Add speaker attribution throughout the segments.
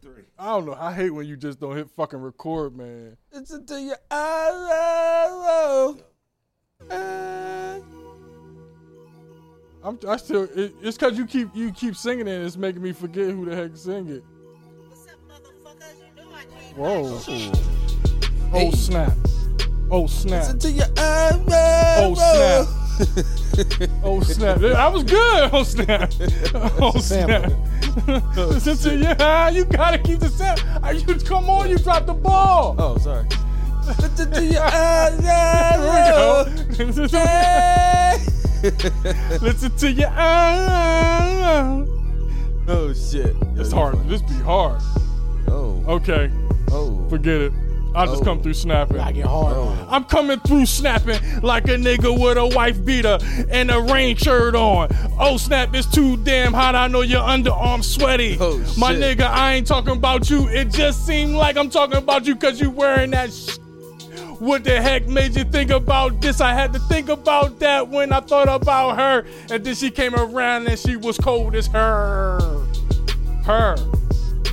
Speaker 1: three.
Speaker 2: I don't know. I hate when you just don't hit fucking record, man. It's until your eyes roll. I'm, I still. It, it's cause you keep you keep singing it. It's making me forget who the heck sing it. Whoa. Oh snap. Oh snap.
Speaker 3: Until your eyes roll.
Speaker 2: Oh snap. Oh snap. I was good. Oh snap. Oh snap.
Speaker 4: Sample.
Speaker 2: Since you- yeah, ah, you gotta keep the set. You come on, you dropped the ball.
Speaker 3: Oh, sorry.
Speaker 2: Until your eyes roll. Here we go. Listen to your ah, eyes.
Speaker 3: Oh shit.
Speaker 2: It's hard. This be hard.
Speaker 3: Oh.
Speaker 2: Okay,
Speaker 3: Oh.
Speaker 2: forget it. I just
Speaker 3: Oh.
Speaker 2: come through snapping.
Speaker 4: I get hard.
Speaker 2: I'm coming through snapping like a nigga with a wife beater and a rain shirt on. Oh snap, it's too damn hot. I know your underarm sweaty.
Speaker 3: Oh,
Speaker 2: My
Speaker 3: shit.
Speaker 2: nigga, I ain't talking about you. It just seemed like I'm talking about you cause you wearing that sh- what the heck made you think about this? I had to think about that when I thought about her. And then she came around and she was cold as her. Her.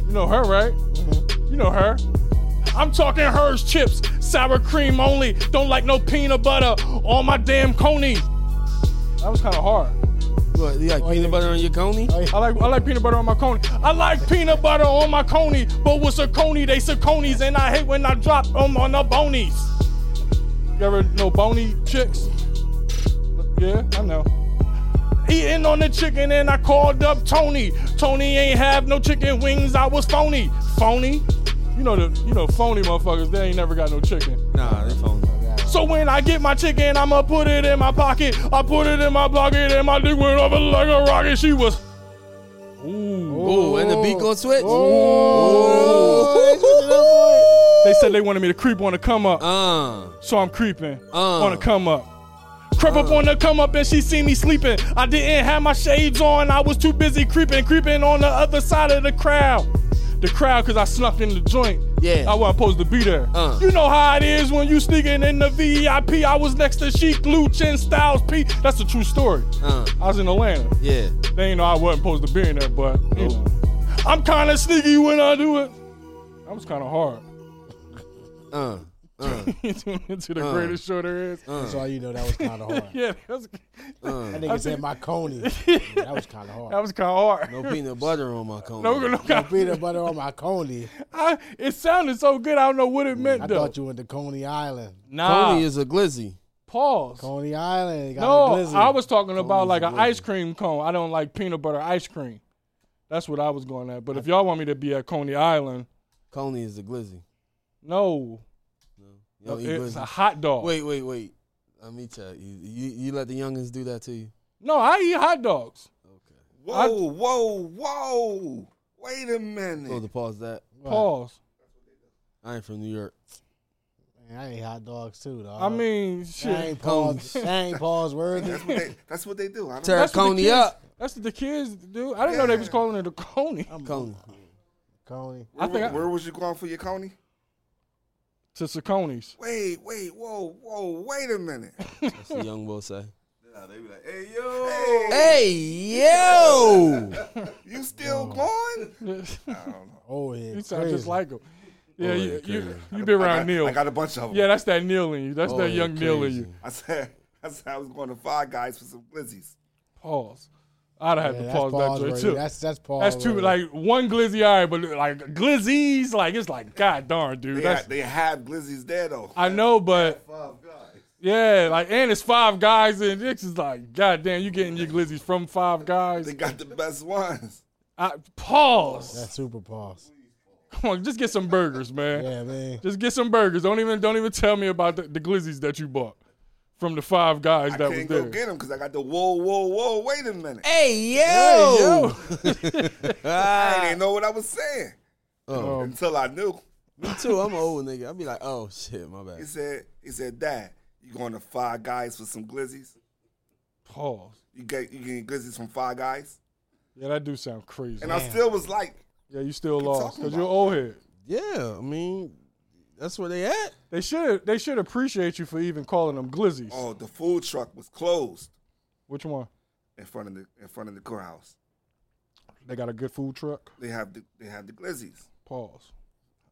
Speaker 2: You know her, right? Mm-hmm. You know her. I'm talking hers chips, sour cream only. Don't like no peanut butter on my damn coney. That was kind of hard.
Speaker 3: What, you like
Speaker 4: Oh,
Speaker 3: peanut
Speaker 4: yeah.
Speaker 3: butter on your coney?
Speaker 2: I like I like peanut butter on my coney. I like peanut butter on my coney, but what's a coney? They some conies, and I hate when I drop them on the bonies. You ever know bony chicks? Yeah, I know. Eating on the chicken, and I called up Tony. Tony ain't have no chicken wings. I was phony, phony. You know the you know phony motherfuckers. They ain't never got no chicken.
Speaker 3: Nah, they phone.
Speaker 2: So when I get my chicken, I'ma put it in my pocket. I put it in my pocket and my dick went over like a rocket. She was. Ooh.
Speaker 3: Oh, and the beat gonna switch.
Speaker 2: They said they wanted me to creep on a come up,
Speaker 3: Uh,
Speaker 2: so I'm creeping
Speaker 3: Uh.
Speaker 2: on a come up. Crept up on the come up and she seen me sleeping. I didn't have my shades on. I was too busy creeping, creeping on the other side of the crowd. The crowd, cause I snuck in the joint.
Speaker 3: Yeah.
Speaker 2: I wasn't supposed to be there.
Speaker 3: Uh.
Speaker 2: You know how it is when you sneaking in the VIP. I was next to Sheik, Lou, Chin, Styles, P. That's a true story.
Speaker 3: uh,
Speaker 2: I was in Atlanta.
Speaker 3: yeah.
Speaker 2: They ain't know I wasn't supposed to be in there, but
Speaker 3: Oh.
Speaker 2: you know. I'm kind of sneaky when I do it. That was kind of hard.
Speaker 3: Uh, uh,
Speaker 2: into
Speaker 4: Uh.
Speaker 2: the greatest show there is.
Speaker 4: That's all you know. That was kind of hard.
Speaker 2: Yeah, that was,
Speaker 4: That nigga said my coney. That was kind of hard.
Speaker 2: that was kind of hard.
Speaker 3: no peanut butter on my coney.
Speaker 2: No, no, no,
Speaker 4: Peanut butter on my coney.
Speaker 2: I, it sounded so good. I don't know what it meant
Speaker 4: Mm, I
Speaker 2: though.
Speaker 4: thought you went to Coney Island.
Speaker 2: nah,
Speaker 3: Coney is a glizzy.
Speaker 2: pause.
Speaker 4: Coney Island. Got
Speaker 2: No,
Speaker 4: a glizzy.
Speaker 2: I was talking about like an ice cream cone. I don't like peanut butter ice cream. That's what I was going at. But if y'all want me to be at Coney Island,
Speaker 3: Coney is a glizzy.
Speaker 2: no,
Speaker 3: You don't eat
Speaker 2: it's a
Speaker 3: glizzy.
Speaker 2: hot dog.
Speaker 3: Wait, wait, wait. Let me tell you. You, you let the youngins do that to you?
Speaker 2: No, I eat hot dogs.
Speaker 1: Whoa, whoa, whoa! Wait
Speaker 3: Supposed
Speaker 1: a
Speaker 2: Oh,
Speaker 1: minute.
Speaker 3: to pause that.
Speaker 2: Pause.
Speaker 3: I ain't from New York.
Speaker 4: Man, I ain't hot dogs too, though.
Speaker 2: I mean, shit.
Speaker 4: Uh, I ain't Paul's. I ain't Paul's worthy.
Speaker 1: That's what they. That's what they do. I don't.
Speaker 3: Tear
Speaker 2: That's what the
Speaker 3: Coney
Speaker 2: kids-
Speaker 3: up.
Speaker 2: That's what the kids do. I didn't know they was calling it a Coney.
Speaker 3: Coney.
Speaker 4: Coney.
Speaker 1: Where,
Speaker 2: I think I-
Speaker 1: where was you going for your coney?
Speaker 2: To Saconis.
Speaker 1: Wait, wait, whoa, whoa, wait a minute.
Speaker 3: That's the young will say.
Speaker 1: they be like, hey yo, hey,
Speaker 3: Hey, yo!
Speaker 1: you still going?
Speaker 2: you
Speaker 4: Oh yeah.
Speaker 2: sound just like him. Yeah,
Speaker 3: Oh,
Speaker 2: you,
Speaker 3: yeah,
Speaker 2: you,
Speaker 3: crazy.
Speaker 2: you been
Speaker 1: I
Speaker 2: around
Speaker 1: got,
Speaker 2: Neil.
Speaker 1: I got a bunch of them.
Speaker 2: yeah, that's that Neil in you. That's
Speaker 3: Oh,
Speaker 2: that
Speaker 3: yeah,
Speaker 2: young Neil in
Speaker 3: crazy.
Speaker 2: you.
Speaker 1: I said, I said I was going to Five Guys for some glizzies.
Speaker 2: Pause. I'd have had to
Speaker 4: that's
Speaker 2: pause that
Speaker 4: Paul's
Speaker 2: joint
Speaker 4: worthy.
Speaker 2: too.
Speaker 4: That's that's Paul's.
Speaker 2: That's too
Speaker 4: worthy.
Speaker 2: like one glizzy, all right, but like glizzies, like it's like god darn, dude.
Speaker 1: They,
Speaker 2: That's,
Speaker 1: had, they have glizzies there though.
Speaker 2: I know, but
Speaker 1: Five Guys.
Speaker 2: yeah, like and it's five guys and it's just like god damn, you getting your glizzies from five
Speaker 1: They
Speaker 2: guys.
Speaker 1: got the best ones.
Speaker 2: I, pause.
Speaker 4: That's super Paul's.
Speaker 2: Come on, just get some burgers, man.
Speaker 4: Yeah, man.
Speaker 2: Just get some burgers. Don't even don't even tell me about the, the glizzies that you bought from the five guys
Speaker 1: I
Speaker 2: that was
Speaker 1: can't
Speaker 2: there.
Speaker 1: go get them because I got the whoa, whoa, whoa. Wait a minute.
Speaker 3: Hey,
Speaker 2: Hey,
Speaker 3: yo!
Speaker 2: yo.
Speaker 1: I didn't know what I was saying
Speaker 3: Oh,
Speaker 1: until I knew.
Speaker 3: me too. I'm an old nigga. I'll be like, oh, shit, my bad.
Speaker 1: He said, he said, Dad, you going to Five Guys for some glizzies?
Speaker 2: Pause.
Speaker 1: You get you getting glizzies from Five Guys?
Speaker 2: Yeah, that do sound crazy.
Speaker 1: And I still was like,
Speaker 2: yeah, you still lost
Speaker 1: talking
Speaker 2: because you're
Speaker 1: about?
Speaker 2: old head.
Speaker 3: Yeah, I mean, that's where they at.
Speaker 2: They should they should appreciate you for even calling them glizzies.
Speaker 1: Oh, the food truck was closed
Speaker 2: Which one?
Speaker 1: in front of the in front of the courthouse.
Speaker 2: They got a good food truck.
Speaker 1: They have the they have the glizzies.
Speaker 2: Pause.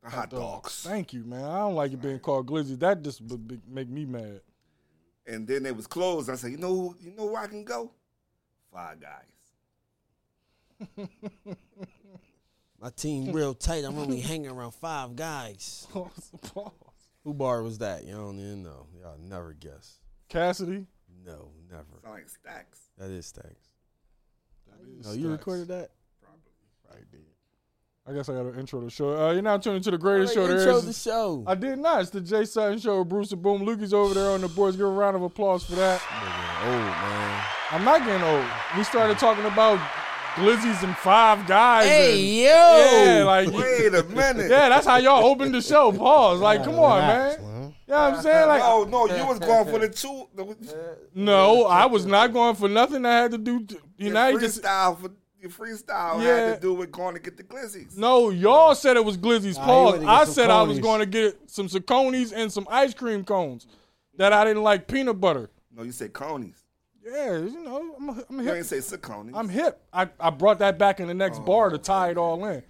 Speaker 1: The hot dogs.
Speaker 2: Thank you, man. I don't like it being called glizzy. That just b- b- make me mad.
Speaker 1: And then they was closed. I said, you know, you know where I can go? Five Guys.
Speaker 3: My team real tight. I'm only hanging around five guys.
Speaker 2: Pause. Pause.
Speaker 3: Who bar was that? Y'all don't even know. Y'all never guess.
Speaker 2: Cassidy.
Speaker 3: No, never.
Speaker 1: Sound like stacks.
Speaker 3: That is thanks.
Speaker 2: That
Speaker 3: No,
Speaker 2: is
Speaker 3: you
Speaker 2: stacks.
Speaker 3: recorded that?
Speaker 2: I guess I got an intro to show. Uh, you're now tuning to the greatest show there
Speaker 3: Intro
Speaker 2: is.
Speaker 3: the show.
Speaker 2: I did not. It's the Jay Sutton Show with Bruce the Boom. Lukey's over there on the boards. Give a round of applause for that.
Speaker 3: Nigga, old man.
Speaker 2: I'm not getting old. We started talking about glizzies and five guys.
Speaker 3: Hey yo.
Speaker 2: and, yeah, like
Speaker 1: Wait a minute.
Speaker 2: yeah, that's how y'all opened the show. Pause. Like, come on, man. You know what I'm saying? Like,
Speaker 1: oh no, you was going for the two. The,
Speaker 2: no, I was not going for nothing. I had to do. You
Speaker 1: your
Speaker 2: know, you just
Speaker 1: freestyle for your freestyle
Speaker 2: Yeah.
Speaker 1: had to do with going to get the glizzies.
Speaker 2: no. Y'all said it was glizzies.
Speaker 4: Nah, he
Speaker 2: Pause.
Speaker 4: went to get
Speaker 2: I
Speaker 4: some
Speaker 2: said I was
Speaker 4: conies.
Speaker 2: going to get some saconis and some ice cream cones that I didn't like peanut butter.
Speaker 1: No, you said conies.
Speaker 2: Yeah, you know, I'm, a- I'm
Speaker 1: You
Speaker 2: hip.
Speaker 1: ain't say conies.
Speaker 2: I'm hip. I, I brought that back in the
Speaker 4: Oh,
Speaker 2: next bar to tie it all in.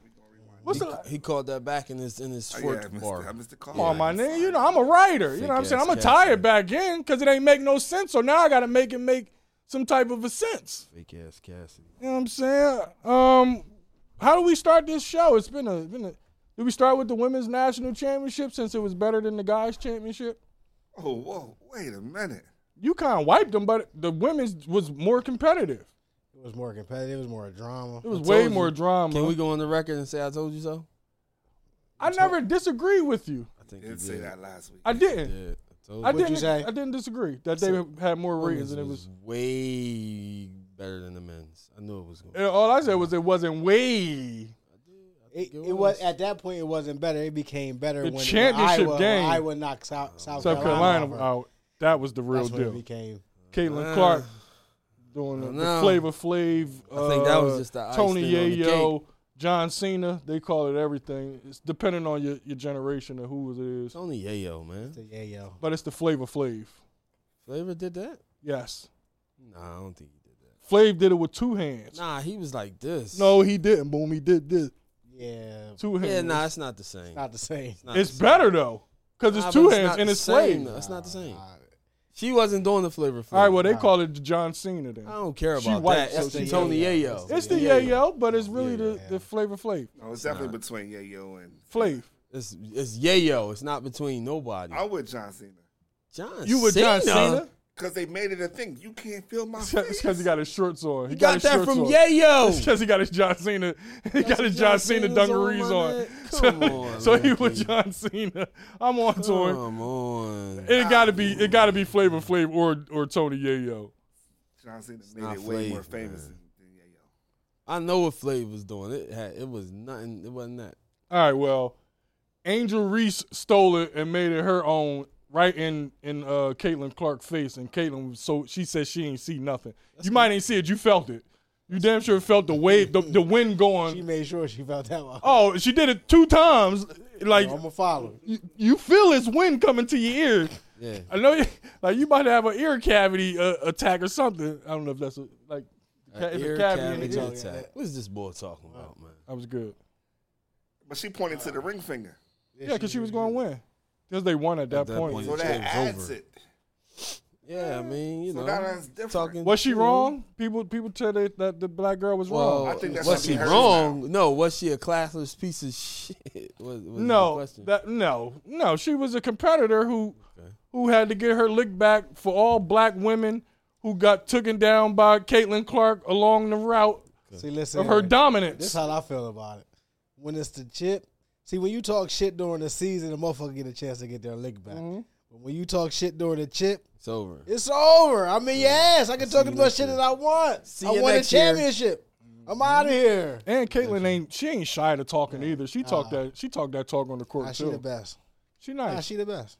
Speaker 2: What's the
Speaker 3: He called that back in his in his
Speaker 1: Oh,
Speaker 3: fourth
Speaker 1: yeah, Mr.
Speaker 3: bar.
Speaker 1: I missed the call.
Speaker 2: Come on, my nigga. You know, I'm a writer. You know what I'm saying? I'm going to tie it back in because it ain't make no sense. So now I got to make it make some type of a sense.
Speaker 3: Fake ass Cassidy.
Speaker 2: You know what I'm saying? Um, how do we start this show? It's been a, been a. Did we start with the women's national championship since it was better than the guys' championship?
Speaker 1: Oh, whoa, wait a minute.
Speaker 2: UConn wiped them, but the women's was more competitive.
Speaker 4: It was more competitive. It was more drama.
Speaker 2: It was
Speaker 3: I
Speaker 2: way
Speaker 3: told
Speaker 2: more
Speaker 3: you.
Speaker 2: drama.
Speaker 3: Can we go on the record and say I told you so?
Speaker 2: I never disagree with you.
Speaker 3: I think
Speaker 1: You didn't say that last week.
Speaker 2: I didn't.
Speaker 3: Yeah, I told
Speaker 2: I
Speaker 4: What'd you
Speaker 2: didn't.
Speaker 4: say?
Speaker 2: I didn't disagree that they had more ratings
Speaker 3: Women's
Speaker 2: and it
Speaker 3: was
Speaker 2: was.
Speaker 3: way better than the men's. I knew it was going.
Speaker 2: and all I said was it wasn't way.
Speaker 4: It,
Speaker 3: It
Speaker 4: it
Speaker 3: was.
Speaker 4: was at that point. It wasn't better. It became better
Speaker 2: The
Speaker 4: when
Speaker 2: championship
Speaker 4: Iowa,
Speaker 2: game.
Speaker 4: When Iowa knocked South, South,
Speaker 2: South Carolina
Speaker 4: off her.
Speaker 2: out. That was the real
Speaker 4: That's when it
Speaker 2: deal.
Speaker 4: became.
Speaker 2: Caitlin
Speaker 3: Uh,
Speaker 2: Clark doing the, the
Speaker 3: no.
Speaker 2: Flavor Flav.
Speaker 3: I think that was just the
Speaker 2: uh,
Speaker 3: icing
Speaker 2: Tony
Speaker 3: on the
Speaker 2: Yayo, John Cena. They call it everything. It's depending on your, your generation of who it
Speaker 3: It's
Speaker 2: is.
Speaker 3: only Yayo, man.
Speaker 4: Yeah, yo.
Speaker 2: But it's the Flavor Flav.
Speaker 3: Flavor did that?
Speaker 2: Yes,
Speaker 3: Nah, I don't think he did that.
Speaker 2: Flav did it with two hands.
Speaker 3: Nah, he was like this.
Speaker 2: No, he didn't. Boom, he did this
Speaker 4: Yeah, it's
Speaker 2: two hands.
Speaker 3: Yeah, nah, it's not the same.
Speaker 4: not the same.
Speaker 3: not
Speaker 2: it's
Speaker 3: the
Speaker 2: better though, cause
Speaker 3: same.
Speaker 2: it's
Speaker 3: Nah,
Speaker 2: two
Speaker 3: but
Speaker 2: hands
Speaker 3: not
Speaker 2: and
Speaker 3: the
Speaker 2: it's
Speaker 3: same,
Speaker 2: Flav.
Speaker 3: though. It's not the same.
Speaker 4: Nah,
Speaker 3: She wasn't doing the flavor.
Speaker 2: All right, well they
Speaker 4: Nah.
Speaker 2: called it John Cena then.
Speaker 3: I don't care
Speaker 2: She
Speaker 3: about
Speaker 2: white,
Speaker 3: that.
Speaker 2: so
Speaker 3: It's
Speaker 4: she-
Speaker 3: Tony
Speaker 4: yeah, yeah.
Speaker 3: Yayo.
Speaker 2: it's the
Speaker 3: Yeah, yeah.
Speaker 2: Yayo, but it's really the,
Speaker 4: Yeah.
Speaker 2: the Flavor Flav.
Speaker 1: No, it's definitely between Yayo and
Speaker 2: Flav.
Speaker 3: It's it's Yayo. It's not between nobody.
Speaker 1: I'm with John Cena
Speaker 3: John
Speaker 2: You with John Cena?
Speaker 1: because they made it a thing. You can't feel my
Speaker 2: It's
Speaker 1: face.
Speaker 2: because he got his shorts on. He,
Speaker 3: You got
Speaker 2: his
Speaker 3: that
Speaker 2: shorts
Speaker 3: from
Speaker 2: on. It's
Speaker 3: Yayo.
Speaker 2: because he got his John Cena. He got his John,
Speaker 3: John
Speaker 2: Cena
Speaker 3: Cena's on,
Speaker 2: dungarees
Speaker 3: my
Speaker 2: on.
Speaker 3: man. Come
Speaker 2: So,
Speaker 3: on,
Speaker 2: so he
Speaker 3: Ricky.
Speaker 2: was John Cena. I'm on tour.
Speaker 3: Come on.
Speaker 2: It gotta be it gotta be Flavor Flav or or Tony Yayo.
Speaker 1: John Cena
Speaker 3: not
Speaker 1: made it way
Speaker 3: Flav,
Speaker 1: more famous
Speaker 3: man.
Speaker 1: than Yayo.
Speaker 3: I know what Flav was doing. It had, it was nothing. It wasn't that.
Speaker 2: All right, well, Angel Reese stole it and made it her own right in in uh Caitlin Clark's face, and Caitlin was so she said she ain't see nothing. you might ain't see it, you felt it. You damn sure felt the wave, the, the wind
Speaker 4: she
Speaker 2: going.
Speaker 4: made sure she felt that one.
Speaker 2: Oh, she did it two times. Like
Speaker 4: I'm a follower.
Speaker 2: you, you feel this wind coming to your ear.
Speaker 3: Yeah.
Speaker 2: I know, you, like you might have an ear cavity uh, attack or something. I don't know if that's a, like
Speaker 3: A
Speaker 2: ca- it's
Speaker 3: ear
Speaker 2: a cavity. in
Speaker 3: cavity
Speaker 2: the ear.
Speaker 3: attack. What is this boy talking about, man?
Speaker 2: That was good.
Speaker 1: But she pointed to the ring finger,
Speaker 2: Yeah, because she was going to win. Because they won at that,
Speaker 3: that
Speaker 2: point.
Speaker 3: point.
Speaker 1: so
Speaker 3: It
Speaker 1: that
Speaker 3: was
Speaker 1: adds
Speaker 3: over.
Speaker 1: it.
Speaker 3: Yeah, I mean, you
Speaker 1: So
Speaker 3: know,
Speaker 1: now that's different.
Speaker 3: talking.
Speaker 2: Was she
Speaker 3: you know.
Speaker 2: wrong? People people tell they, that the black girl was
Speaker 3: Well,
Speaker 2: wrong.
Speaker 1: I think that's
Speaker 3: was she
Speaker 1: something hers
Speaker 3: wrong? No, was she a classless piece of shit? Was, was the
Speaker 2: No,
Speaker 3: question.
Speaker 2: that no, no. She was a competitor who who had to get her lick back for all black women who got taken down by Caitlin Clark along the route
Speaker 4: See, listen.
Speaker 2: of her
Speaker 4: here. This
Speaker 2: dominance.
Speaker 4: how I feel about it. When it's the chip, see when you talk shit during the season, the motherfucker get a chance to get their lick back.
Speaker 2: Mm-hmm.
Speaker 4: But when you talk shit during the chip,
Speaker 3: it's over.
Speaker 4: it's over. I'm in your ass. I can talk as much shit as I want.
Speaker 3: See
Speaker 4: I
Speaker 3: you
Speaker 4: won a
Speaker 3: next year.
Speaker 4: championship. I'm out of here.
Speaker 2: Mm-hmm. And Caitlyn ain't she ain't shy to talking either. She talked that she talked that talk on the court
Speaker 4: Nah, she the
Speaker 2: too.
Speaker 4: best.
Speaker 2: She
Speaker 4: Nah,
Speaker 2: nice.
Speaker 4: she the best.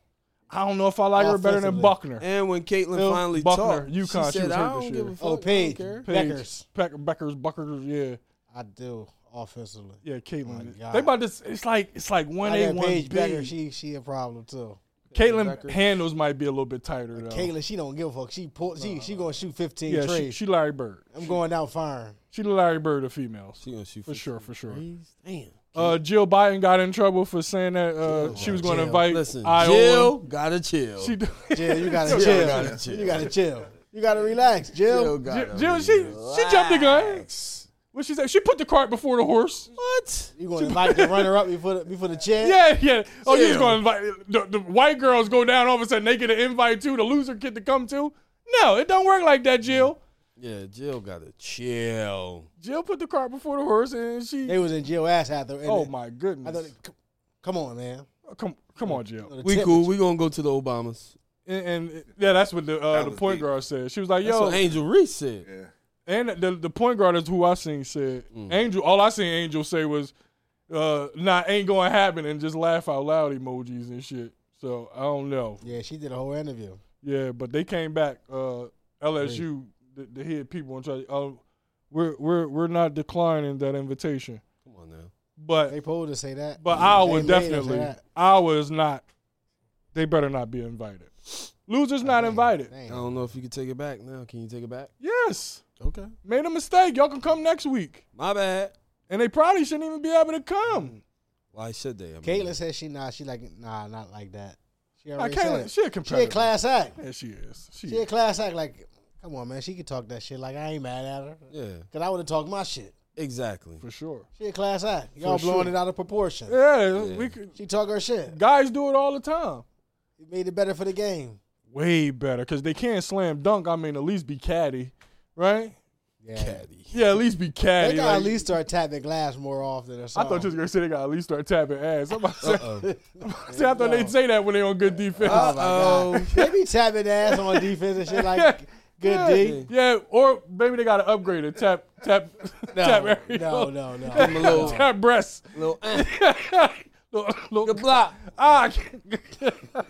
Speaker 2: I don't know if I like her better than
Speaker 4: Offensively.
Speaker 2: Buckner.
Speaker 3: And when Caitlyn
Speaker 2: Phil
Speaker 3: finally
Speaker 2: Buckner,
Speaker 3: talked,
Speaker 2: UConn,
Speaker 3: she
Speaker 2: she
Speaker 3: said,
Speaker 2: was hurt
Speaker 3: "I
Speaker 2: this
Speaker 3: don't give
Speaker 2: year."
Speaker 3: a fuck.
Speaker 4: Oh,
Speaker 3: I
Speaker 4: Paige.
Speaker 3: don't care.
Speaker 2: Paige,
Speaker 4: Beckers.
Speaker 2: Beck- Beckers, Buckers, yeah,
Speaker 4: I do offensively.
Speaker 2: yeah, Caitlyn.
Speaker 4: God.
Speaker 2: they about this. It's like it's like one
Speaker 4: I
Speaker 2: A
Speaker 4: got
Speaker 2: one B.
Speaker 4: Paige Becker. She she a problem too.
Speaker 2: Caitlyn handles might be a little bit tighter though.
Speaker 4: Kayla, she don't give a fuck. She pull, she she gonna shoot 15
Speaker 2: yeah, she,
Speaker 4: trees.
Speaker 2: she Larry Bird.
Speaker 4: I'm going down firing.
Speaker 2: She the Larry Bird of females
Speaker 3: She gonna shoot
Speaker 2: for sure, for sure.
Speaker 3: threes? Damn.
Speaker 2: Uh, Jill Biden got in trouble for saying that uh, she was going to
Speaker 4: Jill,
Speaker 2: invite
Speaker 3: Listen,
Speaker 2: Iowa.
Speaker 3: Jill gotta chill.
Speaker 2: She,
Speaker 4: Jill, you gotta
Speaker 2: Jill
Speaker 4: chill.
Speaker 3: gotta chill.
Speaker 4: You gotta chill. You gotta relax,
Speaker 3: Jill
Speaker 4: Jill.
Speaker 3: gotta
Speaker 2: Jill, she- she jumped the gun.
Speaker 3: relax.
Speaker 2: What she said? She put the cart before the horse.
Speaker 3: What?
Speaker 4: You gonna invite the runner up before the before the chair?
Speaker 2: Yeah, yeah. Oh, you was
Speaker 3: Jill.
Speaker 2: going to invite the, the white girls go down. All of a sudden, they get an invite too. The loser get to come too. No, it don't work like that, Jill.
Speaker 3: Yeah, Jill gotta chill.
Speaker 2: Jill put the cart before the horse, and she.
Speaker 4: They was in Jill ass after. and
Speaker 2: oh
Speaker 4: then-
Speaker 2: my
Speaker 4: I thought,
Speaker 2: goodness!
Speaker 4: c- come on, man.
Speaker 2: Come, come on, Jill.
Speaker 4: The
Speaker 3: We
Speaker 4: tip-
Speaker 3: cool. We gonna go to the Obamas.
Speaker 2: And, and yeah, that's what the uh,
Speaker 1: That
Speaker 2: the
Speaker 1: was
Speaker 2: point
Speaker 1: deep.
Speaker 2: guard said. She was like,
Speaker 3: That's
Speaker 2: "Yo,"
Speaker 3: what Angel Reese said.
Speaker 1: Yeah.
Speaker 2: and the the point guard is who I seen said
Speaker 1: Mm.
Speaker 2: Angel. All I seen Angel say was, uh, "Nah, ain't gonna happen," and just laugh out loud emojis and shit. So I don't know.
Speaker 4: Yeah, she did a whole interview.
Speaker 2: Yeah, but they came back. Uh, LSU, the, the head people, and tried. Uh, we're we're we're not declining that invitation,
Speaker 3: Come on now.
Speaker 2: but
Speaker 4: They polled to say that.
Speaker 2: but
Speaker 4: They
Speaker 2: Iowa
Speaker 4: made her say
Speaker 2: definitely
Speaker 4: that.
Speaker 2: Iowa is not. They better not be invited. Losers not
Speaker 4: Dang,
Speaker 2: invited.
Speaker 4: dang.
Speaker 3: I don't know if you can take it back now. Can you take it back?
Speaker 2: Yes,
Speaker 3: Okay.
Speaker 2: made a mistake. Y'all can come next week,
Speaker 3: My bad.
Speaker 2: and they probably shouldn't even be able to come.
Speaker 3: Why should they? I mean,
Speaker 4: Caitlin said she nah. She like nah, not like that. She
Speaker 2: Now,
Speaker 4: already Mm, said
Speaker 2: Caitlin,
Speaker 4: it.
Speaker 2: she a
Speaker 4: She a
Speaker 2: competitor.
Speaker 4: class act.
Speaker 2: yeah, she is. She,
Speaker 4: She a
Speaker 2: is.
Speaker 4: class act. Like, come on, man. She could talk that shit. Like, I ain't mad at her.
Speaker 3: Yeah.
Speaker 4: Cause I would have talked my shit.
Speaker 3: Exactly.
Speaker 2: for sure.
Speaker 4: She a class act. Y'all
Speaker 2: For
Speaker 4: blowing
Speaker 2: sure.
Speaker 4: it out of proportion.
Speaker 2: Yeah,
Speaker 3: Yeah.
Speaker 2: we could,
Speaker 4: She talk her shit.
Speaker 2: guys do it all the time.
Speaker 4: It made it better for the game.
Speaker 2: way better because they can't slam dunk. I mean, at least be caddy, right?
Speaker 4: Yeah.
Speaker 3: Caddy.
Speaker 2: Yeah, at least be
Speaker 4: They
Speaker 2: caddy.
Speaker 4: gotta
Speaker 2: like-
Speaker 4: at least start tapping glass more often or
Speaker 2: I
Speaker 4: something.
Speaker 2: thought you was gonna say they got at least start tapping ass. I'm about to say,
Speaker 3: Uh-oh.
Speaker 2: See, I thought they'd say that when they on good defense.
Speaker 4: Oh my god. they be tapping the ass on defense and shit like good
Speaker 2: yeah,
Speaker 4: D.
Speaker 2: yeah, or maybe they got to upgrade it. Tap, tap, tap.
Speaker 4: No,
Speaker 2: area.
Speaker 4: no, no, no.
Speaker 3: I'm a little,
Speaker 2: tap breasts.
Speaker 3: little eh,
Speaker 2: Little- little-
Speaker 3: the block.
Speaker 2: ah, I can't-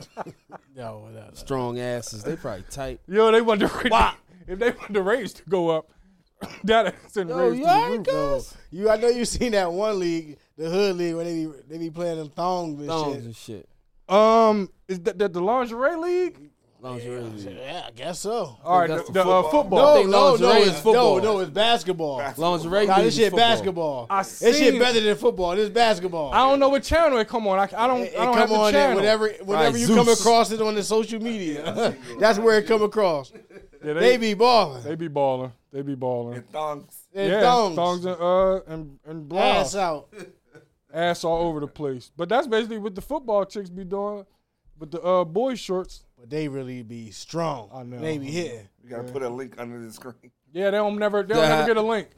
Speaker 4: No, no, no.
Speaker 3: Strong asses. They probably tight.
Speaker 2: yo, they want the rates. If they want the rates to go up, that send
Speaker 3: Yo,
Speaker 2: rates
Speaker 3: you
Speaker 2: to the
Speaker 3: all right,
Speaker 2: roof.
Speaker 3: guys?
Speaker 4: You, I know you seen that one league, the hood league, where they be they be playing them thongs and
Speaker 3: Thongs
Speaker 4: shit.
Speaker 3: and shit.
Speaker 2: Um, is that, that the lingerie league?
Speaker 3: Lingerie. league.
Speaker 4: Yeah, I guess so.
Speaker 2: All right,
Speaker 3: that's
Speaker 2: the,
Speaker 3: the
Speaker 2: the, uh,
Speaker 1: football.
Speaker 2: football.
Speaker 4: No,
Speaker 3: think
Speaker 4: no, no,
Speaker 3: lingerie
Speaker 4: it's
Speaker 3: is football.
Speaker 4: no, no, it's basketball.
Speaker 3: Lingerie.
Speaker 4: Nah,
Speaker 3: league
Speaker 4: this
Speaker 3: is
Speaker 4: shit
Speaker 3: football.
Speaker 4: basketball.
Speaker 2: I
Speaker 4: This shit
Speaker 2: seen-
Speaker 4: better than football. This is basketball.
Speaker 2: I don't know what channel it come on. I, I don't.
Speaker 4: It
Speaker 2: I don't
Speaker 4: come
Speaker 2: have the
Speaker 4: on
Speaker 2: channel.
Speaker 4: there whenever whenever
Speaker 3: Right,
Speaker 4: you
Speaker 3: Zeus.
Speaker 4: come across it on the social media. That's where it come across.
Speaker 2: Yeah, they,
Speaker 4: They
Speaker 2: be
Speaker 4: be balling.
Speaker 2: they be balling. They be balling.
Speaker 1: And thongs.
Speaker 4: They
Speaker 2: Yeah,
Speaker 4: thongs.
Speaker 2: thongs and uh and and blah.
Speaker 4: ass
Speaker 2: Ass,
Speaker 4: out.
Speaker 2: all over the place. But that's basically what the football chicks be doing with the uh boy shorts.
Speaker 4: But they really be strong.
Speaker 2: I know.
Speaker 4: They be hitting.
Speaker 1: You gotta put a link under the screen.
Speaker 2: Yeah, they don't never they'll never get a link.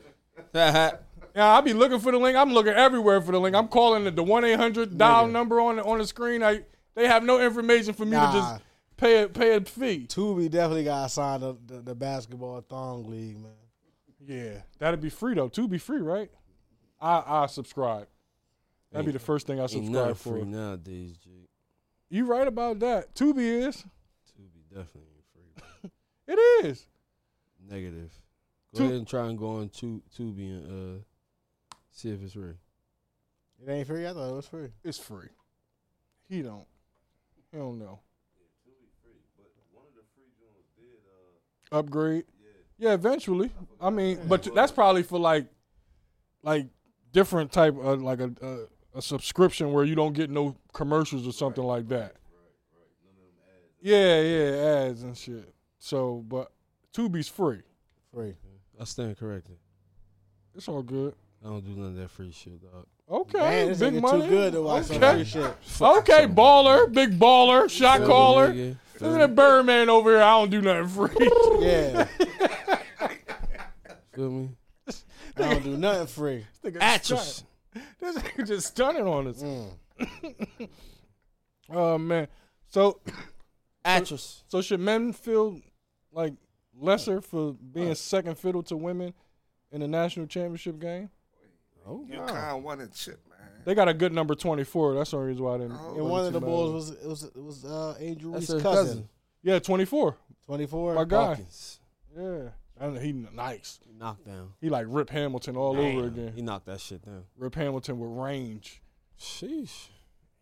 Speaker 2: Yeah, I be looking for the link. I'm looking everywhere for the link. I'm calling the one eight hundred dial number on the on the screen. I they have no information for me
Speaker 4: Nah.
Speaker 2: to just pay a pay a fee.
Speaker 4: Tubi definitely got signed up the, the basketball thong league, man.
Speaker 2: Yeah, that'd be free though. Two be free, right? I I subscribe. That'd be the first thing I
Speaker 3: Ain't nothing
Speaker 2: subscribe for.
Speaker 3: free nowadays, G.
Speaker 2: You right about that. Tubi is.
Speaker 3: Tubi definitely ain't free.
Speaker 2: It is.
Speaker 3: Negative. Go
Speaker 2: Tu-
Speaker 3: ahead and try and go on Tu- Tubi and uh, see if it's free.
Speaker 4: It ain't free. I thought it was free.
Speaker 2: It's free. He don't. He don't know. Upgrade. Yeah, eventually. I mean, but that's probably for like, like different type of like a a, a subscription where you don't get no commercials or something like that. Yeah, yeah, ads and shit. So, but Tubi's free.
Speaker 4: Free.
Speaker 3: I stand corrected.
Speaker 2: It's all good.
Speaker 3: I don't do none of that free shit, dog.
Speaker 2: Okay,
Speaker 4: Man, this
Speaker 2: big
Speaker 4: nigga
Speaker 2: money.
Speaker 4: too good to watch some
Speaker 2: Okay.
Speaker 4: free shit.
Speaker 2: Okay, baller, big baller, shot caller.
Speaker 3: Nigga.
Speaker 2: Look at that Birdman over here. I don't do nothing free.
Speaker 4: Yeah.
Speaker 3: Feel me?
Speaker 4: I don't do nothing free.
Speaker 2: This nigga
Speaker 3: Actress.
Speaker 2: stunning. This nigga just stunning on us.
Speaker 4: Mm.
Speaker 2: oh man. So
Speaker 3: Actress.
Speaker 2: so should men feel like lesser for being second fiddle to women in the national championship game?
Speaker 1: You kind of wanted shit, man.
Speaker 2: Oh, They got a good number twenty four. That's the only reason why I didn't.
Speaker 1: Oh.
Speaker 4: And one of the boys was it was it was uh, Angel
Speaker 3: That's
Speaker 4: Reese's
Speaker 3: her
Speaker 4: cousin.
Speaker 3: cousin.
Speaker 2: Yeah, twenty four.
Speaker 4: Twenty four.
Speaker 2: My guy.
Speaker 3: Hawkins.
Speaker 2: Yeah. I don't know, he nice.
Speaker 3: He knocked down.
Speaker 2: He like Rip Hamilton all over
Speaker 3: Damn.
Speaker 2: again.
Speaker 3: He knocked that shit down.
Speaker 2: Rip Hamilton with range.
Speaker 3: Sheesh.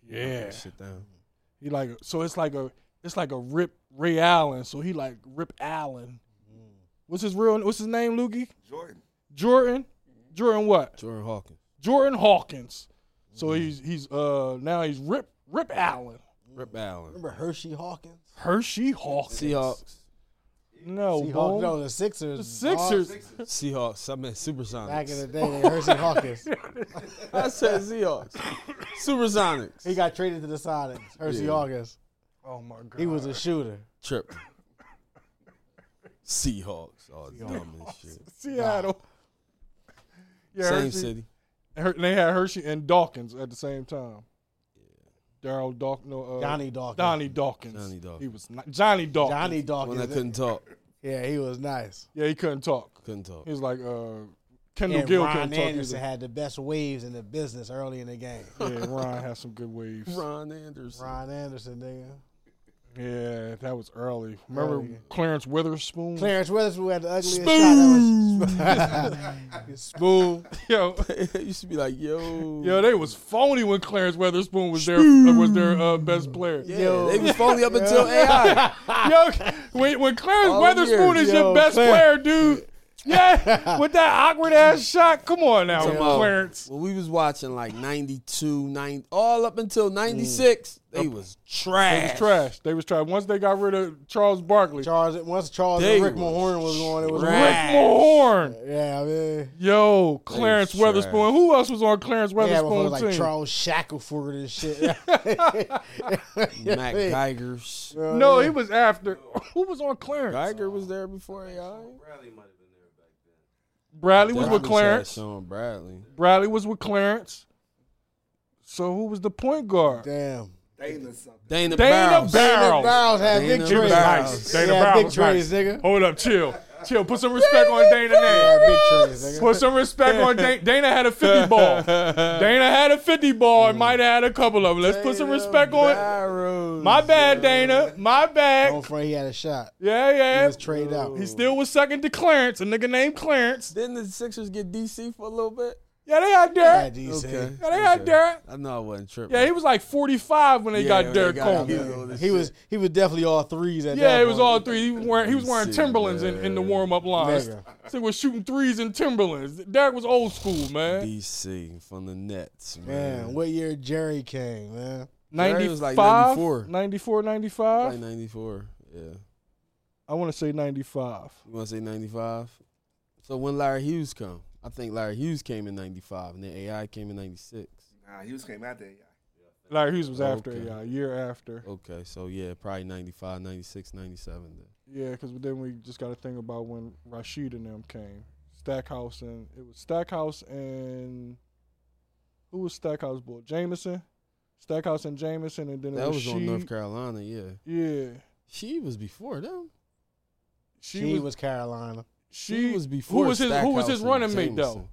Speaker 2: Yeah.
Speaker 3: That shit down.
Speaker 2: He like so it's like a it's like a Rip Ray Allen. So he like Rip Allen. What's his real? What's his name, Loogie?
Speaker 1: Jordan.
Speaker 2: Jordan. Jordan what?
Speaker 3: Jordan Hawkins.
Speaker 2: Jordan Hawkins. So he's he's uh now he's Rip Rip Allen.
Speaker 3: Rip Allen.
Speaker 4: Remember Hershey Hawkins?
Speaker 2: Hershey Mm. Hawkins.
Speaker 3: Seahawks.
Speaker 2: No,
Speaker 4: Seahawks,
Speaker 2: boy.
Speaker 4: no, the Sixers.
Speaker 2: Oh, The Sixers.
Speaker 3: Seahawks. I meant Supersonics.
Speaker 4: Back in the day, they Hershey Hawkins.
Speaker 3: I said Seahawks. Supersonics.
Speaker 4: He got traded to the Sonics. Hershey
Speaker 3: Yeah.
Speaker 4: Hawkins.
Speaker 2: Oh my god.
Speaker 4: He was a shooter.
Speaker 3: Trip. Seahawks. Oh, dumb as shit.
Speaker 2: Seattle. Yeah,
Speaker 3: Same
Speaker 2: Hershey-
Speaker 3: city.
Speaker 2: Her, they had Hershey and Dawkins at the same time. Daryl Dawkins. No, uh,
Speaker 4: Johnny Dawkins.
Speaker 2: Donnie Dawkins.
Speaker 3: Johnny Dawkins.
Speaker 2: He was not, Johnny Dawkins.
Speaker 4: Johnny
Speaker 3: When
Speaker 4: Dawkins.
Speaker 3: I couldn't talk.
Speaker 4: yeah, he was nice.
Speaker 2: Yeah, he couldn't talk.
Speaker 3: Couldn't talk.
Speaker 2: He was like uh, Kendall
Speaker 4: And
Speaker 2: Gill
Speaker 4: Ron
Speaker 2: couldn't
Speaker 4: Anderson
Speaker 2: talk
Speaker 4: had the best waves in the business early in the game.
Speaker 2: either. yeah, Ron had some good waves.
Speaker 3: Ron Anderson.
Speaker 4: Ron Anderson, nigga.
Speaker 2: Yeah, that was early. Remember
Speaker 4: Early.
Speaker 2: Clarence Witherspoon?
Speaker 4: Clarence Witherspoon had the ugliest shot. That was smooth.
Speaker 2: yo,
Speaker 3: used to be like, yo.
Speaker 2: yo, they was phony when Clarence Witherspoon was their was their uh, best player.
Speaker 3: yeah,
Speaker 4: yo.
Speaker 3: They was phony up until AI.
Speaker 2: Yo, when, when Clarence
Speaker 3: All them
Speaker 2: Weatherspoon
Speaker 3: years,
Speaker 2: is
Speaker 4: yo,
Speaker 2: your best
Speaker 4: Clarence.
Speaker 2: player, dude. Yeah, with that awkward ass shot. Come on now,
Speaker 3: Come on.
Speaker 2: Clarence.
Speaker 3: When we was watching like 92, 90, all up until 96, Mm. they was trash.
Speaker 2: They was trash. They was trash. Once they got rid of Charles Barkley,
Speaker 4: Charles, once Charles
Speaker 3: They
Speaker 4: and Rick
Speaker 3: was
Speaker 4: Mahorn was going, it was
Speaker 3: trash.
Speaker 2: Rick Mahorn.
Speaker 4: Yeah, I mean,
Speaker 2: Yo, Clarence
Speaker 3: trash.
Speaker 2: Weatherspoon. Who else was on Clarence
Speaker 4: they had
Speaker 2: Weatherspoon
Speaker 4: motherfuckers like
Speaker 2: team?
Speaker 4: Charles Shackleford and shit.
Speaker 3: Mac Geigers.
Speaker 2: no, he was after. Who was on Clarence?
Speaker 3: Geiger was there before AI.
Speaker 2: Bradley was with Clarence.
Speaker 3: Sean Bradley.
Speaker 2: Bradley was with Clarence. So who was the point guard?
Speaker 4: Damn.
Speaker 1: Dana something.
Speaker 3: Dana,
Speaker 2: Dana
Speaker 3: Barrows.
Speaker 2: Barrow.
Speaker 4: Barrels had
Speaker 3: Dana
Speaker 4: big
Speaker 3: Barrows.
Speaker 4: trades.
Speaker 2: Nice. Dana
Speaker 4: yeah,
Speaker 2: Barrows,
Speaker 4: big trades,
Speaker 2: nice.
Speaker 4: nigga.
Speaker 2: Hold up, chill, chill. Put some respect on Dana's name.
Speaker 4: Yeah, big trades, nigga.
Speaker 2: Put some respect on Dana. Dana had a 50 ball. Dana had a 50 ball
Speaker 4: Mm.
Speaker 2: and might have had a couple of them. Let's put some respect on
Speaker 3: Barrows.
Speaker 2: My bad, Dana. My
Speaker 4: Don't
Speaker 2: bad.
Speaker 4: front, he had a shot.
Speaker 2: Yeah,
Speaker 4: He
Speaker 2: yeah.
Speaker 4: was traded out.
Speaker 2: He still was second to Clarence, a nigga named Clarence.
Speaker 3: Didn't the Sixers get DC for a little bit?
Speaker 2: Yeah, they had
Speaker 4: Yeah,
Speaker 2: Derek.
Speaker 4: DC.
Speaker 2: Yeah, they had Derek.
Speaker 3: I know I wasn't tripping.
Speaker 2: Yeah, he was like 45 when they
Speaker 3: Yeah,
Speaker 2: got
Speaker 3: when they
Speaker 2: Derek
Speaker 3: got
Speaker 2: Coleman.
Speaker 3: him. Yeah.
Speaker 4: He was he was definitely all threes at that
Speaker 2: Yeah, it was
Speaker 4: point.
Speaker 2: all three. He was wearing, he was wearing
Speaker 3: see,
Speaker 2: Timberlands in, in the
Speaker 3: man.
Speaker 2: warm up line.
Speaker 4: Nigga.
Speaker 2: So he was shooting threes in Timberlands. Derek was old school, man.
Speaker 3: DC from the Nets,
Speaker 4: Man,
Speaker 3: man.
Speaker 4: what year Jerry came, man?
Speaker 3: Derek was
Speaker 2: 95,
Speaker 3: like 94.
Speaker 2: 94. 94,
Speaker 3: Like
Speaker 2: 95.
Speaker 3: 94. Yeah. You
Speaker 2: I want to say 95.
Speaker 3: want to say 95? So when Larry Hughes come? I think Larry Hughes came in 95 and then AI came in 96.
Speaker 1: Nah, Hughes came out there.
Speaker 2: Larry Hughes was after,
Speaker 3: Okay.
Speaker 2: yeah, a year after.
Speaker 3: Okay, so yeah, probably 95, 96, 97 then.
Speaker 2: Yeah, because then we just got to think about when Rashid and them came. Stackhouse and it was Stackhouse and who was Stackhouse boy? Jameson, Stackhouse and Jameson, and then it
Speaker 3: That was on
Speaker 2: she-
Speaker 3: North Carolina, yeah.
Speaker 2: Yeah,
Speaker 3: She was before them.
Speaker 2: she,
Speaker 4: She,
Speaker 2: was,
Speaker 4: was, Carolina.
Speaker 2: she
Speaker 3: was before
Speaker 2: who was his who was
Speaker 3: Stackhouse
Speaker 2: his
Speaker 3: and
Speaker 2: running mate though
Speaker 3: Jameson.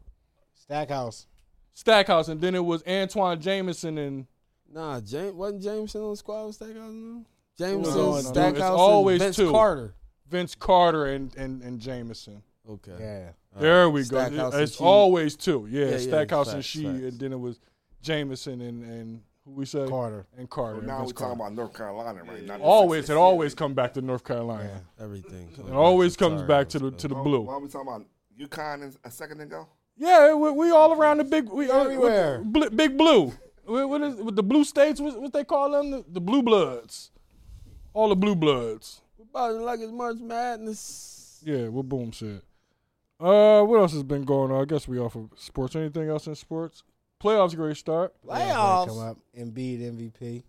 Speaker 4: Stackhouse.
Speaker 2: Stackhouse, and then it was Antoine Jameson and
Speaker 3: Nah, James wasn't Jameson on the squad with Stackhouse no?
Speaker 2: No,
Speaker 3: Jameson,
Speaker 2: no, no. It's
Speaker 3: Stackhouse, and
Speaker 2: always
Speaker 3: Vince
Speaker 2: two.
Speaker 3: Carter.
Speaker 2: Vince Carter and and, and Jameson.
Speaker 3: Okay.
Speaker 4: Yeah.
Speaker 3: All
Speaker 2: There
Speaker 3: right.
Speaker 2: we go.
Speaker 3: Uh, Stackhouse and
Speaker 2: it's
Speaker 3: She-
Speaker 2: always two. Yeah,
Speaker 3: Yeah, yeah,
Speaker 2: Stackhouse and
Speaker 3: facts,
Speaker 2: she,
Speaker 3: facts.
Speaker 2: and then it was Jameson and and who we say
Speaker 4: Carter.
Speaker 2: and Carter. and
Speaker 1: Now
Speaker 2: Vince
Speaker 1: we're
Speaker 2: Carter.
Speaker 1: talking about North Carolina right now.
Speaker 2: always it always come back to North Carolina.
Speaker 3: everything. comes
Speaker 2: It
Speaker 3: back
Speaker 2: always
Speaker 3: to
Speaker 2: comes
Speaker 3: Tyra
Speaker 2: back to the
Speaker 3: Hill's
Speaker 2: to the
Speaker 3: stuff.
Speaker 1: Why
Speaker 2: blue.
Speaker 1: are we talking about UConn in- a second ago?
Speaker 2: Yeah, we, we all around the big we
Speaker 4: Everywhere.
Speaker 2: everywhere. Bl- big blue. What what is with the blue states? What, what they call them? The, the blue bloods. All the blue bloods.
Speaker 3: We about to like it's March Madness.
Speaker 2: Yeah, what Boom said. Uh, what else has been going on? I guess we off of sports. Anything else in sports? Playoffs, great start.
Speaker 4: Yeah, Come
Speaker 3: Playoffs.
Speaker 4: up. Embiid MVP.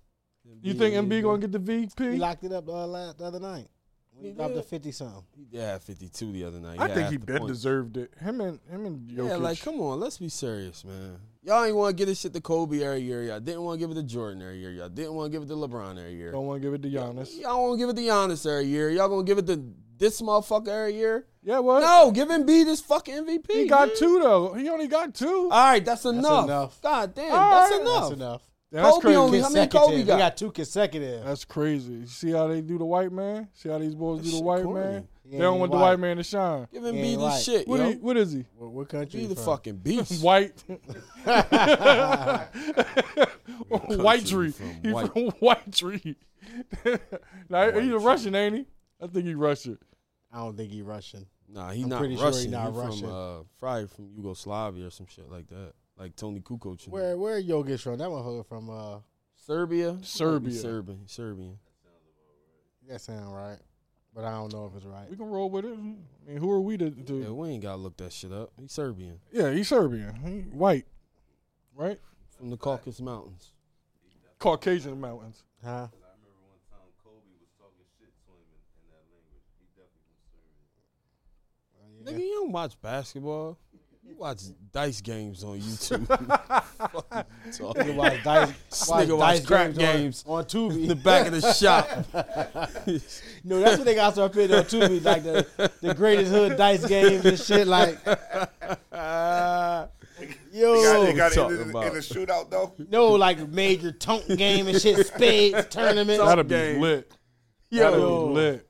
Speaker 2: You think MB gonna get the VP?
Speaker 4: He locked it up uh, last the other night. He,
Speaker 3: He
Speaker 4: dropped
Speaker 3: did.
Speaker 4: a fifty something.
Speaker 3: Yeah, fifty-two the other night.
Speaker 2: I
Speaker 3: Yeah,
Speaker 2: think he
Speaker 3: half the
Speaker 2: been
Speaker 3: points.
Speaker 2: deserved it. Him and him and Jokic.
Speaker 3: Yeah, like come on, let's be serious, man. Y'all ain't want to give this shit to Kobe every year. Y'all didn't want to give it to Jordan every year. Y'all didn't want to give it to LeBron every year.
Speaker 2: don't want to give it to Giannis.
Speaker 3: Y'all want to give it to Giannis every year. Y'all gonna give it to this motherfucker every year.
Speaker 2: Yeah, what?
Speaker 3: No, give Embiid this fucking MVP.
Speaker 2: he got
Speaker 3: man.
Speaker 2: two though. He only got two.
Speaker 3: All right, that's enough.
Speaker 4: enough.
Speaker 3: God damn,
Speaker 2: All
Speaker 3: that's,
Speaker 2: right.
Speaker 3: enough.
Speaker 4: That's enough.
Speaker 2: Yeah, that's
Speaker 3: Kobe
Speaker 2: crazy.
Speaker 3: only- How many Kobe
Speaker 4: Consecutive.
Speaker 3: got?
Speaker 4: We got two consecutive.
Speaker 2: That's crazy. You see how they do the white man? See how these boys do
Speaker 3: That
Speaker 2: the
Speaker 3: shit
Speaker 2: white
Speaker 3: corny.
Speaker 2: man?
Speaker 4: Yeah,
Speaker 2: they don't
Speaker 4: he
Speaker 2: want the
Speaker 4: white.
Speaker 2: white man to shine.
Speaker 3: Give Embiid
Speaker 4: Yeah,
Speaker 3: this
Speaker 4: right.
Speaker 3: shit.
Speaker 2: What,
Speaker 3: yo.
Speaker 2: he, what is he?
Speaker 4: What, what country?
Speaker 3: He
Speaker 4: you
Speaker 3: the
Speaker 4: from?
Speaker 3: fucking beast.
Speaker 2: White. white tree.
Speaker 3: from
Speaker 2: He
Speaker 3: White.
Speaker 2: from White tree. now, he's a Russian, ain't he? I think he Russian.
Speaker 4: I don't think he Russian.
Speaker 3: Nah, he
Speaker 4: I'm
Speaker 3: not
Speaker 4: pretty
Speaker 3: Russian.
Speaker 4: sure he
Speaker 3: he
Speaker 4: not
Speaker 3: from
Speaker 4: Russian.
Speaker 3: uh, probably from Yugoslavia or some shit like that. like Tony Kukoc. and-
Speaker 4: Where where Jokic from? That motherfucker from uh
Speaker 3: Serbia? Might be
Speaker 2: Serbia.
Speaker 3: Serbian. Serbian.
Speaker 4: that sound right. But I don't know if it's right.
Speaker 2: We can roll with it. I mean, who are we to?
Speaker 3: Yeah,
Speaker 2: to
Speaker 3: we ain't gotta look that shit up. He's Serbian
Speaker 2: yeah, he's Serbian. He white, right?
Speaker 3: from the Caucasus Mountains.
Speaker 2: Caucasian mountains.
Speaker 4: Huh?
Speaker 3: Nigga, you don't watch basketball. You watch dice games on YouTube. Fuck you talking
Speaker 4: Nigga
Speaker 3: about?
Speaker 4: watch dice,
Speaker 3: This
Speaker 4: watch
Speaker 3: nigga watch
Speaker 4: dice
Speaker 3: crap
Speaker 4: games,
Speaker 3: games.
Speaker 4: on, on Tubi.
Speaker 3: In the back of the shop.
Speaker 4: No, that's what they got to start putting on Tubi, like the, the greatest hood dice games and shit. Like,
Speaker 1: They got,
Speaker 4: yo,
Speaker 1: they got it
Speaker 3: talking
Speaker 1: in, the-
Speaker 3: about?
Speaker 1: in the shootout though.
Speaker 4: no, like major tonk game and shit, spades tournaments.
Speaker 2: That'll
Speaker 3: game.
Speaker 2: be lit.
Speaker 4: Yo.
Speaker 2: That'll be lit.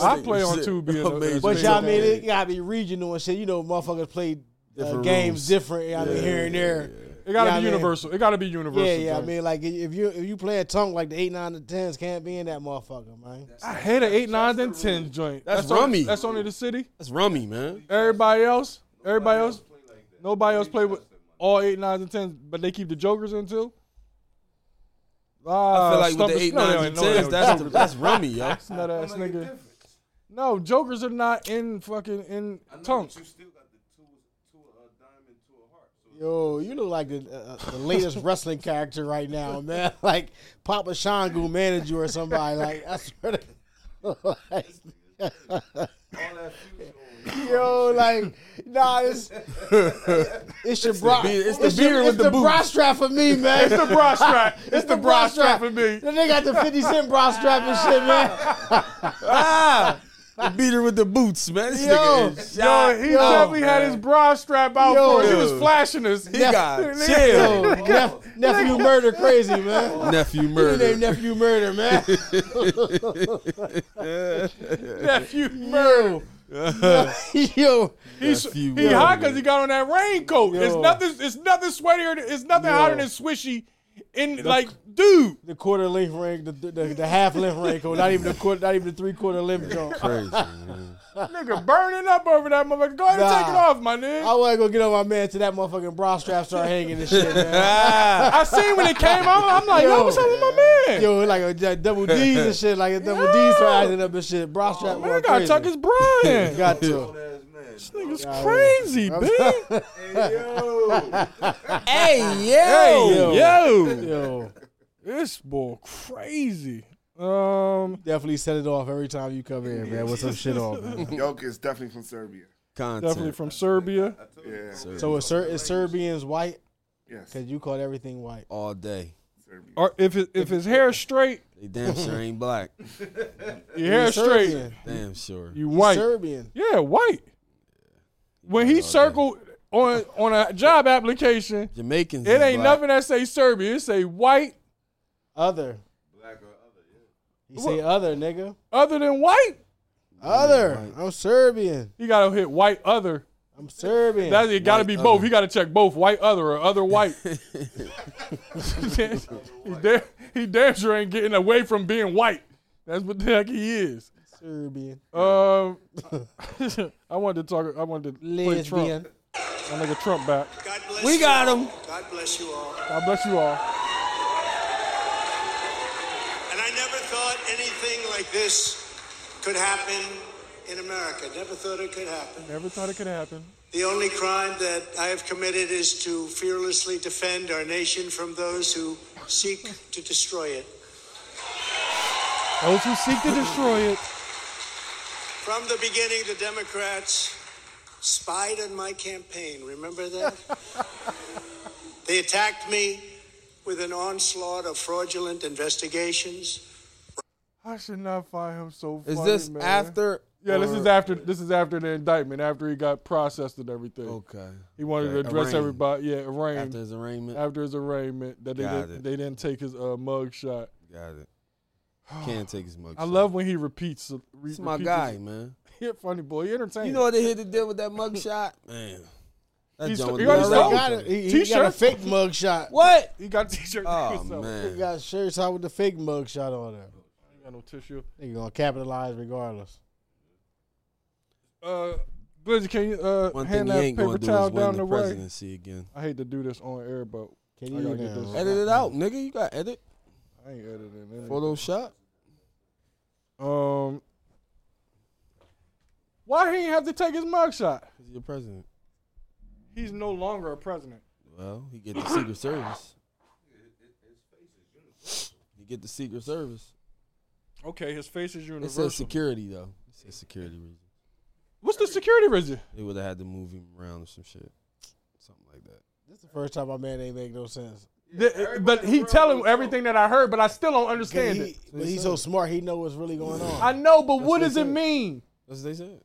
Speaker 2: I play on
Speaker 3: Shit.
Speaker 2: Tubi. in the- in the
Speaker 4: But
Speaker 2: spades.
Speaker 4: y'all mean it gotta be regional and shit. You know, motherfuckers play uh,
Speaker 3: Different
Speaker 4: games
Speaker 3: rules.
Speaker 4: different. I mean, here and there.
Speaker 2: It gotta
Speaker 4: Yeah, I
Speaker 2: be
Speaker 4: mean-
Speaker 2: universal. It gotta be
Speaker 4: Yeah,
Speaker 2: universal.
Speaker 4: yeah. I
Speaker 2: Jay.
Speaker 4: mean, like if you if you play a tonk, like the eight, nine, and tens can't be in that motherfucker, man.
Speaker 2: I hate an eight, nine, and ten joint.
Speaker 3: That's
Speaker 2: only-
Speaker 3: rummy.
Speaker 2: that's only the city.
Speaker 3: That's rummy, man.
Speaker 2: Everybody else, everybody else, nobody else play with all eight, nines, and tens, but they keep the jokers in too.
Speaker 3: I
Speaker 2: Ah,
Speaker 4: Uh,
Speaker 3: feel like
Speaker 2: stump-
Speaker 3: with the eight,
Speaker 2: no, they
Speaker 3: nines, and
Speaker 2: don't- no, they
Speaker 3: tens,
Speaker 2: don't.
Speaker 3: that's
Speaker 2: Jokers-
Speaker 3: that's rummy, yo.
Speaker 2: that's nut ass nigga. No, jokers are not in fucking in tongues.
Speaker 4: Yo, you look like the, uh, the latest wrestling character right now, man. Like Papa Shangu managed you or somebody. Like I swear to like, Yo, like nah, it's it's your bra.
Speaker 3: beard- it's the
Speaker 4: your-
Speaker 3: beard
Speaker 4: it's
Speaker 3: with the
Speaker 4: bra
Speaker 3: boots.
Speaker 4: strap for me, man.
Speaker 2: It's the bra strap. It's, the, bra strap for me.
Speaker 4: Then they got the fifty cent bra strap and shit, man.
Speaker 3: ah, the beater with the boots, man. This
Speaker 4: Yo.
Speaker 3: nigga is shot.
Speaker 2: Yo, he
Speaker 4: Yo,
Speaker 2: definitely had his bra strap out
Speaker 4: Yo.
Speaker 2: for us. He was
Speaker 3: Dude.
Speaker 2: flashing us.
Speaker 3: He got
Speaker 4: Yo,
Speaker 3: chill.
Speaker 4: nep- nephew murder crazy, man.
Speaker 3: Nephew
Speaker 4: You named
Speaker 3: murder.
Speaker 4: nephew murder, man.
Speaker 2: Nephew
Speaker 4: Yo, yo,
Speaker 2: He's,
Speaker 3: Nephew
Speaker 2: he
Speaker 3: murder.
Speaker 2: hot because he got on that raincoat. It's
Speaker 4: Yo.
Speaker 2: nothing. It's nothing sweatier. It's nothing hotter than swishy. And like, dude,
Speaker 4: the quarter length ring, the the, the half length ring, coat, not even the quarter, not even the three quarter length joint.
Speaker 3: Crazy, man.
Speaker 2: nigga, burning up over that motherfucker. Go ahead and take it
Speaker 4: Nah.
Speaker 2: off, my
Speaker 4: I
Speaker 2: nigga.
Speaker 4: want to go get on my man to that motherfucking bra strap start hanging and shit, man.
Speaker 3: Ah,
Speaker 2: I seen when it came out. I'm like, yo,
Speaker 4: Yo.
Speaker 2: what's up with my man?
Speaker 4: Yo, like a that double D's and shit, like a double D's start acting up and shit. Bra strap,
Speaker 2: Oh, man, I
Speaker 4: going
Speaker 2: gotta
Speaker 4: crazy.
Speaker 2: tuck his Brian.
Speaker 4: Got to.
Speaker 2: Nigga's crazy, bitch.
Speaker 3: hey yo,
Speaker 2: Yo, yo,
Speaker 4: Yo,
Speaker 2: this boy crazy. Um,
Speaker 4: definitely set it off every time you come in, man. With some shit on, man.
Speaker 1: Yoke is definitely from Serbia.
Speaker 3: content.
Speaker 2: definitely from Serbia.
Speaker 1: Yeah.
Speaker 4: So is, Ser- is Serbians white?
Speaker 1: Yes.
Speaker 4: Cause you called everything white.
Speaker 3: all day.
Speaker 1: Serbia.
Speaker 2: Or if it, if his hair's straight,
Speaker 3: They damn sure ain't black.
Speaker 2: your hair's straight,
Speaker 4: Serbian.
Speaker 3: Damn sure.
Speaker 2: you white.
Speaker 4: Serbian.
Speaker 2: Yeah, white. When he circled on on a job application,
Speaker 3: Jamaicans.
Speaker 2: it
Speaker 3: is
Speaker 2: ain't
Speaker 3: black.
Speaker 2: nothing that say Serbia. It say white.
Speaker 4: Other. Black or other, yeah. You say other, nigga.
Speaker 2: Other than white,
Speaker 4: Other. I'm Serbian.
Speaker 2: he gotta hit white other.
Speaker 4: I'm Serbian.
Speaker 2: That it gotta
Speaker 3: White
Speaker 2: be
Speaker 3: other.
Speaker 2: both. He gotta check both white other or other white. he, damn, he damn sure ain't getting away from being white. That's what the heck he is.
Speaker 4: Serbian.
Speaker 2: Um, I wanted to talk. I wanted to play Trump.
Speaker 4: Lesbian.
Speaker 2: My nigga Trump back.
Speaker 5: God bless
Speaker 3: We
Speaker 5: you
Speaker 3: got
Speaker 5: all.
Speaker 3: him.
Speaker 5: God bless you all.
Speaker 2: God bless you all.
Speaker 5: And I never thought anything like this could happen in America. Never thought it could happen.
Speaker 2: Never thought it could happen.
Speaker 5: The only crime that I have committed is to fearlessly defend our nation from those who seek to destroy it.
Speaker 2: Those who seek to destroy it.
Speaker 5: From the beginning, the Democrats spied on my campaign. Remember that? they attacked me with an onslaught of fraudulent investigations.
Speaker 2: I should not find him so funny.
Speaker 3: Is this
Speaker 2: man.
Speaker 3: after?
Speaker 2: Yeah, this
Speaker 3: or-
Speaker 2: is after this is after the indictment, after he got processed and everything.
Speaker 3: Okay.
Speaker 2: He wanted to
Speaker 3: Okay,
Speaker 2: address
Speaker 3: arraigned.
Speaker 2: everybody. Yeah, arraigned
Speaker 3: After
Speaker 2: after,
Speaker 3: his arraignment.
Speaker 2: his arraignment that they
Speaker 3: Got
Speaker 2: didn't,
Speaker 3: it.
Speaker 2: they didn't take his uh, mug shot.
Speaker 3: Got it. Can't take his mug.
Speaker 2: I love when he repeats. Re-
Speaker 3: It's my
Speaker 2: repeats
Speaker 3: guy,
Speaker 2: his-
Speaker 3: man.
Speaker 2: He a funny boy. He entertaining.
Speaker 3: You know what they had to deal with that mug shot, man. That
Speaker 2: He's-
Speaker 3: joint
Speaker 2: he
Speaker 3: was
Speaker 2: already
Speaker 4: They
Speaker 3: lit.
Speaker 2: sold
Speaker 4: got it. He, he got a
Speaker 2: T-shirt.
Speaker 4: fake mug shot.
Speaker 3: What?
Speaker 2: he got t-shirt.
Speaker 3: Oh
Speaker 2: so-
Speaker 4: He
Speaker 3: man.
Speaker 4: got shirts out with the fake mug shot on there.
Speaker 2: He got no tissue.
Speaker 4: They gonna capitalize regardless.
Speaker 2: Uh, Glizzy, can you uh,
Speaker 3: One thing
Speaker 2: hand
Speaker 3: he
Speaker 2: that
Speaker 3: ain't
Speaker 2: paper
Speaker 3: gonna do is
Speaker 2: towel
Speaker 3: win
Speaker 2: down
Speaker 3: the
Speaker 2: the way?
Speaker 3: presidency again.
Speaker 2: I hate to do this on air, but
Speaker 4: Can
Speaker 2: I
Speaker 4: you
Speaker 2: gotta get
Speaker 4: now?
Speaker 2: this-
Speaker 3: Edit it out, nigga. You got edit.
Speaker 2: I ain't editing anything.
Speaker 3: Photoshop.
Speaker 2: Um, why he ain't have to take his mugshot?
Speaker 3: Cause you're president.
Speaker 2: He's no longer a president.
Speaker 3: Well, he get the Secret Service. You get the Secret Service.
Speaker 2: Okay, his face is
Speaker 3: It
Speaker 2: universal.
Speaker 3: says security though. It says security reason.
Speaker 2: What's the security reason?
Speaker 3: They would have had to move him around or some shit, something like that.
Speaker 4: This is the first time my man ain't make no sense.
Speaker 2: The- but he telling everything that I heard, but I still don't understand
Speaker 4: He,
Speaker 2: it.
Speaker 4: but he's so smart, he know what's really going on.
Speaker 2: I know, but what
Speaker 3: what they
Speaker 2: does it
Speaker 3: said.
Speaker 2: mean?
Speaker 3: That's what they said.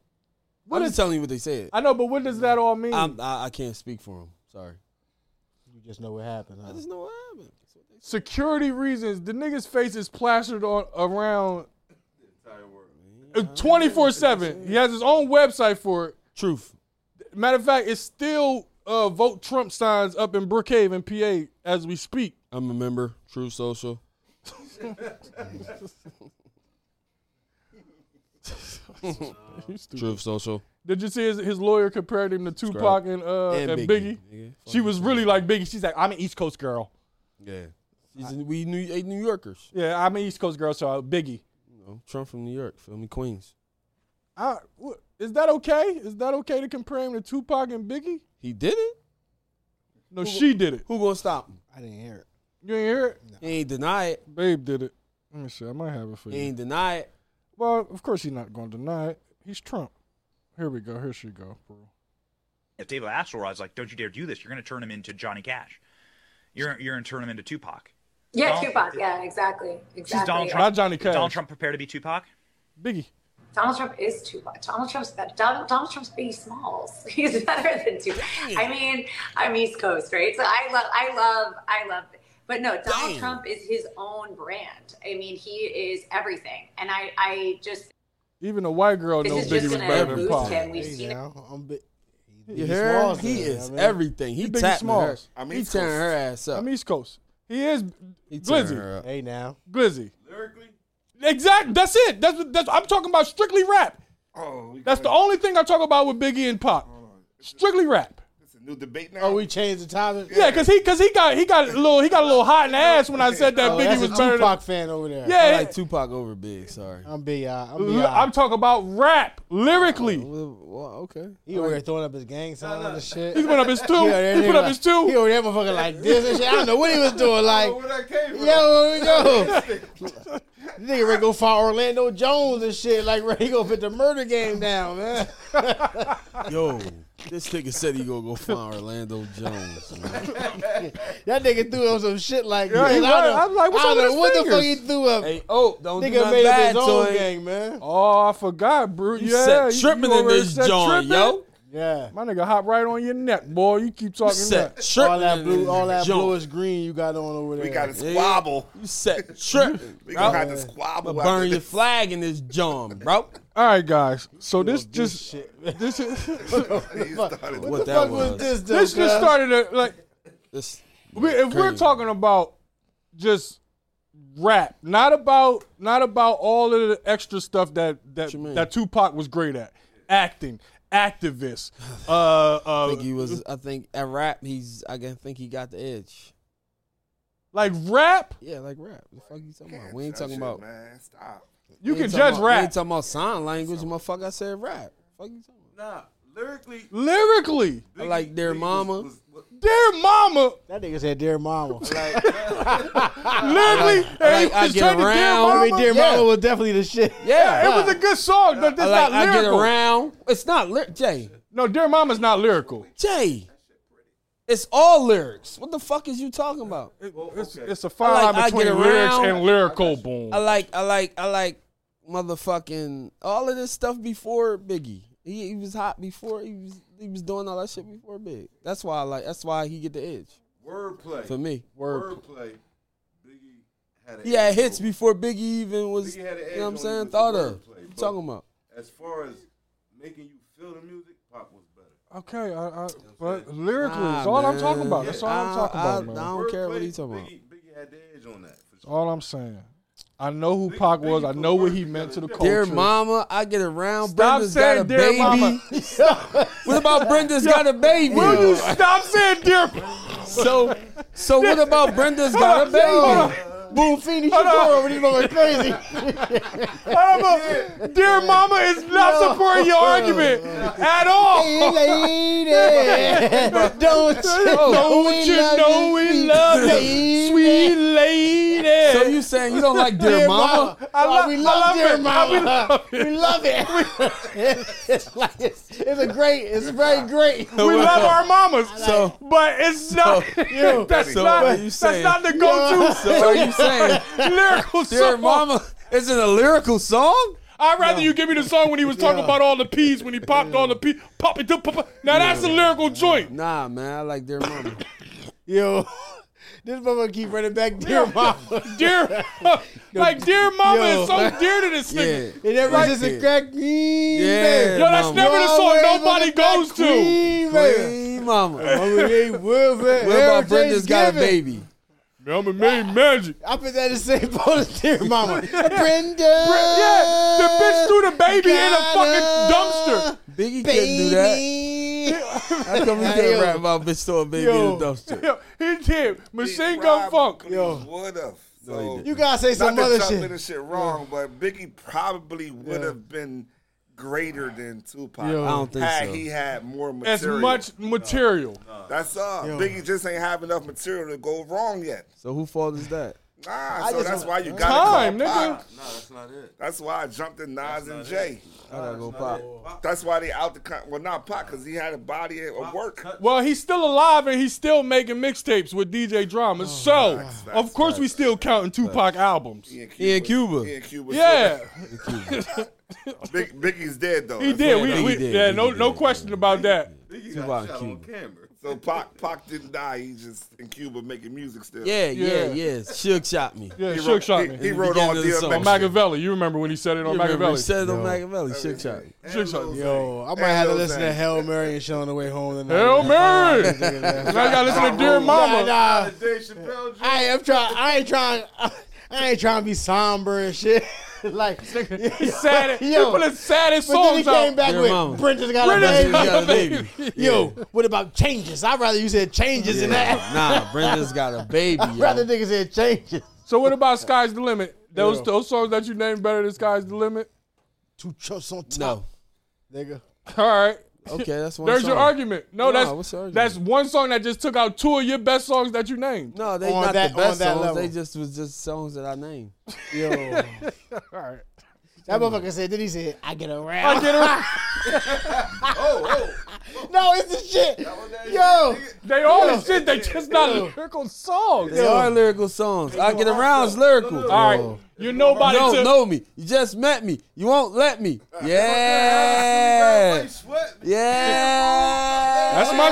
Speaker 2: What
Speaker 3: I'm
Speaker 2: is?
Speaker 3: just telling you what they said.
Speaker 2: I know, but what does that all mean?
Speaker 3: I'm, I, I can't speak for him. Sorry.
Speaker 4: you just know what happened.
Speaker 3: I
Speaker 4: Huh?
Speaker 3: just know what happened. That's what they said.
Speaker 2: security reasons. The nigga's face is plastered on around twenty four seven. He has his own website for it.
Speaker 3: Truth.
Speaker 2: Matter of fact, it's still uh, vote Trump signs up in Brookhaven, PA, as we speak.
Speaker 3: I'm a member. True Social. Truth Social.
Speaker 2: Did you see his, his lawyer compared him to Tupac and, uh, and, Biggie?
Speaker 3: nigga.
Speaker 2: She was really like Biggie. She's like, I'm an East Coast girl.
Speaker 3: Yeah. She's in- we New, eh, New Yorkers.
Speaker 2: Yeah, I'm an East Coast girl, so I- Biggie.
Speaker 3: You know, Trump from New York. Feel me? Queens.
Speaker 2: I, wha- is that okay? Is that okay to compare him to Tupac and Biggie?
Speaker 3: He did it.
Speaker 2: No, she did it.
Speaker 3: Who gonna stop him?
Speaker 4: I didn't hear it.
Speaker 2: You ain't hear it?
Speaker 3: He ain't deny it.
Speaker 2: Babe did it. Let me see. I might have it for
Speaker 3: He
Speaker 2: you.
Speaker 3: ain't deny it.
Speaker 2: Well, of course he's not going to deny it. He's Trump. Here we go. Here she go, bro.
Speaker 6: if David Axelrod's like, "Don't you dare do this," you're going to turn him into Johnny Cash. You're you're going to turn him into Tupac.
Speaker 7: Yeah,
Speaker 6: Donald-
Speaker 7: Tupac. Yeah, exactly. Exactly.
Speaker 6: Donald Trump.
Speaker 2: Not Johnny
Speaker 6: Did Donald
Speaker 2: Cash.
Speaker 6: Trump prepare to be Tupac?
Speaker 2: Biggie.
Speaker 7: Donald Trump is Tupac. Donald Trump's that Donald, Donald Trump's Biggie Smalls. He's better than Tupac. I mean, I'm East Coast, right? So I love, I love, I love. But no, Donald
Speaker 3: Damn.
Speaker 7: Trump is his own brand. I mean, he is everything, and I, I just
Speaker 2: Even a white girl
Speaker 7: this
Speaker 2: knows
Speaker 7: is
Speaker 2: Biggie
Speaker 7: just
Speaker 2: was
Speaker 7: gonna
Speaker 2: better than
Speaker 7: boost
Speaker 2: Pac.
Speaker 7: him. We've
Speaker 4: Hey,
Speaker 7: seen it.
Speaker 4: now, I'm big.
Speaker 3: You hear him? He is everything. He,
Speaker 2: He Biggie
Speaker 3: tapping her.
Speaker 2: Smalls.
Speaker 1: I mean,
Speaker 3: he
Speaker 1: he's
Speaker 3: tearing
Speaker 1: close.
Speaker 3: her ass up.
Speaker 2: I'm East Coast. He is
Speaker 3: he tearing
Speaker 2: Glizzy.
Speaker 3: her up.
Speaker 4: Hey now,
Speaker 2: Glizzy. Lyrically? Exact. That's it. That's, what- that's I'm talking about strictly rap.
Speaker 1: Oh, we
Speaker 2: That's the only thing I talk about with Biggie and Pop. Strictly rap.
Speaker 1: It's a new debate now.
Speaker 4: oh, we changed the topic.
Speaker 2: Yeah, cause he cause he got he got a little he got a little hot in the ass when I said that
Speaker 4: Oh,
Speaker 2: Biggie
Speaker 4: that's
Speaker 2: was
Speaker 4: a
Speaker 2: better. Than,
Speaker 4: Tupac fan over there.
Speaker 2: yeah,
Speaker 3: I like Tupac over Big. Sorry.
Speaker 4: I'm big. Uh, I'm big.
Speaker 2: li- I'm talking about rap lyrically.
Speaker 3: Well, well, okay.
Speaker 4: he over there throwing up his gang sign and shit.
Speaker 2: He put up his two.
Speaker 4: He over there,
Speaker 2: He put up
Speaker 4: like-
Speaker 2: his
Speaker 4: He
Speaker 2: two.
Speaker 4: over there, motherfucker, like this and shit. I don't know what he was doing. Like,
Speaker 1: that came
Speaker 4: yo, where we go? This nigga ready to go find Orlando Jones and shit. Like, ready to go put the murder game down, man.
Speaker 3: Yo, this nigga said he gonna go find Orlando Jones. Man.
Speaker 4: That nigga threw up some shit like,
Speaker 2: Yeah, he
Speaker 4: man, I
Speaker 2: was.
Speaker 4: don't-
Speaker 2: I'm like, what's
Speaker 4: I
Speaker 2: up
Speaker 4: don't
Speaker 2: with his
Speaker 4: know what the fuck he
Speaker 2: fingers?
Speaker 4: threw up.
Speaker 3: hey, oh, don't do
Speaker 4: nigga
Speaker 3: nothing
Speaker 4: made up
Speaker 3: bad
Speaker 4: his own
Speaker 3: to him.
Speaker 4: gang, man.
Speaker 2: Oh, I forgot, bro.
Speaker 3: You
Speaker 2: yeah,
Speaker 3: said
Speaker 2: you-
Speaker 3: tripping
Speaker 2: you
Speaker 3: in
Speaker 2: already
Speaker 3: this
Speaker 2: said
Speaker 3: joint,
Speaker 2: tripping?
Speaker 3: yo.
Speaker 4: Yeah.
Speaker 2: My nigga, hop right on your neck, boy. You keep
Speaker 3: You
Speaker 2: talking
Speaker 3: said
Speaker 2: that.
Speaker 3: tripping.
Speaker 4: All that
Speaker 3: in
Speaker 4: blue,
Speaker 3: this
Speaker 4: all that
Speaker 3: joint.
Speaker 4: bluish green you got on over there.
Speaker 1: We got to
Speaker 3: Yeah.
Speaker 1: squabble.
Speaker 3: You said tripping.
Speaker 1: We gonna
Speaker 3: bro.
Speaker 1: have to squabble. after
Speaker 3: Burn your
Speaker 1: this.
Speaker 3: flag in this joint, bro.
Speaker 2: All right, guys. So this
Speaker 4: do
Speaker 2: just this is
Speaker 1: He started-
Speaker 3: What
Speaker 4: the
Speaker 3: that
Speaker 4: fuck
Speaker 3: was?
Speaker 4: was this? Though,
Speaker 2: this just
Speaker 4: cuz?
Speaker 2: started to, like
Speaker 3: This-
Speaker 2: we, if we're
Speaker 3: Crazy.
Speaker 2: talking about just rap, not about not about all of the extra stuff that that
Speaker 3: you mean?
Speaker 2: that Tupac was great at, acting, activists. uh,
Speaker 3: I
Speaker 2: uh
Speaker 3: think he was. I think at rap, he's. I can think he got the edge.
Speaker 2: like rap.
Speaker 3: Yeah, like rap. The fuck you talking about? We ain't
Speaker 1: That
Speaker 3: talking
Speaker 1: shit,
Speaker 3: about.
Speaker 1: Man, stop.
Speaker 2: You
Speaker 3: we
Speaker 2: can
Speaker 3: ain't
Speaker 2: judge
Speaker 3: talking about- We
Speaker 2: rap
Speaker 3: ain't talking about sign language, motherfucker. I said rap. Fuck you talking about?
Speaker 2: lyrically.
Speaker 3: I like their mama.
Speaker 2: Dear mama,
Speaker 4: That nigga said, "Dear mama."
Speaker 2: lyrically,
Speaker 3: I
Speaker 2: hey,
Speaker 3: like I
Speaker 2: it's
Speaker 3: get
Speaker 2: straight to Dear
Speaker 3: around.
Speaker 2: Mama.
Speaker 4: I mean, dear
Speaker 3: Yeah.
Speaker 4: mama was definitely the shit.
Speaker 3: Yeah,
Speaker 2: It was a good song, but it's
Speaker 3: I like.
Speaker 2: not
Speaker 3: I get
Speaker 2: lyrical.
Speaker 3: around. It's not lyric. Jay.
Speaker 2: No, Dear Mama's not lyrical.
Speaker 3: Jay. It's all lyrics. What the fuck is you talking about?
Speaker 2: It's, it's a fine
Speaker 3: I like- I
Speaker 2: line
Speaker 3: get
Speaker 2: between lyrics
Speaker 3: around.
Speaker 2: and lyrical boom.
Speaker 3: I like, I like, I like, motherfucking all of this stuff before Biggie. He, he was hot before he was he was doing all that shit before Big. That's why I like. That's why he get the edge
Speaker 8: Wordplay.
Speaker 3: for me.
Speaker 8: Wordplay. Biggie had an
Speaker 3: He had
Speaker 8: edge
Speaker 3: hits
Speaker 8: over-
Speaker 3: before Biggie even was.
Speaker 8: Biggie had an
Speaker 3: You
Speaker 8: edge on
Speaker 3: know what I'm
Speaker 8: you
Speaker 3: saying?
Speaker 8: with the
Speaker 3: Thought of.
Speaker 8: wordplay,
Speaker 3: What you
Speaker 8: but-
Speaker 3: talking about?
Speaker 8: As far as making you feel the music, Pop was better.
Speaker 2: Okay, I, I, but lyrically,
Speaker 3: Nah,
Speaker 2: it's all I'm
Speaker 3: man.
Speaker 2: talking about. That's all
Speaker 3: I
Speaker 2: I'm
Speaker 3: don't-
Speaker 2: talking
Speaker 3: I-
Speaker 2: about,
Speaker 3: I
Speaker 2: man.
Speaker 3: don't care what
Speaker 8: Wordplay,
Speaker 3: he talking about.
Speaker 2: Oh,
Speaker 8: Biggie, Biggie had the edge on that. For sure.
Speaker 2: All I'm saying. I know who Pac was. I know what he meant to the culture.
Speaker 3: Dear mama, I get around.
Speaker 2: Stop
Speaker 3: Brenda's got
Speaker 2: saying
Speaker 3: a
Speaker 2: dear
Speaker 3: baby.
Speaker 2: mama.
Speaker 3: What about Brenda's got a baby?
Speaker 2: Will you stop saying dear mama?
Speaker 3: so, so what about Brenda's got a
Speaker 2: Hold
Speaker 3: baby?
Speaker 4: Boom, Feeney, you
Speaker 2: Hold on.
Speaker 4: go over these motherfuckers crazy.
Speaker 2: Mama, dear mama is not supporting your argument at all.
Speaker 4: lady, don't you know
Speaker 2: Don't you know we love you, sweet lady?
Speaker 3: So you saying you don't like dear,
Speaker 4: Dear
Speaker 3: mama?
Speaker 4: mama,
Speaker 2: I
Speaker 4: Oh,
Speaker 2: love-
Speaker 4: we
Speaker 2: I
Speaker 4: love,
Speaker 2: love
Speaker 4: dear
Speaker 2: it.
Speaker 4: mama.
Speaker 2: I- we
Speaker 4: We love it. it's, like, it's, it's a great. It's very great.
Speaker 2: we love our mamas,
Speaker 3: So-
Speaker 2: but it's not.
Speaker 4: you-
Speaker 2: that's
Speaker 3: so
Speaker 2: not.
Speaker 3: what you
Speaker 2: That's
Speaker 3: saying?
Speaker 2: not the go-to
Speaker 3: So are you saying
Speaker 2: lyrical
Speaker 3: dear
Speaker 2: song.
Speaker 3: mama is it a lyrical song?
Speaker 2: I'd rather you give me the song when he was talking about all the peas when he popped all the peas. Pop it, pop, pop. Now that's a lyrical joint.
Speaker 3: Nah, man, I like dear mama.
Speaker 4: Yo, this motherfucker keep running back, dear mama.
Speaker 2: Dear, like dear mama is so dear to this
Speaker 3: Yeah.
Speaker 2: nigga.
Speaker 4: It never
Speaker 2: Like-
Speaker 4: just a crack queen,
Speaker 3: Yeah.
Speaker 2: Yo, that's
Speaker 3: Mama.
Speaker 2: never the song nobody goes to. Oh,
Speaker 4: Queen, baby.
Speaker 3: Queen mama.
Speaker 4: Mama, Oh, they will,
Speaker 3: What about Brenda's got a baby?
Speaker 2: Mama made magic.
Speaker 4: I put that in the same boat as dear mama. Brenda.
Speaker 2: Yeah, the bitch threw the baby in a fucking dumpster.
Speaker 3: Biggie couldn't do that.
Speaker 4: Baby.
Speaker 3: How come we can't rap about bitch throw a baby
Speaker 4: Yo.
Speaker 3: in the dumpster?
Speaker 2: Yeah, he did. Machine
Speaker 1: Big
Speaker 2: Gun
Speaker 1: Rob
Speaker 2: Funk.
Speaker 4: Yo.
Speaker 1: Would have. So,
Speaker 4: You gotta say
Speaker 1: not
Speaker 4: some
Speaker 1: that
Speaker 4: other
Speaker 1: y'all did
Speaker 4: shit.
Speaker 1: this shit wrong, but Biggie probably would have been greater than Tupac.
Speaker 4: Yo. I
Speaker 3: don't think
Speaker 1: had
Speaker 3: so.
Speaker 1: he had more
Speaker 2: As
Speaker 1: material.
Speaker 2: much material.
Speaker 1: That's all.
Speaker 4: Yo.
Speaker 1: Biggie just ain't have enough material to go wrong yet.
Speaker 3: So who fault is that?
Speaker 1: Nah,
Speaker 4: I
Speaker 1: so
Speaker 4: just
Speaker 1: that's
Speaker 4: want-
Speaker 1: why you got
Speaker 2: Time,
Speaker 1: to call
Speaker 2: nigga.
Speaker 1: Pac.
Speaker 8: Nah, that's not it.
Speaker 1: That's why I jumped in Nas and Jay.
Speaker 3: I gotta go pop.
Speaker 1: That's why they out the con- well, not Pac, because he had a body of work.
Speaker 2: Well, he's still alive and he's still making mixtapes with DJ Drama. so, of course, we still counting Tupac albums.
Speaker 1: He in
Speaker 3: He in Cuba.
Speaker 1: He in Cuba.
Speaker 2: Yeah,
Speaker 1: So Big, Biggie's dead though.
Speaker 2: he
Speaker 1: That's
Speaker 2: did.
Speaker 1: why-
Speaker 2: We,
Speaker 3: He
Speaker 2: we,
Speaker 3: did,
Speaker 2: yeah,
Speaker 3: he
Speaker 2: no,
Speaker 3: did.
Speaker 2: no question about that.
Speaker 8: Biggie
Speaker 3: Tupac
Speaker 8: got shot on
Speaker 3: Cube.
Speaker 8: camera.
Speaker 1: So Pac, Pac didn't die. He's just in Cuba making music still.
Speaker 3: Yeah, yeah,
Speaker 2: Yeah.
Speaker 3: yeah. Suge shot me.
Speaker 2: Yeah,
Speaker 1: He
Speaker 2: Shook
Speaker 1: wrote,
Speaker 2: shot
Speaker 1: he,
Speaker 2: me.
Speaker 1: he
Speaker 3: the
Speaker 1: wrote all
Speaker 3: beginning of the
Speaker 1: DMX.
Speaker 2: on Machiavelli, you remember when he said it on
Speaker 3: You remember he
Speaker 2: Machiavelli?
Speaker 3: said it on Machiavelli. Suge shot me.
Speaker 2: Shook shot me.
Speaker 4: Yo, I might
Speaker 1: And
Speaker 4: have to
Speaker 1: those
Speaker 4: listen to
Speaker 1: things.
Speaker 4: Hail Mary and shit on the way home tonight.
Speaker 2: Hail Mary. now you gotta listen to Dear
Speaker 4: Nah,
Speaker 2: Mama.
Speaker 4: nah.
Speaker 8: Dave Chappelle joint.
Speaker 4: I am trying. I ain't trying. I ain't trying to be somber and shit. like,
Speaker 2: He said it.
Speaker 4: Yo.
Speaker 2: He put the saddest
Speaker 4: but then he
Speaker 2: songs
Speaker 4: came
Speaker 2: out.
Speaker 4: back
Speaker 3: Dear
Speaker 4: with
Speaker 3: Mama.
Speaker 4: Brenda's got
Speaker 2: Brenda's
Speaker 4: a baby.
Speaker 2: got
Speaker 3: got a
Speaker 2: baby.
Speaker 3: baby.
Speaker 4: Yo, what about changes? I'd rather you said changes than that.
Speaker 3: Nah, Brenda's got a baby.
Speaker 4: I'd
Speaker 3: yo.
Speaker 4: rather niggas said changes.
Speaker 2: So what about Sky's the Limit? Those those songs that you named better than Sky's the Limit.
Speaker 4: Two chumps on top,
Speaker 3: No.
Speaker 4: nigga.
Speaker 2: All right.
Speaker 3: Okay, that's one.
Speaker 2: There's
Speaker 3: song.
Speaker 2: your argument. No,
Speaker 3: Nah,
Speaker 2: that's
Speaker 3: what's the argument?
Speaker 2: that's one song that just took out two of your best songs that you named.
Speaker 3: No, they
Speaker 4: On
Speaker 3: not the
Speaker 4: that- on
Speaker 3: best
Speaker 4: that
Speaker 3: songs.
Speaker 4: level.
Speaker 3: They just was just songs that I named.
Speaker 4: Yo, that motherfucker said. Then he said, "I get around."
Speaker 2: I get it.
Speaker 8: Oh,
Speaker 4: No, it's the shit.
Speaker 8: oh.
Speaker 4: Yo,
Speaker 2: They all the shit. They just not lyrical songs.
Speaker 3: They are lyrical songs. I get around is lyrical.
Speaker 2: All right, you're
Speaker 3: You
Speaker 2: nobody. to,
Speaker 3: don't know me. You just met me. You won't let me. Yeah.
Speaker 8: Sweat.
Speaker 3: Yeah.
Speaker 2: That's my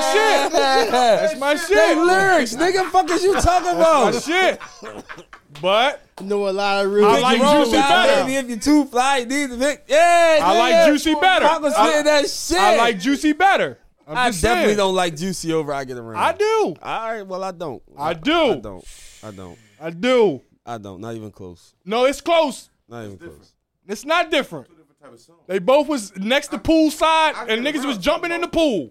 Speaker 2: shit.
Speaker 3: That's
Speaker 2: That's my
Speaker 3: They
Speaker 2: shit.
Speaker 3: lyrics, nigga. Fuck is you talking
Speaker 2: My
Speaker 3: about?
Speaker 2: shit. But
Speaker 4: know a lot of real.
Speaker 2: I like
Speaker 3: Wrong
Speaker 2: Juicy
Speaker 3: guy,
Speaker 2: better.
Speaker 3: Baby, if you too fly, you need to pick. Yeah.
Speaker 2: I like
Speaker 3: nigga.
Speaker 2: Juicy better.
Speaker 3: Papa
Speaker 2: I-
Speaker 3: said that shit.
Speaker 2: I like Juicy better. I'm
Speaker 3: I
Speaker 2: just
Speaker 3: definitely
Speaker 2: saying.
Speaker 3: don't like Juicy over I get around.
Speaker 2: I do.
Speaker 3: All right. Well, I don't.
Speaker 2: I do.
Speaker 3: I don't. I don't.
Speaker 2: I do.
Speaker 3: I don't. Not even close.
Speaker 2: No, it's close.
Speaker 3: Not even close.
Speaker 2: It's not different. They both was next to pool side, and
Speaker 8: get
Speaker 2: niggas was
Speaker 8: around,
Speaker 2: jumping in the pool.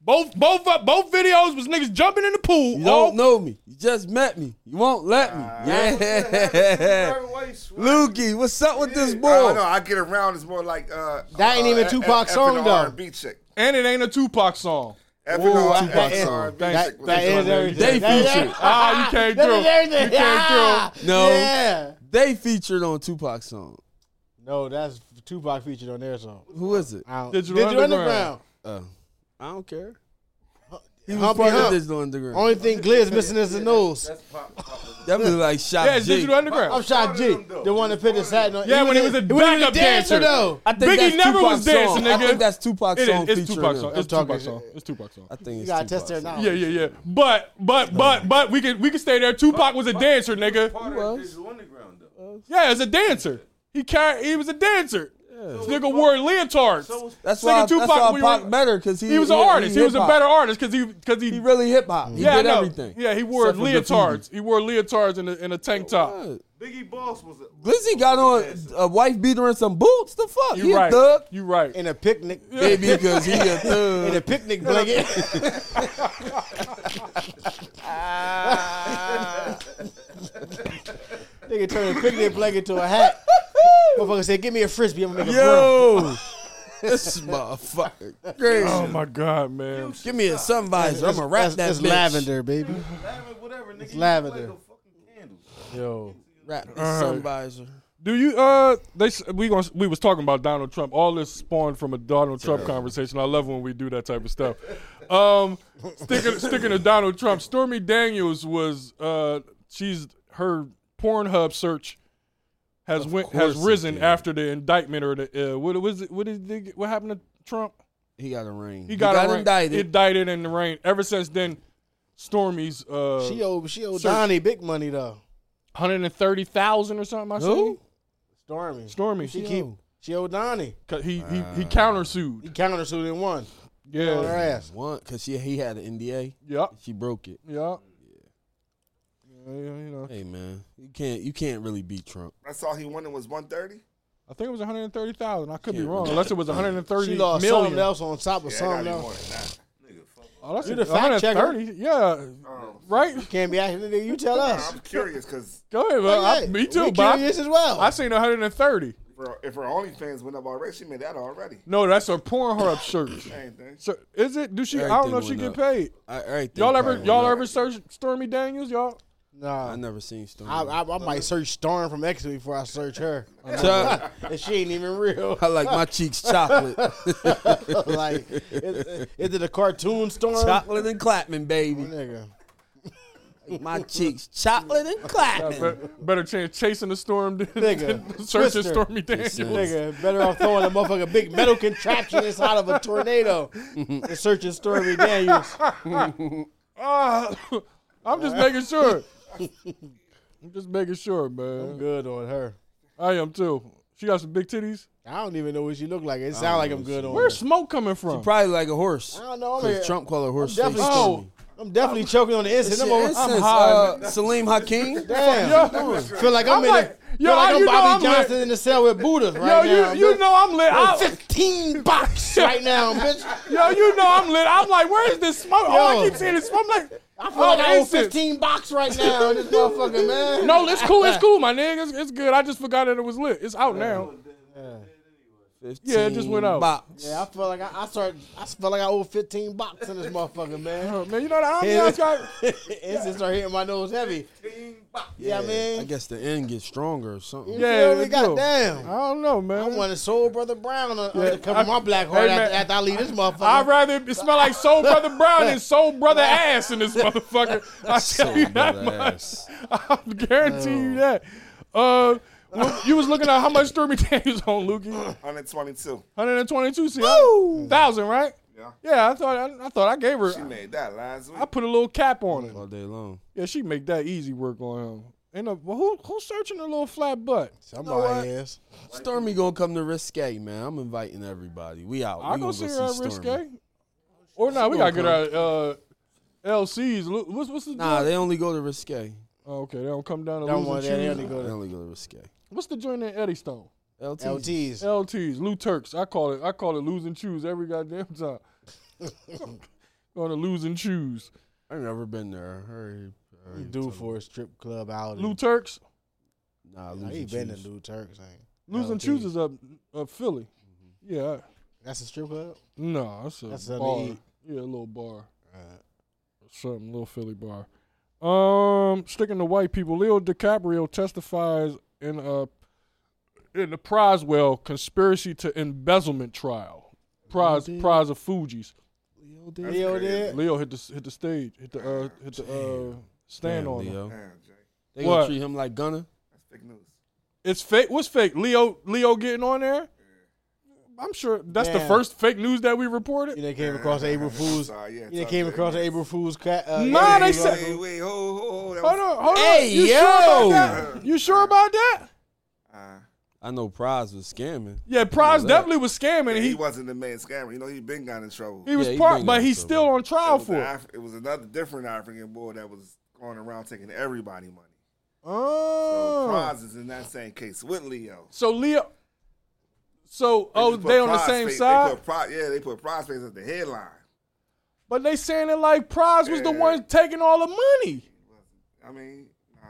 Speaker 2: Both both uh, both videos was niggas jumping in the pool.
Speaker 3: You
Speaker 2: all
Speaker 3: don't know me. You just met me. You won't let me. Yeah. Lukey, what's up with this
Speaker 1: I don't
Speaker 3: boy?
Speaker 1: know. I get around is more like uh,
Speaker 4: That ain't
Speaker 1: uh,
Speaker 4: even
Speaker 1: F-
Speaker 4: Tupac's
Speaker 1: F-
Speaker 4: song,
Speaker 1: F and
Speaker 4: though.
Speaker 1: R&B chick.
Speaker 2: And it ain't a Tupac song.
Speaker 1: F and
Speaker 3: Ooh,
Speaker 1: R-
Speaker 3: Tupac's
Speaker 1: F and
Speaker 3: song.
Speaker 1: R&B
Speaker 2: That-
Speaker 1: chick was
Speaker 4: That
Speaker 1: a
Speaker 4: is
Speaker 1: joint.
Speaker 4: everything.
Speaker 3: They
Speaker 4: That is
Speaker 3: feature.
Speaker 4: everything.
Speaker 2: Ah, you can't
Speaker 4: That
Speaker 2: do
Speaker 4: is everything.
Speaker 2: it.
Speaker 4: Ah.
Speaker 2: You can't do it.
Speaker 3: No.
Speaker 4: Yeah.
Speaker 3: They featured on Tupac's song.
Speaker 4: No, that's Tupac featured on their song.
Speaker 3: Who is it?
Speaker 4: I don't-
Speaker 2: Digital Underground.
Speaker 3: Oh. I don't care.
Speaker 4: He
Speaker 3: Humpy
Speaker 4: part of
Speaker 3: Hump.
Speaker 4: this.
Speaker 3: Digital Underground.
Speaker 4: Only thing Glizz missing is the nose.
Speaker 3: that was like shot.
Speaker 2: Yeah, it's
Speaker 3: Jig.
Speaker 2: Digital Underground.
Speaker 4: I'm shot G, the one that put his hat on.
Speaker 2: Yeah, when he was a
Speaker 4: wasn't even
Speaker 2: backup dancer.
Speaker 4: though.
Speaker 3: I think
Speaker 2: Biggie
Speaker 3: that's
Speaker 2: never
Speaker 3: Tupac's
Speaker 2: was
Speaker 3: song.
Speaker 2: dancing, nigga.
Speaker 3: I think that's Tupac's
Speaker 2: It
Speaker 3: song
Speaker 2: is. It's
Speaker 3: featuring
Speaker 2: Tupac
Speaker 3: him.
Speaker 2: song.
Speaker 4: I'm
Speaker 2: It's Tupac
Speaker 4: talking
Speaker 2: song.
Speaker 4: shit.
Speaker 2: It's Tupac song.
Speaker 3: I think
Speaker 4: You
Speaker 3: it's
Speaker 4: gotta
Speaker 3: Tupac's
Speaker 4: test their
Speaker 3: song.
Speaker 4: knowledge.
Speaker 2: Yeah, yeah, yeah. But but but but we can we can stay there. Tupac was a dancer, nigga.
Speaker 8: Part of the Digital Underground, though.
Speaker 2: Yeah, as a dancer. He carried, he was a dancer. This nigga wore leotards.
Speaker 8: So was-
Speaker 3: That's
Speaker 2: Nigga,
Speaker 3: why,
Speaker 2: Tupac,
Speaker 3: that's why
Speaker 2: we
Speaker 3: Pac
Speaker 2: were-
Speaker 3: better because he,
Speaker 2: he was an
Speaker 3: he-
Speaker 2: artist. He, was a
Speaker 3: hip-hop.
Speaker 2: better artist because he because he,
Speaker 3: He really hip hop. He
Speaker 2: yeah, I
Speaker 3: did
Speaker 2: know.
Speaker 3: everything.
Speaker 2: Yeah, he wore
Speaker 3: Except for
Speaker 2: leotards. He wore leotards in a, in a tank top.
Speaker 3: graffiti.
Speaker 8: Biggie Boss was a
Speaker 3: Glizzy got on a wife beater and some boots. The fuck?
Speaker 2: You
Speaker 3: he
Speaker 2: right.
Speaker 3: a thug.
Speaker 2: You right.
Speaker 4: in a picnic,
Speaker 3: Maybe because he a
Speaker 4: in a
Speaker 3: thug.
Speaker 4: picnic blanket. Nigga turned a picnic blanket to a hat. Motherfucker said, "Give me a frisbee, I'm gonna make a broom."
Speaker 3: Yo, this motherfucker. Crazy.
Speaker 2: Oh my god, man.
Speaker 3: Give me a sun visor. I'm gonna wrap
Speaker 4: That's-
Speaker 3: that
Speaker 4: that's
Speaker 3: bitch.
Speaker 4: lavender, baby.
Speaker 8: lavender, whatever, nigga. It's
Speaker 4: lavender.
Speaker 2: Yo.
Speaker 3: Wrap this
Speaker 2: All
Speaker 3: sun
Speaker 2: right.
Speaker 3: visor.
Speaker 2: Do you uh they s- we gonna, we was talking about Donald Trump. All this spawned from a Donald Trump conversation. I love when we do that type of stuff. Um sticking sticking to Donald Trump, Stormy Daniels was uh she's her Pornhub search has went has
Speaker 3: course it
Speaker 2: risen
Speaker 3: did.
Speaker 2: after the indictment or the uh, what was it what did they, what happened to Trump?
Speaker 3: He got a ring.
Speaker 2: He got, arra-
Speaker 3: indicted.
Speaker 2: Indicted in the rain. Ever since then, Stormy's uh
Speaker 4: She owed she owed
Speaker 2: Sir.
Speaker 4: Donnie big money though.
Speaker 2: 130,000 or something I
Speaker 3: Who?
Speaker 2: see.
Speaker 4: Stormy.
Speaker 2: Stormy.
Speaker 4: She keep she owed Donnie.
Speaker 2: 'Cause he he
Speaker 3: Uh,
Speaker 2: he countersued.
Speaker 4: He countersued and won on her
Speaker 2: Yeah.
Speaker 4: ass.
Speaker 3: One, cause she he had an NDA.
Speaker 2: Yep.
Speaker 3: She broke it.
Speaker 2: Yep. Oh, Yeah, yeah, you know.
Speaker 3: Hey man, you can't you can't really beat Trump.
Speaker 1: That's all he wanted was 130.
Speaker 2: I think it was 130,000. I could be
Speaker 3: Can't
Speaker 2: wrong,
Speaker 3: really-
Speaker 2: unless it was 130
Speaker 4: She lost something
Speaker 2: million.
Speaker 4: else on top of
Speaker 1: Yeah, I
Speaker 4: something
Speaker 1: got him
Speaker 4: else.
Speaker 1: on it now. Nigga, fuck.
Speaker 2: Oh, that's
Speaker 4: You
Speaker 2: a-
Speaker 4: the fact checker?
Speaker 2: 130. Yeah, right.
Speaker 4: Can't be acting. nigga, You tell us.
Speaker 1: I'm curious because
Speaker 2: Go ahead, bro. I-
Speaker 4: Hey,
Speaker 2: me too,
Speaker 4: Oh, we
Speaker 2: Bob.
Speaker 4: curious as well.
Speaker 2: I seen 130.
Speaker 1: if her OnlyFans went up already, she made that already.
Speaker 2: No, that's a Pornhub search.
Speaker 1: Same thing.
Speaker 2: So is it? Do she? I don't know if she
Speaker 3: Everything
Speaker 2: get
Speaker 3: went
Speaker 2: paid.
Speaker 3: I, everything
Speaker 2: Y'all ever?
Speaker 3: probably
Speaker 2: Y'all
Speaker 3: went up.
Speaker 2: ever search Stormy Daniels? Y'all?
Speaker 4: nah.
Speaker 3: I never seen Stormy.
Speaker 4: I,
Speaker 3: I,
Speaker 4: I, I might search Storm from X before I search her.
Speaker 3: I,
Speaker 4: and she ain't even real.
Speaker 3: like my cheeks chocolate,
Speaker 4: like, is, is it a cartoon Storm?
Speaker 3: chocolate and clapping, baby.
Speaker 4: Nigga.
Speaker 3: My cheeks chocolate and clapping.
Speaker 2: Be- better chance chasing the storm than,
Speaker 4: Nigga,
Speaker 2: than searching
Speaker 4: Twister.
Speaker 2: Stormy Daniels.
Speaker 4: Nigga, better off throwing a motherfucking big metal contraption inside of a tornado and searching Stormy Daniels.
Speaker 2: Ah, I'm just making sure. I'm just making sure, man.
Speaker 4: I'm good on her.
Speaker 2: I am too. She got some big titties.
Speaker 4: I don't even know what she look like. It sound like I'm good on her.
Speaker 2: Where's smoke coming from? Oh,
Speaker 3: Probably like a horse.
Speaker 4: I don't know. I'm, here.
Speaker 3: Cause Trump called her horse. face
Speaker 4: definitely-
Speaker 3: Stormy.
Speaker 4: I'm definitely choking on the
Speaker 3: Shit,
Speaker 4: instant. I'm on,
Speaker 3: incense,
Speaker 4: I'm
Speaker 2: high,
Speaker 3: uh, Salim Hakeem.
Speaker 4: damn. Feel like I'm,
Speaker 2: I'm
Speaker 4: in
Speaker 2: like,
Speaker 4: the,
Speaker 2: yo,
Speaker 4: feel like
Speaker 2: you know
Speaker 4: I'm
Speaker 2: I'm
Speaker 4: Bobby
Speaker 2: lit.
Speaker 4: Johnson in the cell with Buddha right
Speaker 2: yo, you
Speaker 4: now.
Speaker 2: you
Speaker 4: bitch.
Speaker 2: know I'm lit. I,
Speaker 4: 15 bucks right now, bitch.
Speaker 2: yo, you know I'm lit. I'm like, where is this smoke? Oh, I
Speaker 4: Yo.
Speaker 2: keep seeing this smoke. I'm like, oh, I
Speaker 4: I feel like I owe 15 bucks right now on this motherfucker, man.
Speaker 2: No, it's cool. It's cool, my nigga. It's, it's good. I just forgot that it was lit. It's out now. Yeah, it just went out.
Speaker 3: Box.
Speaker 4: Yeah, I feel like I, I started. I feel like I owe 15 bucks in this motherfucker, man.
Speaker 2: Oh, man, you know that
Speaker 4: Yeah.
Speaker 2: ambiance got.
Speaker 4: it's just start hitting my nose heavy. Yeah, I mean,
Speaker 3: I guess the end gets stronger or something.
Speaker 4: You
Speaker 2: Yeah,
Speaker 4: feel me?
Speaker 2: it do.
Speaker 4: Goddamn.
Speaker 2: I don't know, man.
Speaker 4: I want a Soul Brother Brown on, on the cover of
Speaker 2: I-
Speaker 4: my black heart
Speaker 2: Hey, man.
Speaker 4: after, after I leave this motherfucker.
Speaker 2: I'd rather it smell like Soul Brother Brown than Soul Brother Ass in this motherfucker. I tell you that much. I guarantee you that. Uh, well, you was looking at how much Stormy Daniels on Lukey?
Speaker 1: 122.
Speaker 2: 122 see, I- thousand, right?
Speaker 1: Yeah.
Speaker 2: Yeah, I thought I, I thought I gave her.
Speaker 1: She made that last week.
Speaker 2: I put a little cap on it.
Speaker 3: All day long.
Speaker 2: Yeah, she make that easy work on him. And uh, well, who who's searching her little flat butt?
Speaker 4: Somebody is.
Speaker 3: Stormy gonna come to Risque, man. I'm inviting everybody. We out.
Speaker 2: I
Speaker 3: we gonna
Speaker 2: go see her at
Speaker 3: Stormy.
Speaker 2: Risque. Or no, nah, we
Speaker 3: gonna
Speaker 2: gotta get her at, uh, LCs. Lu- What's what's the
Speaker 3: Nah,
Speaker 2: joint?
Speaker 3: they only go to Risque.
Speaker 2: oh, okay, they don't come down to
Speaker 4: Don't
Speaker 2: lose
Speaker 4: want
Speaker 2: and
Speaker 4: that.
Speaker 2: choose.
Speaker 4: They only
Speaker 3: They
Speaker 4: go
Speaker 3: only go to Risque.
Speaker 2: What's the joint in Eddystone?
Speaker 4: to
Speaker 3: LT.
Speaker 4: LTs.
Speaker 2: LTs, Lou Turks. I call it. I call it lose and choose every goddamn time. Going to lose and choose.
Speaker 3: I've never been there. Hurry, hurry.
Speaker 4: Due for a strip club outing.
Speaker 2: Lou Turks.
Speaker 3: Nah,
Speaker 4: I
Speaker 3: losing
Speaker 4: ain't been to
Speaker 3: choose.
Speaker 4: Lou Turks. ain't.
Speaker 2: Lose and
Speaker 4: LTs.
Speaker 2: choose is up up Philly. Yeah. I-
Speaker 4: That's a strip club.
Speaker 2: No, that's a
Speaker 4: That's something to
Speaker 2: bar.
Speaker 4: eat.
Speaker 2: Yeah, a little bar. Something, little Philly bar. Um, sticking to white people, Leo DiCaprio testifies in a in the Prizewell conspiracy to embezzlement trial. Prize prize of Fuji's.
Speaker 4: Leo did.
Speaker 2: Leo hit the hit the stage, hit the uh, hit the uh, stand
Speaker 3: Damn,
Speaker 2: on him.
Speaker 3: Leo.
Speaker 1: Damn, Jay.
Speaker 3: They
Speaker 2: What?
Speaker 3: gonna treat him like Gunner.
Speaker 1: That's big news.
Speaker 2: It's fake. What's fake? Leo Leo getting on there. I'm sure that's the
Speaker 4: Yeah.
Speaker 2: first fake news that we reported.
Speaker 4: You done came across the April Fool's.
Speaker 1: Sorry, yeah,
Speaker 4: You done
Speaker 1: talk
Speaker 4: came
Speaker 1: to
Speaker 4: across the
Speaker 1: him.
Speaker 4: April Fool's. Ca- uh,
Speaker 2: Nah, they
Speaker 4: interview.
Speaker 2: said-
Speaker 1: Wait, wait, hold, hold, hold. That
Speaker 2: Hold
Speaker 1: was-
Speaker 2: on, hold on.
Speaker 3: Hey,
Speaker 2: you sure about
Speaker 3: yo!
Speaker 2: that? You sure about that?
Speaker 1: Uh,
Speaker 3: I know Prize was scamming.
Speaker 2: Yeah, Prize definitely was scamming.
Speaker 1: he,
Speaker 2: He
Speaker 1: wasn't the main scammer. You know, he been got in trouble.
Speaker 2: he was
Speaker 3: he
Speaker 2: part,
Speaker 3: been
Speaker 2: but
Speaker 3: in
Speaker 2: he's
Speaker 3: trouble.
Speaker 2: still on
Speaker 1: it
Speaker 2: trial
Speaker 1: was,
Speaker 2: for
Speaker 1: an
Speaker 2: it.
Speaker 1: Af- it was another different African boy that was going around taking everybody money.
Speaker 2: Oh,
Speaker 1: Prize is not the same case with Leo.
Speaker 2: So Leo. So oh,
Speaker 1: just put
Speaker 2: they on the same
Speaker 1: prospect-
Speaker 2: side,
Speaker 1: They put pro, yeah, they put prospects at the headline.
Speaker 2: but they saying it like Prize was the one taking all the money.
Speaker 1: I mean, nah,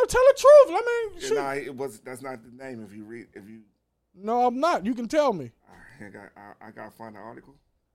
Speaker 2: No, tell the truth. I mean,
Speaker 1: Yeah,
Speaker 2: shoot.
Speaker 1: nah, it was. That's not the name. If you read, if you,
Speaker 2: No, I'm not. You can tell me.
Speaker 1: I got, I, I gotta find the article.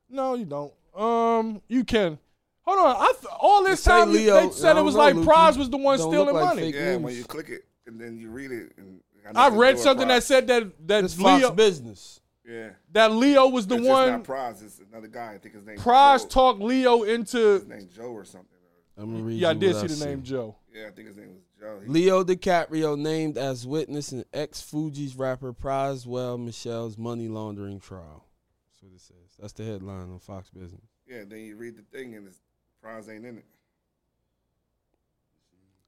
Speaker 2: No, you don't. Um, you can. Hold on. I th- all this
Speaker 3: say
Speaker 2: time you-
Speaker 3: Leo-
Speaker 2: they said
Speaker 3: I
Speaker 2: it was
Speaker 3: don't know,
Speaker 2: like
Speaker 3: Luke.
Speaker 2: Prize was the one
Speaker 3: Don't
Speaker 2: stealing
Speaker 3: look like
Speaker 2: money.
Speaker 3: fake
Speaker 1: Yeah,
Speaker 3: news.
Speaker 1: when you click it and then you read it, and know
Speaker 2: I
Speaker 1: it's
Speaker 2: read
Speaker 1: doing
Speaker 2: something that
Speaker 1: prize.
Speaker 2: said that that
Speaker 3: It's Fox
Speaker 2: Leo
Speaker 3: business.
Speaker 1: yeah,
Speaker 2: that Leo was the
Speaker 1: it's just
Speaker 2: one.
Speaker 1: not prize. It's another guy. I think his name
Speaker 2: Prize
Speaker 1: Joe,
Speaker 2: talked Leo into.
Speaker 1: named Joe or something.
Speaker 3: I'm gonna read
Speaker 2: Yeah, I
Speaker 3: you
Speaker 2: did
Speaker 3: what
Speaker 2: see the name Joe.
Speaker 1: Yeah, I think his name was Joe. He-
Speaker 3: Leo DiCaprio named as witness in ex Fuji's rapper Prizewell Michelle's money laundering trial. That's what it says. That's the headline on Fox Business.
Speaker 1: yeah, then you read the thing and it's, prize ain't in it.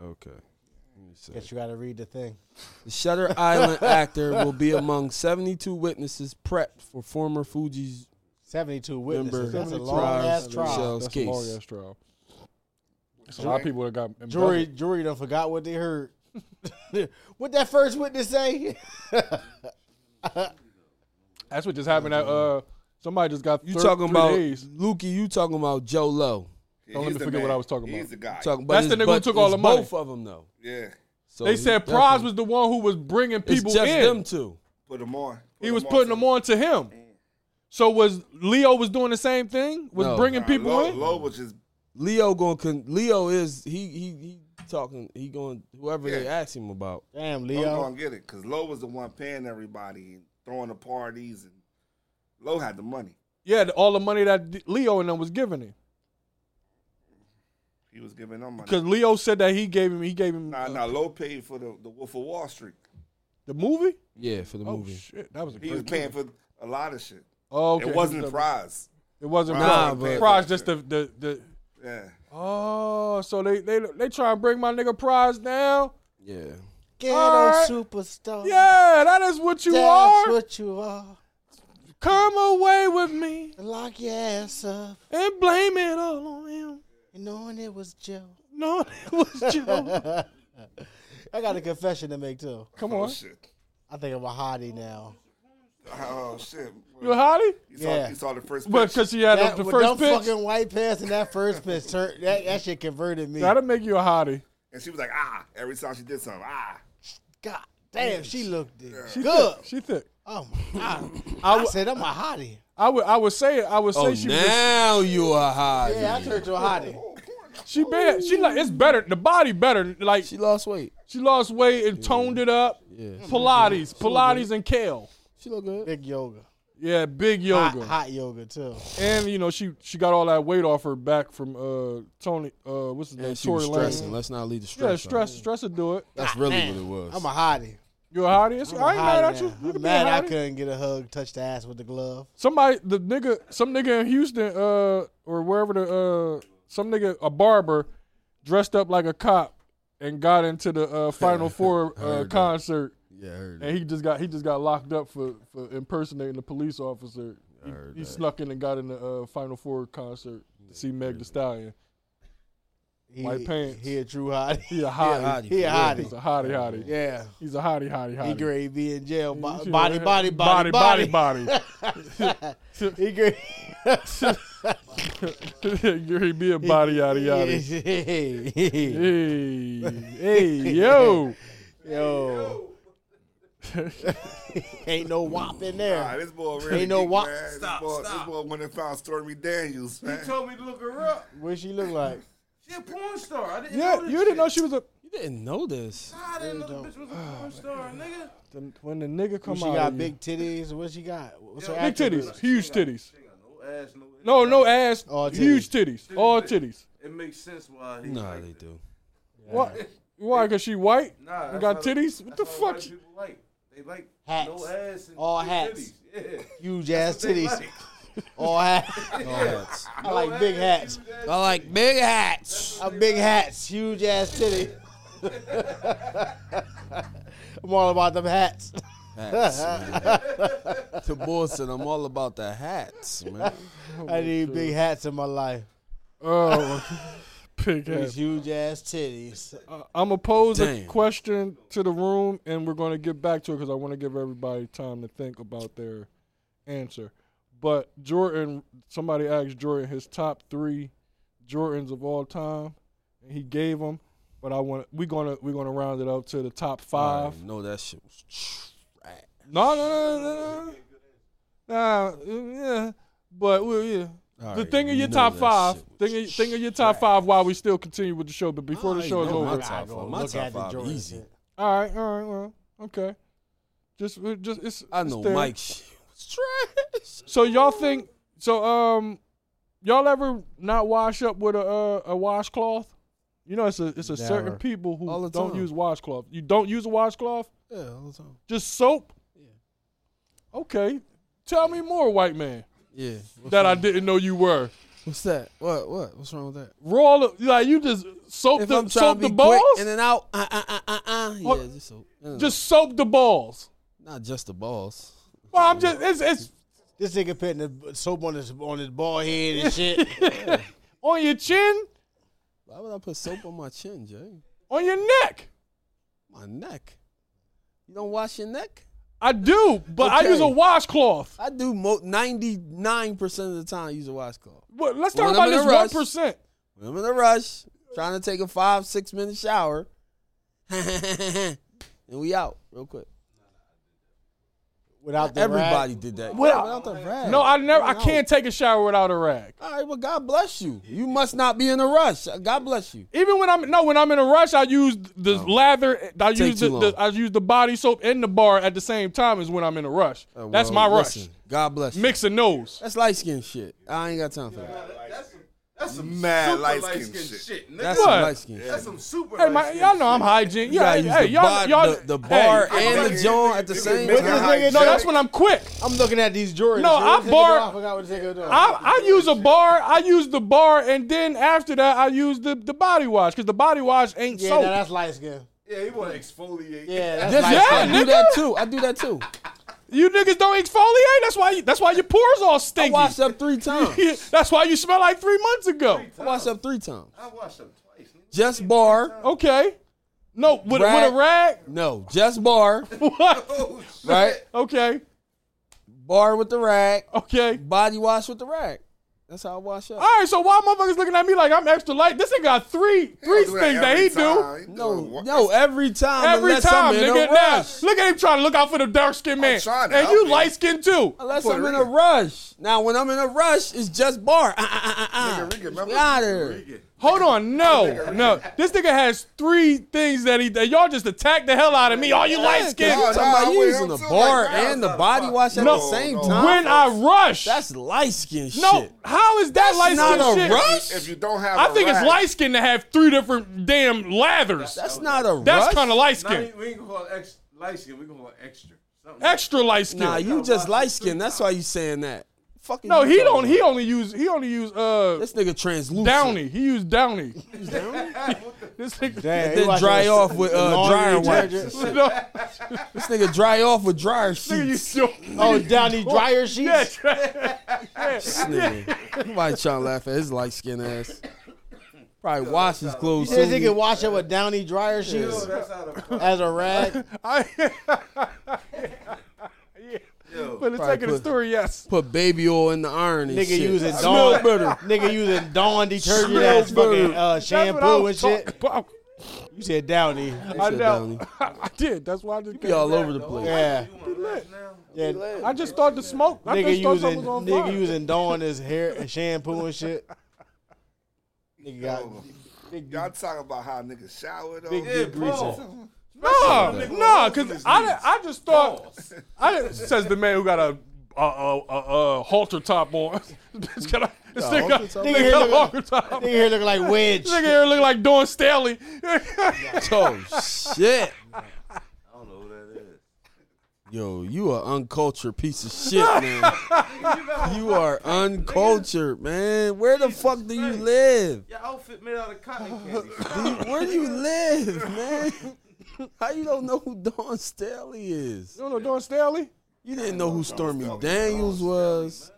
Speaker 3: Okay. Let me see.
Speaker 4: Guess you got to read the thing.
Speaker 3: The Shutter Island actor will be among 72 witnesses prepped for former Fuji's
Speaker 4: 72
Speaker 3: member
Speaker 4: witnesses. That's a
Speaker 3: trials
Speaker 4: long ass
Speaker 3: in
Speaker 4: trial.
Speaker 3: Shell's
Speaker 2: That's a
Speaker 3: case.
Speaker 2: long ass trial. There's a lot of people that got embezzled.
Speaker 4: Jury, jury done forgot what they heard. what that first witness say?
Speaker 2: That's what just happened. At, uh, somebody just got.
Speaker 3: You
Speaker 2: thir-
Speaker 3: talking
Speaker 2: three
Speaker 3: about
Speaker 2: days.
Speaker 3: Lukey? You talking about Joe Low?
Speaker 1: Yeah,
Speaker 2: Don't let
Speaker 1: he's
Speaker 2: me
Speaker 1: the
Speaker 2: forget what
Speaker 1: man.
Speaker 2: I was talking
Speaker 1: He's
Speaker 2: about.
Speaker 1: the guy.
Speaker 3: Talking,
Speaker 2: That's
Speaker 3: it's-
Speaker 2: the nigga who took all
Speaker 3: it's
Speaker 2: the money.
Speaker 3: Both of them though.
Speaker 1: yeah,
Speaker 3: So
Speaker 2: They
Speaker 3: he
Speaker 2: said
Speaker 3: definitely-
Speaker 2: Prize was the one who was bringing
Speaker 3: It's
Speaker 2: people
Speaker 3: just
Speaker 2: in.
Speaker 3: them two.
Speaker 1: put him on.
Speaker 2: He was putting them on to him. So was Leo was doing the same thing? Was
Speaker 3: No.
Speaker 2: bringing people eh?
Speaker 1: Low,
Speaker 2: in?
Speaker 1: Low was just
Speaker 3: Leo going. Con- Leo is he he he talking. He going whoever they ask him about.
Speaker 4: Damn,
Speaker 2: uh,
Speaker 1: Low
Speaker 4: Leo.
Speaker 1: gonna get it because Low was the one paying everybody and throwing the parties and Low had the money.
Speaker 2: Yeah, the- all the money that D- Leo and them was giving him.
Speaker 1: He was giving them money.
Speaker 2: Because Leo said that he gave him he gave him
Speaker 1: Nah,
Speaker 2: uh,
Speaker 1: nah, Low paid for the, the Wolf of Wall Street.
Speaker 2: the movie.
Speaker 3: Yeah, for the
Speaker 2: Oh
Speaker 3: movie.
Speaker 2: shit, that was a
Speaker 1: He was
Speaker 2: great
Speaker 1: paying for a lot of shit.
Speaker 2: Oh, okay.
Speaker 1: It wasn't
Speaker 2: It
Speaker 1: prize.
Speaker 2: wasn't
Speaker 1: Nah,
Speaker 2: Prize.
Speaker 1: but-
Speaker 2: Prize just the, the the
Speaker 1: Yeah.
Speaker 2: Oh, so they they they try to bring my nigga Prize down.
Speaker 3: Yeah.
Speaker 4: Get
Speaker 2: Alright.
Speaker 4: superstar.
Speaker 2: Yeah, that is what you
Speaker 4: That's
Speaker 2: are.
Speaker 4: what you are.
Speaker 2: Come away with me
Speaker 4: Lock your ass up.
Speaker 2: and blame it all on him.
Speaker 4: And knowing it was Joe.
Speaker 2: No, it was you.
Speaker 4: I got a confession to make too.
Speaker 2: Come
Speaker 1: Oh
Speaker 2: on,
Speaker 1: shit.
Speaker 4: I think I'm a hottie now.
Speaker 1: Oh shit.
Speaker 2: you a hottie?
Speaker 1: You saw,
Speaker 4: Yeah.
Speaker 1: you saw the first
Speaker 2: But
Speaker 1: picture.
Speaker 2: because she had
Speaker 4: That,
Speaker 2: the
Speaker 4: with
Speaker 2: first
Speaker 4: them
Speaker 2: pitch,
Speaker 4: fucking white pants and that first pitch, turn, that, that shit converted me.
Speaker 2: that'll make you a hottie.
Speaker 1: and she was like, ah, every time she did something, ah.
Speaker 4: God damn, she looked
Speaker 2: She
Speaker 4: good.
Speaker 2: thick. She thick.
Speaker 4: Oh my god!
Speaker 2: I
Speaker 4: I
Speaker 2: would,
Speaker 4: said I'm a hottie.
Speaker 2: I would, I would say it. I would say
Speaker 3: Oh,
Speaker 2: she, was,
Speaker 3: now you are high.
Speaker 4: Yeah, I turned to a hottie.
Speaker 2: she bad. She like it's better. The body better. Like
Speaker 3: She lost weight.
Speaker 2: she lost weight and toned it up.
Speaker 3: Yeah.
Speaker 2: Pilates, Pilates and kale.
Speaker 3: She look good.
Speaker 4: Big yoga,
Speaker 2: Yeah, big
Speaker 4: hot,
Speaker 2: yoga.
Speaker 4: hot yoga too.
Speaker 2: And you know she she got all that weight off her back from uh Tony. Uh, what's his name?
Speaker 3: And she was
Speaker 2: Tory Lanez.
Speaker 3: stressing. Let's not lead the stress.
Speaker 2: Yeah,
Speaker 3: out.
Speaker 2: stress, stress would do it.
Speaker 3: That's really what it was.
Speaker 4: I'm a hottie.
Speaker 2: You a hottie? It's-
Speaker 4: I'm a
Speaker 2: I ain't mad
Speaker 4: hottie
Speaker 2: at you.
Speaker 4: now.
Speaker 2: You
Speaker 4: I'm
Speaker 2: can be a
Speaker 4: mad I
Speaker 2: hottie.
Speaker 4: couldn't get a hug, touch the ass with the glove.
Speaker 2: somebody the nigga some nigga in Houston uh or wherever the uh some nigga a barber dressed up like a cop and got into the uh, Final Four uh,
Speaker 3: Heard that.
Speaker 2: concert
Speaker 3: yeah, I heard
Speaker 2: and
Speaker 3: that.
Speaker 2: he just got he just got locked up for, for impersonating a police officer. He, he snuck in and got in the uh, Final Four concert to see Meg Thee Stallion.
Speaker 4: He,
Speaker 2: White pants.
Speaker 4: He a true hottie.
Speaker 2: He a hottie.
Speaker 4: He a
Speaker 2: He's
Speaker 4: hottie.
Speaker 2: a hottie hottie.
Speaker 4: Yeah.
Speaker 2: He's a hottie hottie hottie.
Speaker 4: He grade B in jail. Bo-
Speaker 2: Yeah.
Speaker 4: Body, body, body, body,
Speaker 2: body, body.
Speaker 4: He grade.
Speaker 2: Gary be a body yada yada.
Speaker 4: yada.
Speaker 2: Hey, hey, yo.
Speaker 4: Yo. Ain't no wop in
Speaker 1: Ah,
Speaker 4: there.
Speaker 1: this boy really
Speaker 4: Ain't no
Speaker 1: geek,
Speaker 4: wa-
Speaker 1: man.
Speaker 8: Stop,
Speaker 1: this boy,
Speaker 8: stop.
Speaker 1: This boy went and found Stormy Daniels, man.
Speaker 8: He told me to look her up.
Speaker 4: What she look like?
Speaker 8: She a porn star. I didn't know
Speaker 2: Yeah,
Speaker 8: this
Speaker 2: you didn't know
Speaker 8: shit.
Speaker 2: she was a.
Speaker 3: You didn't know this.
Speaker 8: I didn't know this bitch was a porn star, nigga.
Speaker 2: the- When the nigga come
Speaker 4: She
Speaker 2: out,
Speaker 4: got
Speaker 2: of
Speaker 4: big titties. What she got? What's her
Speaker 2: you. big
Speaker 4: attributes?
Speaker 2: titties, huge titties.
Speaker 8: She got no ass, no.
Speaker 2: No, no ass,
Speaker 4: All titties.
Speaker 2: huge titties, all titties.
Speaker 8: It makes sense why he.
Speaker 3: Nah,
Speaker 8: like
Speaker 3: they
Speaker 8: that.
Speaker 3: do.
Speaker 2: Why? Why? Cause she white.
Speaker 8: Nah,
Speaker 2: you
Speaker 8: that's
Speaker 2: got
Speaker 8: how-
Speaker 2: titties. What the
Speaker 8: that's how
Speaker 2: fuck?
Speaker 8: white People like they like
Speaker 4: Hats.
Speaker 8: no ass and
Speaker 4: All
Speaker 8: big
Speaker 4: hats.
Speaker 8: titties. Yeah.
Speaker 4: Huge ass
Speaker 8: They
Speaker 4: titties.
Speaker 8: like
Speaker 4: All hats.
Speaker 3: All hats.
Speaker 4: I like big hats.
Speaker 8: huge ass
Speaker 3: I like big hats.
Speaker 4: Uh, big hats. Huge ass titty. I'm all about them hats.
Speaker 3: Hats. man. Uh, to Boston, I'm all about the hats, man.
Speaker 4: I need big hats in my life.
Speaker 2: Oh, pig
Speaker 4: These
Speaker 2: head.
Speaker 4: huge ass titties.
Speaker 2: I'm gonna pose a
Speaker 3: Damn.
Speaker 2: question to the room, and we're gonna get back to it because I want to give everybody time to think about their answer. But Jordan, somebody asked Jordan his top three Jordans of all time, and he gave them. But I want we gonna we gonna round it up to the top five.
Speaker 3: No, that shit was trash.
Speaker 2: No, no, no, no, no. Nah, yeah. But well, yeah.
Speaker 3: I
Speaker 2: The
Speaker 3: already
Speaker 2: thing of your
Speaker 3: knew
Speaker 2: top
Speaker 3: that
Speaker 2: five.
Speaker 3: shit was
Speaker 2: Think of, think of your top five while we still continue with the show. But before the
Speaker 4: I
Speaker 2: show is
Speaker 4: know
Speaker 2: over,
Speaker 3: my
Speaker 4: I
Speaker 3: top
Speaker 4: go
Speaker 3: five. My
Speaker 4: look
Speaker 3: top
Speaker 4: at the
Speaker 3: five
Speaker 4: Jordan
Speaker 3: easy.
Speaker 4: shit.
Speaker 2: all right, all right, well, okay. Just, it just it's.
Speaker 3: I
Speaker 2: it's
Speaker 3: know
Speaker 2: there.
Speaker 3: Mike shit was trash.
Speaker 2: So y'all think? So um, y'all ever not wash up with a uh, a washcloth? You know, it's a it's a certain
Speaker 4: Never.
Speaker 2: people who
Speaker 3: All the
Speaker 2: don't
Speaker 3: time.
Speaker 2: use washcloth. You don't use a washcloth,
Speaker 3: Yeah, all the time.
Speaker 2: just soap. Okay, tell me more, white man,
Speaker 3: Yeah. What's,
Speaker 2: that I didn't know you were.
Speaker 3: what's that? What? What? What's wrong with that?
Speaker 2: Roll up, like you just soap
Speaker 3: If
Speaker 2: the
Speaker 3: I'm trying
Speaker 2: soap
Speaker 3: to
Speaker 2: the
Speaker 3: be quick
Speaker 2: balls,
Speaker 3: in and out, uh, uh, uh, uh, uh. Yeah,
Speaker 2: Hold-
Speaker 3: just so. no, no,
Speaker 2: just soap the balls.
Speaker 3: no. not just the balls.
Speaker 2: Well, I'm just it's it's
Speaker 4: This nigga putting the soap on his on his bald head and shit.
Speaker 2: on your chin,
Speaker 3: Why would I put soap on my chin, Jay?
Speaker 2: on your neck.
Speaker 3: My neck. You don't wash your neck?
Speaker 2: I do, but I use a
Speaker 3: Okay.
Speaker 2: washcloth.
Speaker 3: I do mo- 99% of the time use a washcloth.
Speaker 2: Well, let's
Speaker 3: When I'm
Speaker 2: talk about
Speaker 3: in a
Speaker 2: this one
Speaker 3: rush.
Speaker 2: percent.
Speaker 3: When I'm in a rush, trying to take a five, six minute shower, and we out real quick.
Speaker 4: Without the
Speaker 3: Everybody
Speaker 4: rag.
Speaker 3: did that.
Speaker 2: Without-
Speaker 3: Without the rag.
Speaker 2: No, I never. I
Speaker 4: No.
Speaker 2: can't take a shower without a rag.
Speaker 3: All right, well, God bless you. You must not be in a rush. Uh, God bless you.
Speaker 2: Even when I'm no, when I'm in a rush, I use the lather. I
Speaker 3: Take
Speaker 2: use
Speaker 3: too
Speaker 2: the, the
Speaker 3: long.
Speaker 2: I use the body soap and the bar at the same time as when I'm in a rush.
Speaker 3: Uh,
Speaker 2: That's my
Speaker 3: well,
Speaker 2: rush.
Speaker 3: listen, God bless you.
Speaker 2: Mixing those.
Speaker 3: That's light skin shit. I ain't got time for that.
Speaker 8: That's some, that's some
Speaker 1: Mad
Speaker 8: super
Speaker 1: light
Speaker 8: light
Speaker 1: skin
Speaker 8: skin
Speaker 1: shit.
Speaker 8: shit. nigga.
Speaker 3: That's
Speaker 8: That's,
Speaker 2: What?
Speaker 3: some light skin shit.
Speaker 8: some super.
Speaker 2: Hey,
Speaker 8: light
Speaker 2: my,
Speaker 8: skin
Speaker 2: y'all know I'm
Speaker 8: shit.
Speaker 2: hygienic.
Speaker 3: You
Speaker 2: Yeah,
Speaker 3: gotta
Speaker 2: hey,
Speaker 3: use
Speaker 2: hey,
Speaker 3: the,
Speaker 2: y'all,
Speaker 3: bar,
Speaker 2: y'all,
Speaker 3: the, the
Speaker 2: hey.
Speaker 3: bar and the
Speaker 1: nigga,
Speaker 3: joint at the
Speaker 1: nigga,
Speaker 3: same
Speaker 1: nigga,
Speaker 3: time.
Speaker 4: nigga,
Speaker 2: No, that's when I'm quick.
Speaker 4: I'm looking at these Jordans.
Speaker 2: No, I
Speaker 4: This nigga-
Speaker 2: bar-
Speaker 4: I forgot what this nigga doing.
Speaker 2: I, I use a bar. I use the bar, and then after that, I use the, the body wash because the body wash ain't
Speaker 4: yeah,
Speaker 2: soap.
Speaker 4: now that's light skin.
Speaker 8: Yeah, he want to exfoliate.
Speaker 4: Yeah, that's
Speaker 2: Just-
Speaker 4: light
Speaker 2: yeah,
Speaker 4: skin.
Speaker 3: I do
Speaker 2: nigga.
Speaker 3: that too. I do that too.
Speaker 2: you niggas don't exfoliate. That's why. You, that's why your pores all
Speaker 3: I
Speaker 2: stinky.
Speaker 3: washed up three times.
Speaker 2: that's why you smell like three months ago.
Speaker 3: I washed up three times.
Speaker 8: I watched him twice. nigga.
Speaker 3: Just bar.
Speaker 2: Okay. No, with, with
Speaker 3: Rag.
Speaker 2: a rag.
Speaker 3: No, just bar.
Speaker 2: What?
Speaker 3: Right?
Speaker 2: Okay.
Speaker 3: Bar with the rag.
Speaker 2: Okay.
Speaker 3: Body wash with the rag. That's how I wash up.
Speaker 2: All right. So why motherfuckers looking at me like I'm extra light? This nigga got three three
Speaker 1: do
Speaker 2: things
Speaker 1: that
Speaker 2: that
Speaker 1: every
Speaker 2: he
Speaker 1: time.
Speaker 2: do.
Speaker 1: He doing
Speaker 3: No,
Speaker 1: work.
Speaker 3: no, every time.
Speaker 2: Every
Speaker 3: unless I'm
Speaker 2: time,
Speaker 3: in
Speaker 2: nigga.
Speaker 3: a
Speaker 2: Now,
Speaker 3: rush.
Speaker 2: look at him trying to look out for the dark skinned man.
Speaker 1: trying to
Speaker 2: And
Speaker 1: help
Speaker 2: you
Speaker 1: you.
Speaker 2: light skinned too.
Speaker 3: Unless
Speaker 1: Puerto
Speaker 3: I'm in a
Speaker 1: Rican.
Speaker 3: rush. Now, when I'm in a rush, it's just bar. Uh, uh, uh, uh.
Speaker 1: Nigga, Ricky, remember?
Speaker 3: We outta here.
Speaker 8: Ricky.
Speaker 2: Hold on, no, no. This nigga has three things that he that y'all just attack the hell out of me. All you light
Speaker 3: You
Speaker 1: No,
Speaker 2: skinned.
Speaker 1: no,
Speaker 3: talking
Speaker 1: I
Speaker 3: about you
Speaker 1: went
Speaker 3: using the
Speaker 1: up too,
Speaker 3: bar
Speaker 1: like,
Speaker 3: and the
Speaker 8: nah,
Speaker 3: body wash at
Speaker 2: No,
Speaker 3: the same
Speaker 1: no.
Speaker 3: time?
Speaker 2: When I rush,
Speaker 3: That's light skin shit.
Speaker 2: no. How is that
Speaker 3: That's
Speaker 2: light skin
Speaker 3: not a
Speaker 2: shit?
Speaker 3: rush.
Speaker 1: If you don't have,
Speaker 2: I
Speaker 1: a
Speaker 2: think it's
Speaker 1: rag-
Speaker 2: light skin to have three different damn lathers. That's,
Speaker 3: That's not a rush.
Speaker 2: kind of light
Speaker 8: Nah,
Speaker 2: skin.
Speaker 8: we- we ain't gonna call it ex- light skin. We gonna call it extra. Something.
Speaker 2: Extra light skin.
Speaker 3: Nah, you just
Speaker 8: watch
Speaker 3: light
Speaker 8: it
Speaker 3: skin.
Speaker 8: three
Speaker 3: That's why you saying that. Fucking
Speaker 2: no,
Speaker 3: you
Speaker 2: he
Speaker 3: talking
Speaker 2: don't. He
Speaker 3: about.
Speaker 2: only use. He only use uh
Speaker 3: This nigga translucent.
Speaker 2: Downy. He used Downy. this nigga.
Speaker 4: Damn,
Speaker 3: Then
Speaker 4: he watching
Speaker 3: dry
Speaker 4: this-
Speaker 3: off with, uh,
Speaker 4: laundry
Speaker 3: dryer wipes.
Speaker 4: detergent.
Speaker 2: No,
Speaker 3: This nigga dry off with dryer
Speaker 2: nigga, you
Speaker 3: sheets.
Speaker 2: still.
Speaker 4: Oh, Downey dryer sheets.
Speaker 2: Yeah,
Speaker 3: This nigga. Nobody trying to laugh at his light skin ass. Probably wash his clothes.
Speaker 4: This
Speaker 3: soon.
Speaker 4: nigga wash up with Downey dryer sheets
Speaker 8: That's out of
Speaker 4: as a rag.
Speaker 2: I, yeah. But it's like in the
Speaker 3: put-
Speaker 2: story, yes.
Speaker 3: Put baby oil in the iron and
Speaker 4: Nigga
Speaker 3: shit.
Speaker 4: using
Speaker 3: Smell
Speaker 4: Dawn,
Speaker 3: better.
Speaker 4: nigga using Dawn detergent
Speaker 2: Smell
Speaker 4: as
Speaker 2: better.
Speaker 4: fucking uh,
Speaker 2: That's what I
Speaker 4: shampoo and
Speaker 2: was
Speaker 4: shit.
Speaker 2: talking about.
Speaker 4: You said Downey.
Speaker 2: I
Speaker 3: said
Speaker 2: know. I did. That's why I just.
Speaker 3: Be all over the place.
Speaker 4: Yeah,
Speaker 8: now.
Speaker 4: yeah.
Speaker 2: I just thought the smoke. I
Speaker 4: Nigga
Speaker 2: just thought something
Speaker 4: using
Speaker 2: was on
Speaker 4: nigga
Speaker 2: fire.
Speaker 4: using Dawn as hair and shampoo and shit. Nigga got big,
Speaker 1: Y'all talking about how niggas shower though.
Speaker 4: big
Speaker 1: Yeah,
Speaker 4: deep greaser.
Speaker 2: Nah,
Speaker 8: Nigga
Speaker 2: nah,
Speaker 8: lost in
Speaker 2: cause
Speaker 8: his
Speaker 2: I,
Speaker 8: knees.
Speaker 2: I just thought, I didn't- says the man who got a a a, a, a halter top on. this guy, this nigga, got-
Speaker 3: halter top?
Speaker 2: nigga got a halter top.
Speaker 4: Nigga here looking like Wedge.
Speaker 2: This nigga here look like Dawn Staley.
Speaker 3: Oh shit.
Speaker 8: I don't know who that is.
Speaker 3: Yo, you a uncultured piece of shit, man. you are uncultured, man. Where the fuck do you live?
Speaker 8: Your outfit made out of cotton candy.
Speaker 3: Where do you live, man? How you don't know who Dawn Staley is?
Speaker 2: you don't know Dawn Staley?
Speaker 3: You didn't know who Stormy Daniels was.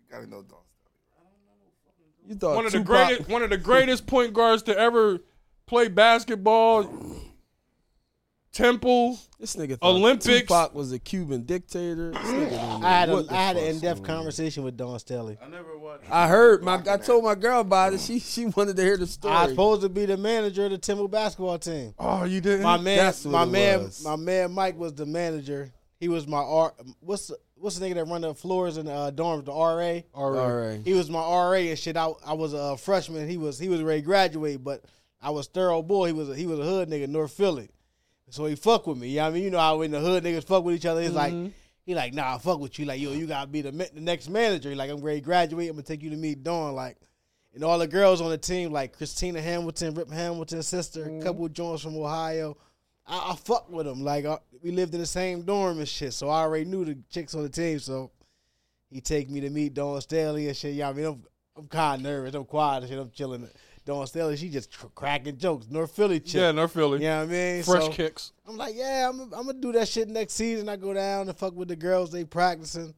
Speaker 1: You gotta know dogs.
Speaker 3: You thought
Speaker 2: one of the
Speaker 3: Tupac-
Speaker 2: greatest one of the greatest point guards to ever play basketball. Temple.
Speaker 3: This nigga thought
Speaker 2: Olympics.
Speaker 3: Tupac was a Cuban dictator. This nigga don't know
Speaker 4: I had a,
Speaker 3: what the
Speaker 4: I had an
Speaker 3: fuck's
Speaker 4: in depth
Speaker 3: going on.
Speaker 4: conversation with Don Stelly.
Speaker 8: I never watched.
Speaker 3: I heard my I told my girl about it. She she wanted to hear the story.
Speaker 4: I was supposed to be the manager of the Temple basketball team.
Speaker 2: Oh, you didn't.
Speaker 4: My man,
Speaker 3: That's what
Speaker 4: my
Speaker 3: it
Speaker 4: man,
Speaker 3: was.
Speaker 4: my man Mike was the manager. He was my R. What's the, what's the nigga that run the floors in uh, dorms? The RA.
Speaker 3: RA.
Speaker 4: He was my RA and shit. I I was a freshman. He was he was ready to graduate, but I was thorough boy. He was a, he was a hood nigga, North Philly. So he fuck with me. Yeah, I mean, you know how in the hood niggas fuck with each other. He's like, he like, nah, I fuck with you. Like, yo, you gotta be the, ma- the next manager. He like, I'm ready to graduate. I'm gonna take you to meet Dawn. Like, and all the girls on the team, like Christina Hamilton, Rip Hamilton's sister,
Speaker 2: Mm-hmm.
Speaker 4: a couple of joints from Ohio. I, I fuck with them. Like, I, we lived in the same dorm and shit, so I already knew the chicks on the team. So he take me to meet Dawn Staley and shit. Yeah, I mean, I'm, I'm kind of nervous. I'm quiet and shit. I'm chilling. Dawn Staley, she just cr- cracking jokes. North Philly chick.
Speaker 2: yeah, North Philly.
Speaker 4: You know what I mean?
Speaker 2: Fresh
Speaker 4: So-
Speaker 2: kicks.
Speaker 4: I'm like, yeah, I'm, I'm gonna do that shit next season. I go down and fuck with the girls they practicing.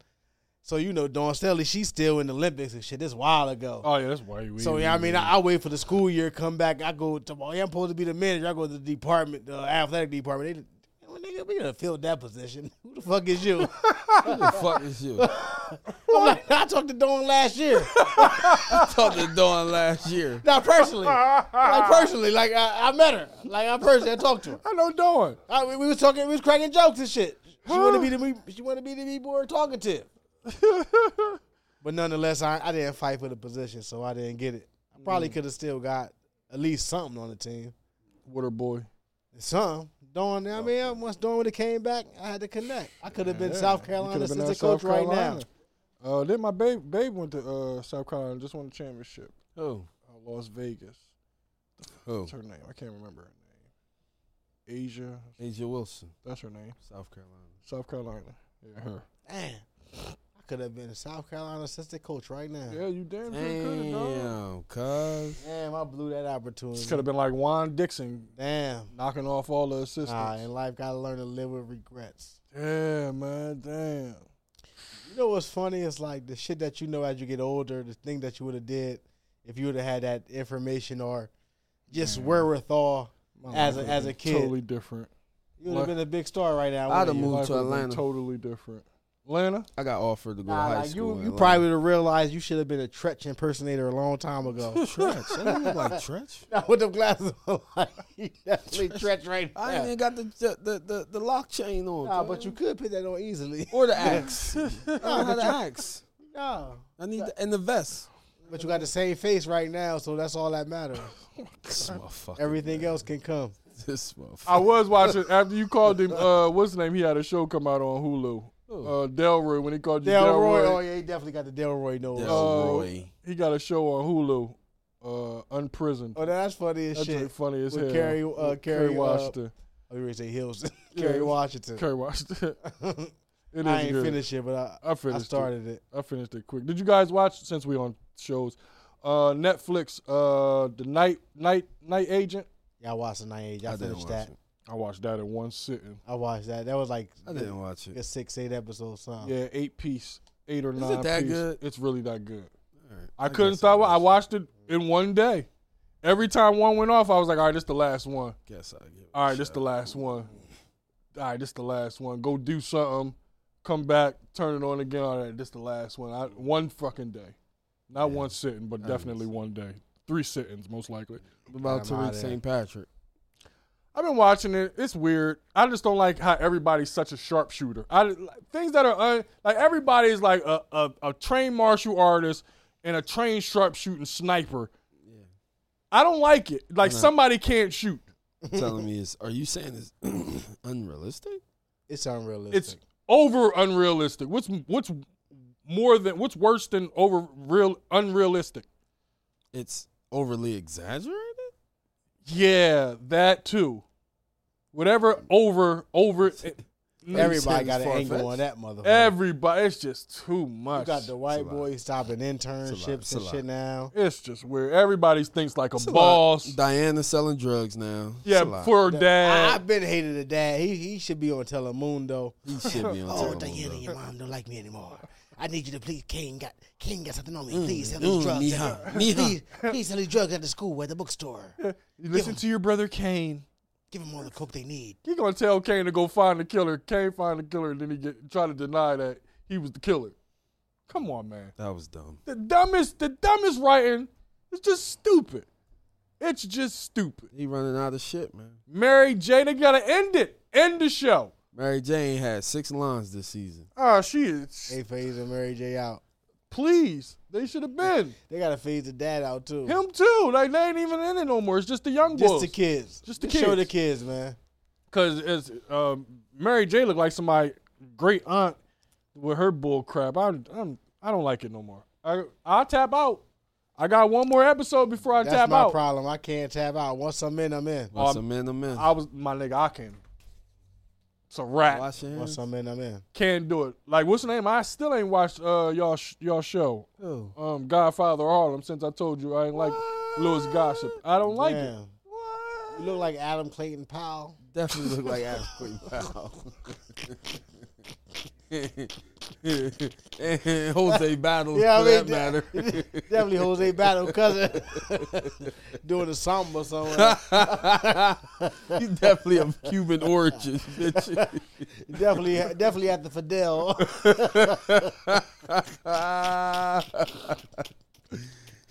Speaker 4: So you know, Dawn Staley, she's still in the Olympics and shit. This a while ago.
Speaker 2: Oh yeah, that's why you.
Speaker 4: so yeah, I mean, I, I wait for the school year, come back. I go to, oh, yeah, I'm supposed to be the manager. I go to the department, the athletic department. They, well, nigga, we gonna fill that position. Who the fuck is you?
Speaker 3: Who the fuck is you? I
Speaker 4: I'm like, I talked to Dawn last year.
Speaker 3: talked to Dawn last year.
Speaker 4: Not personally, like personally, like I, I met her, like I personally, I talked to her.
Speaker 2: I know Dawn.
Speaker 4: I, we, we was talking, we was cracking jokes and shit. She wanted to be the me- she wanted to be the me more talkative. but nonetheless, I, I didn't fight for the position, so I didn't get it. I probably could have still got at least something on the team.
Speaker 2: Water boy.
Speaker 4: Some Dawn, I mean, once Dawn would have came back, I had to connect. I could have been South Carolina
Speaker 2: could've been
Speaker 4: assistant
Speaker 2: at
Speaker 4: coach
Speaker 2: South
Speaker 4: right now.
Speaker 2: Carolina. Uh, then my babe, babe went to uh, South Carolina and just won the championship.
Speaker 3: Who?
Speaker 2: Uh, Las Vegas.
Speaker 3: Who?
Speaker 2: What's her name? I can't remember her name. Asia.
Speaker 3: Asia Wilson,
Speaker 2: That's her name.
Speaker 3: South Carolina.
Speaker 2: South Carolina. Yeah, her.
Speaker 4: Damn, I could have been a South Carolina assistant coach right now.
Speaker 2: Yeah, you damn sure could have done.
Speaker 3: Damn, cuz.
Speaker 4: Damn, I blew that opportunity.
Speaker 2: Could have been like Juan Dixon
Speaker 4: Damn.
Speaker 2: knocking off all the assistants.
Speaker 4: Nah, in life, gotta learn to live with regrets.
Speaker 2: Yeah, man. Damn.
Speaker 4: You know what's funny? It's like the shit that you know as you get older, the thing that you would have did if you would have had that information or just wherewithal
Speaker 2: My
Speaker 4: as a,
Speaker 2: life would've
Speaker 4: as a
Speaker 2: been
Speaker 4: kid.
Speaker 2: Totally different.
Speaker 4: you would have been a big star right now.
Speaker 3: I'd have
Speaker 4: wouldn't you?
Speaker 3: Moved
Speaker 2: Life
Speaker 3: to
Speaker 2: would've been
Speaker 3: Atlanta.
Speaker 2: Totally different. Atlanta.
Speaker 3: I got offered to go
Speaker 4: Nah,
Speaker 3: to high
Speaker 4: like
Speaker 3: school.
Speaker 4: you,
Speaker 3: in
Speaker 4: you
Speaker 3: Atlanta.
Speaker 4: probably would have realized you should have been a Tretch impersonator a long time ago.
Speaker 3: Tretch. I don't look like Tretch.
Speaker 4: Now, with them glasses on, like, you definitely Tretch right
Speaker 3: I ain't
Speaker 4: now.
Speaker 3: even got the the, the the the lock chain on.
Speaker 4: Nah,
Speaker 3: cuz.
Speaker 4: but you could put that on easily.
Speaker 3: or the axe. I don't have the axe.
Speaker 4: No.
Speaker 3: I need the, and the vest.
Speaker 4: But you got the same face right now, so that's all that matters.
Speaker 3: This motherfucker.
Speaker 4: Everything else can come.
Speaker 3: This
Speaker 2: I
Speaker 3: motherfucker.
Speaker 2: was watching after you called him. Uh, what's his name? He had a show come out on Hulu. Uh, Delroy. When he called you
Speaker 4: Delroy,
Speaker 2: Delroy, uh,
Speaker 4: oh yeah, he definitely got the Delroy nose. Oh,
Speaker 3: Delroy.
Speaker 2: he got a show on Hulu. Uh, Unprisoned.
Speaker 4: Oh, that's funny as
Speaker 2: That's
Speaker 4: shit.
Speaker 2: like funny as
Speaker 4: With
Speaker 2: hell.
Speaker 4: Kerry- uh,
Speaker 2: With
Speaker 4: Kerry, uh,
Speaker 2: Washington.
Speaker 4: I was going to say Hills.
Speaker 2: Yeah.
Speaker 4: Kerry Washington.
Speaker 2: Kerry Washington. it is
Speaker 4: I ain't
Speaker 2: good.
Speaker 4: finished it, but I,
Speaker 2: I
Speaker 4: I,
Speaker 2: finished it.
Speaker 4: started it.
Speaker 2: I finished it quick. Did you guys watch? Since we on shows, uh, Netflix. Uh, the night, night, night agent.
Speaker 4: Y'all watched the Night Age. I,
Speaker 3: I didn't watch
Speaker 4: finished that.
Speaker 3: it.
Speaker 2: I watched that in one sitting.
Speaker 4: I watched that. That was like
Speaker 3: I didn't watch
Speaker 4: a
Speaker 3: it.
Speaker 4: six, eight episode song.
Speaker 2: Yeah, eight piece, eight or
Speaker 3: it
Speaker 2: nine.
Speaker 3: that
Speaker 2: piece.
Speaker 3: good?
Speaker 2: It's really that good.
Speaker 3: Alright,
Speaker 2: I, couldn't
Speaker 3: guess I
Speaker 2: stop. it. I
Speaker 3: watched
Speaker 2: watched it in one day. Every time one went off, I was like, "All right, this the last one.
Speaker 3: Guess I give it
Speaker 2: All
Speaker 3: a
Speaker 2: right, this
Speaker 3: shot.
Speaker 2: the last one. All right, this the last one. Go do something. Come back, turn it on again. All right, this the last one. I, one fucking day, not one sitting, but definitely one day. Three sittings, most likely.
Speaker 3: What about
Speaker 4: I'm outta
Speaker 3: Tariq
Speaker 4: there.
Speaker 3: St. Patrick?
Speaker 2: I've been watching it. It's weird. I just don't like how everybody's such a sharpshooter. I like, things that are un, like everybody's like a, a a trained martial artist and a trained sharpshooting sniper. I don't like it. Like somebody can't shoot.
Speaker 3: Telling me is, are you saying it's unrealistic?
Speaker 4: It's unrealistic.
Speaker 2: It's over unrealistic. What's what's more than what's worse than over real unrealistic?
Speaker 3: It's overly exaggerated.
Speaker 2: Yeah, that too. Whatever over over
Speaker 4: Everybody
Speaker 3: It's
Speaker 4: got an angle
Speaker 3: far-fetched.
Speaker 4: on that motherfucker.
Speaker 2: everybody. It's just too
Speaker 4: you
Speaker 2: much.
Speaker 4: got the
Speaker 3: a
Speaker 4: white
Speaker 3: lot.
Speaker 4: boys stopping
Speaker 3: It's
Speaker 4: internships
Speaker 3: a
Speaker 4: and
Speaker 3: lot.
Speaker 4: shit now.
Speaker 2: It's just weird. Everybody thinks like a
Speaker 3: It's a
Speaker 2: boss.
Speaker 3: lot. Diana selling drugs now. It's a
Speaker 2: yeah,
Speaker 3: lot.
Speaker 2: for her
Speaker 4: I,
Speaker 2: dad.
Speaker 4: have been hated a dad. He he should be on Telemundo.
Speaker 3: he should be on
Speaker 4: Oh,
Speaker 3: Telemundo.
Speaker 4: Diana, your mom don't like me anymore. I need you to please, King got King got something on me. Please sell
Speaker 3: mm,
Speaker 4: these drugs.
Speaker 3: me
Speaker 4: at
Speaker 3: huh,
Speaker 4: the-
Speaker 3: me huh.
Speaker 4: please, please sell these drugs at the school at the bookstore.
Speaker 2: You listen to your brother Kane.
Speaker 4: Give them all the coke they need.
Speaker 2: He gonna tell Kane to go find the killer. Kane find the killer, and then he get, try to deny that he was the killer. Come on, man.
Speaker 3: That was dumb.
Speaker 2: The dumbest, the dumbest writing is just stupid. It's just stupid.
Speaker 3: He running out of shit, man.
Speaker 2: Mary J, they gotta end it. End the show.
Speaker 3: Mary Jane had six lines this season.
Speaker 2: Oh, she is.
Speaker 4: They phase and Mary J out.
Speaker 2: Please, they should have been
Speaker 4: They gotta phase the dad out too.
Speaker 2: him too. Like they ain't even in it no more. It's just the young
Speaker 4: Just
Speaker 2: boys.
Speaker 4: the kids.
Speaker 2: Just the
Speaker 4: Show
Speaker 2: kids.
Speaker 4: the kids, man.
Speaker 2: Cause it's um, Mary J looked like somebody great aunt with her bull crap. I'm, I'm I don't like it no more. I I tap out. I got one more episode before I
Speaker 4: That's
Speaker 2: tap
Speaker 4: my
Speaker 2: out.
Speaker 4: problem. I can't tap out. Once I'm in, I'm in.
Speaker 3: Once
Speaker 2: Um,
Speaker 3: I'm in, I'm in.
Speaker 2: I was my nigga. I can't. It's a wrap.
Speaker 3: Wash your
Speaker 4: Once
Speaker 3: hands.
Speaker 4: I'm in, I'm in.
Speaker 2: Can't do it. Like what's the name? I still ain't watched uh y'all sh- y'all show.
Speaker 3: Oh.
Speaker 2: Um, Godfather of Harlem. Since I told you I ain't like Lewis Gossip. I don't like it.
Speaker 4: Damn. You look like Adam Clayton Powell.
Speaker 3: Definitely look like Adam Quinn Powell. and Jose Battles,
Speaker 4: Yeah, I
Speaker 3: for
Speaker 4: mean,
Speaker 3: that matter.
Speaker 4: Definitely Jose Battle cousin doing a samba or something.
Speaker 3: He's definitely of Cuban origin, bitch.
Speaker 4: definitely, definitely at the Fidel.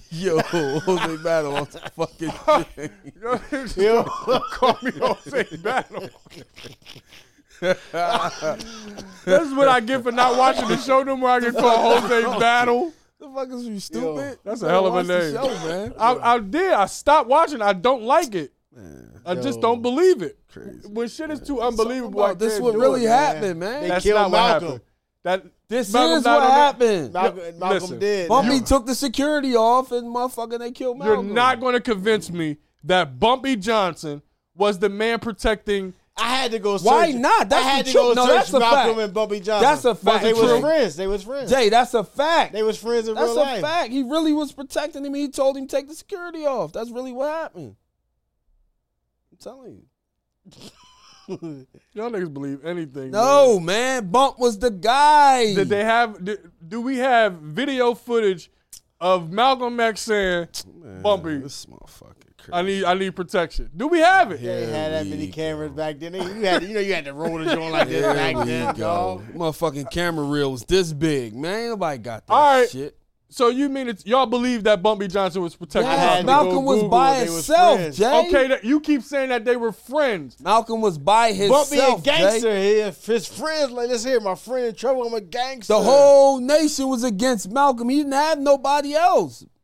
Speaker 3: Yo, Jose Battle on some fucking shit.
Speaker 4: Yo,
Speaker 2: call me Jose Battle. this is what I get for not watching the show no more. I get called Jose Battle.
Speaker 3: The fuck is you stupid?
Speaker 2: That's
Speaker 3: You
Speaker 2: a hell of a
Speaker 3: watch the
Speaker 2: name.
Speaker 3: Show, man.
Speaker 2: I, I did. I stopped watching. I don't like it. I just don't believe it.
Speaker 3: Crazy,
Speaker 2: when shit is too
Speaker 3: Something
Speaker 2: unbelievable, I
Speaker 3: about this
Speaker 2: can't
Speaker 3: what
Speaker 2: do
Speaker 3: really
Speaker 2: it.
Speaker 3: happened, man.
Speaker 4: They
Speaker 2: That's
Speaker 4: killed
Speaker 2: not what
Speaker 4: Malcolm.
Speaker 2: happened. That
Speaker 3: this
Speaker 2: Malcolm's
Speaker 3: is
Speaker 2: not
Speaker 3: what
Speaker 2: on there.
Speaker 3: happened.
Speaker 4: Malcolm, Malcolm
Speaker 2: listen.
Speaker 4: did.
Speaker 3: Bumpy took the security off and motherfucker they killed
Speaker 2: You're
Speaker 3: Malcolm.
Speaker 2: not going to convince me that Bumpy Johnson was the man protecting.
Speaker 4: I had to go. Search,
Speaker 3: Why not? That's
Speaker 4: I had
Speaker 3: the
Speaker 4: to go
Speaker 3: truth. No,
Speaker 4: search
Speaker 3: that's a
Speaker 4: Malcolm
Speaker 3: fact.
Speaker 4: and Bubby Johnson.
Speaker 3: That's a
Speaker 4: But
Speaker 3: fact.
Speaker 4: They
Speaker 3: True.
Speaker 4: was friends. They was friends.
Speaker 3: Jay, that's a fact.
Speaker 4: They was friends in
Speaker 3: That's a
Speaker 4: real life.
Speaker 3: fact. He really was protecting him. He told him take the security off. That's really what happened. I'm telling you.
Speaker 2: Y'all niggas believe anything. man.
Speaker 3: No, man. Bump was the guy.
Speaker 2: Did they have? Did, do we have video footage of Malcolm X saying,
Speaker 3: Man,
Speaker 2: Bumpy.
Speaker 3: This motherfucker crazy.
Speaker 2: "I need, I need protection"? Do we have it?
Speaker 4: They
Speaker 3: Here
Speaker 4: had that
Speaker 3: we
Speaker 4: many
Speaker 3: go.
Speaker 4: cameras back then. They- You had, to, you know, you had to roll the joint like this
Speaker 3: Here
Speaker 4: back
Speaker 3: we
Speaker 4: then,
Speaker 3: go.
Speaker 4: dog.
Speaker 3: Motherfucking camera reel was this big, man. Ain't Nobody got that
Speaker 2: All right.
Speaker 3: shit.
Speaker 2: So you mean it's y'all believe that Bumpy Johnson was protecting?
Speaker 4: I had
Speaker 3: Yes,
Speaker 4: to
Speaker 2: Malcolm?
Speaker 4: go
Speaker 3: Malcolm was
Speaker 4: Google
Speaker 3: by
Speaker 4: if they was
Speaker 3: himself,
Speaker 4: friends.
Speaker 3: Jay.
Speaker 2: Okay, that, you keep saying that they were friends.
Speaker 3: Malcolm was by himself.
Speaker 4: Bumpy a gangster
Speaker 3: Jay.
Speaker 4: here. His friends like, let's hear my friend in trouble. I'm a gangster.
Speaker 3: The whole nation was against Malcolm. He didn't have nobody else.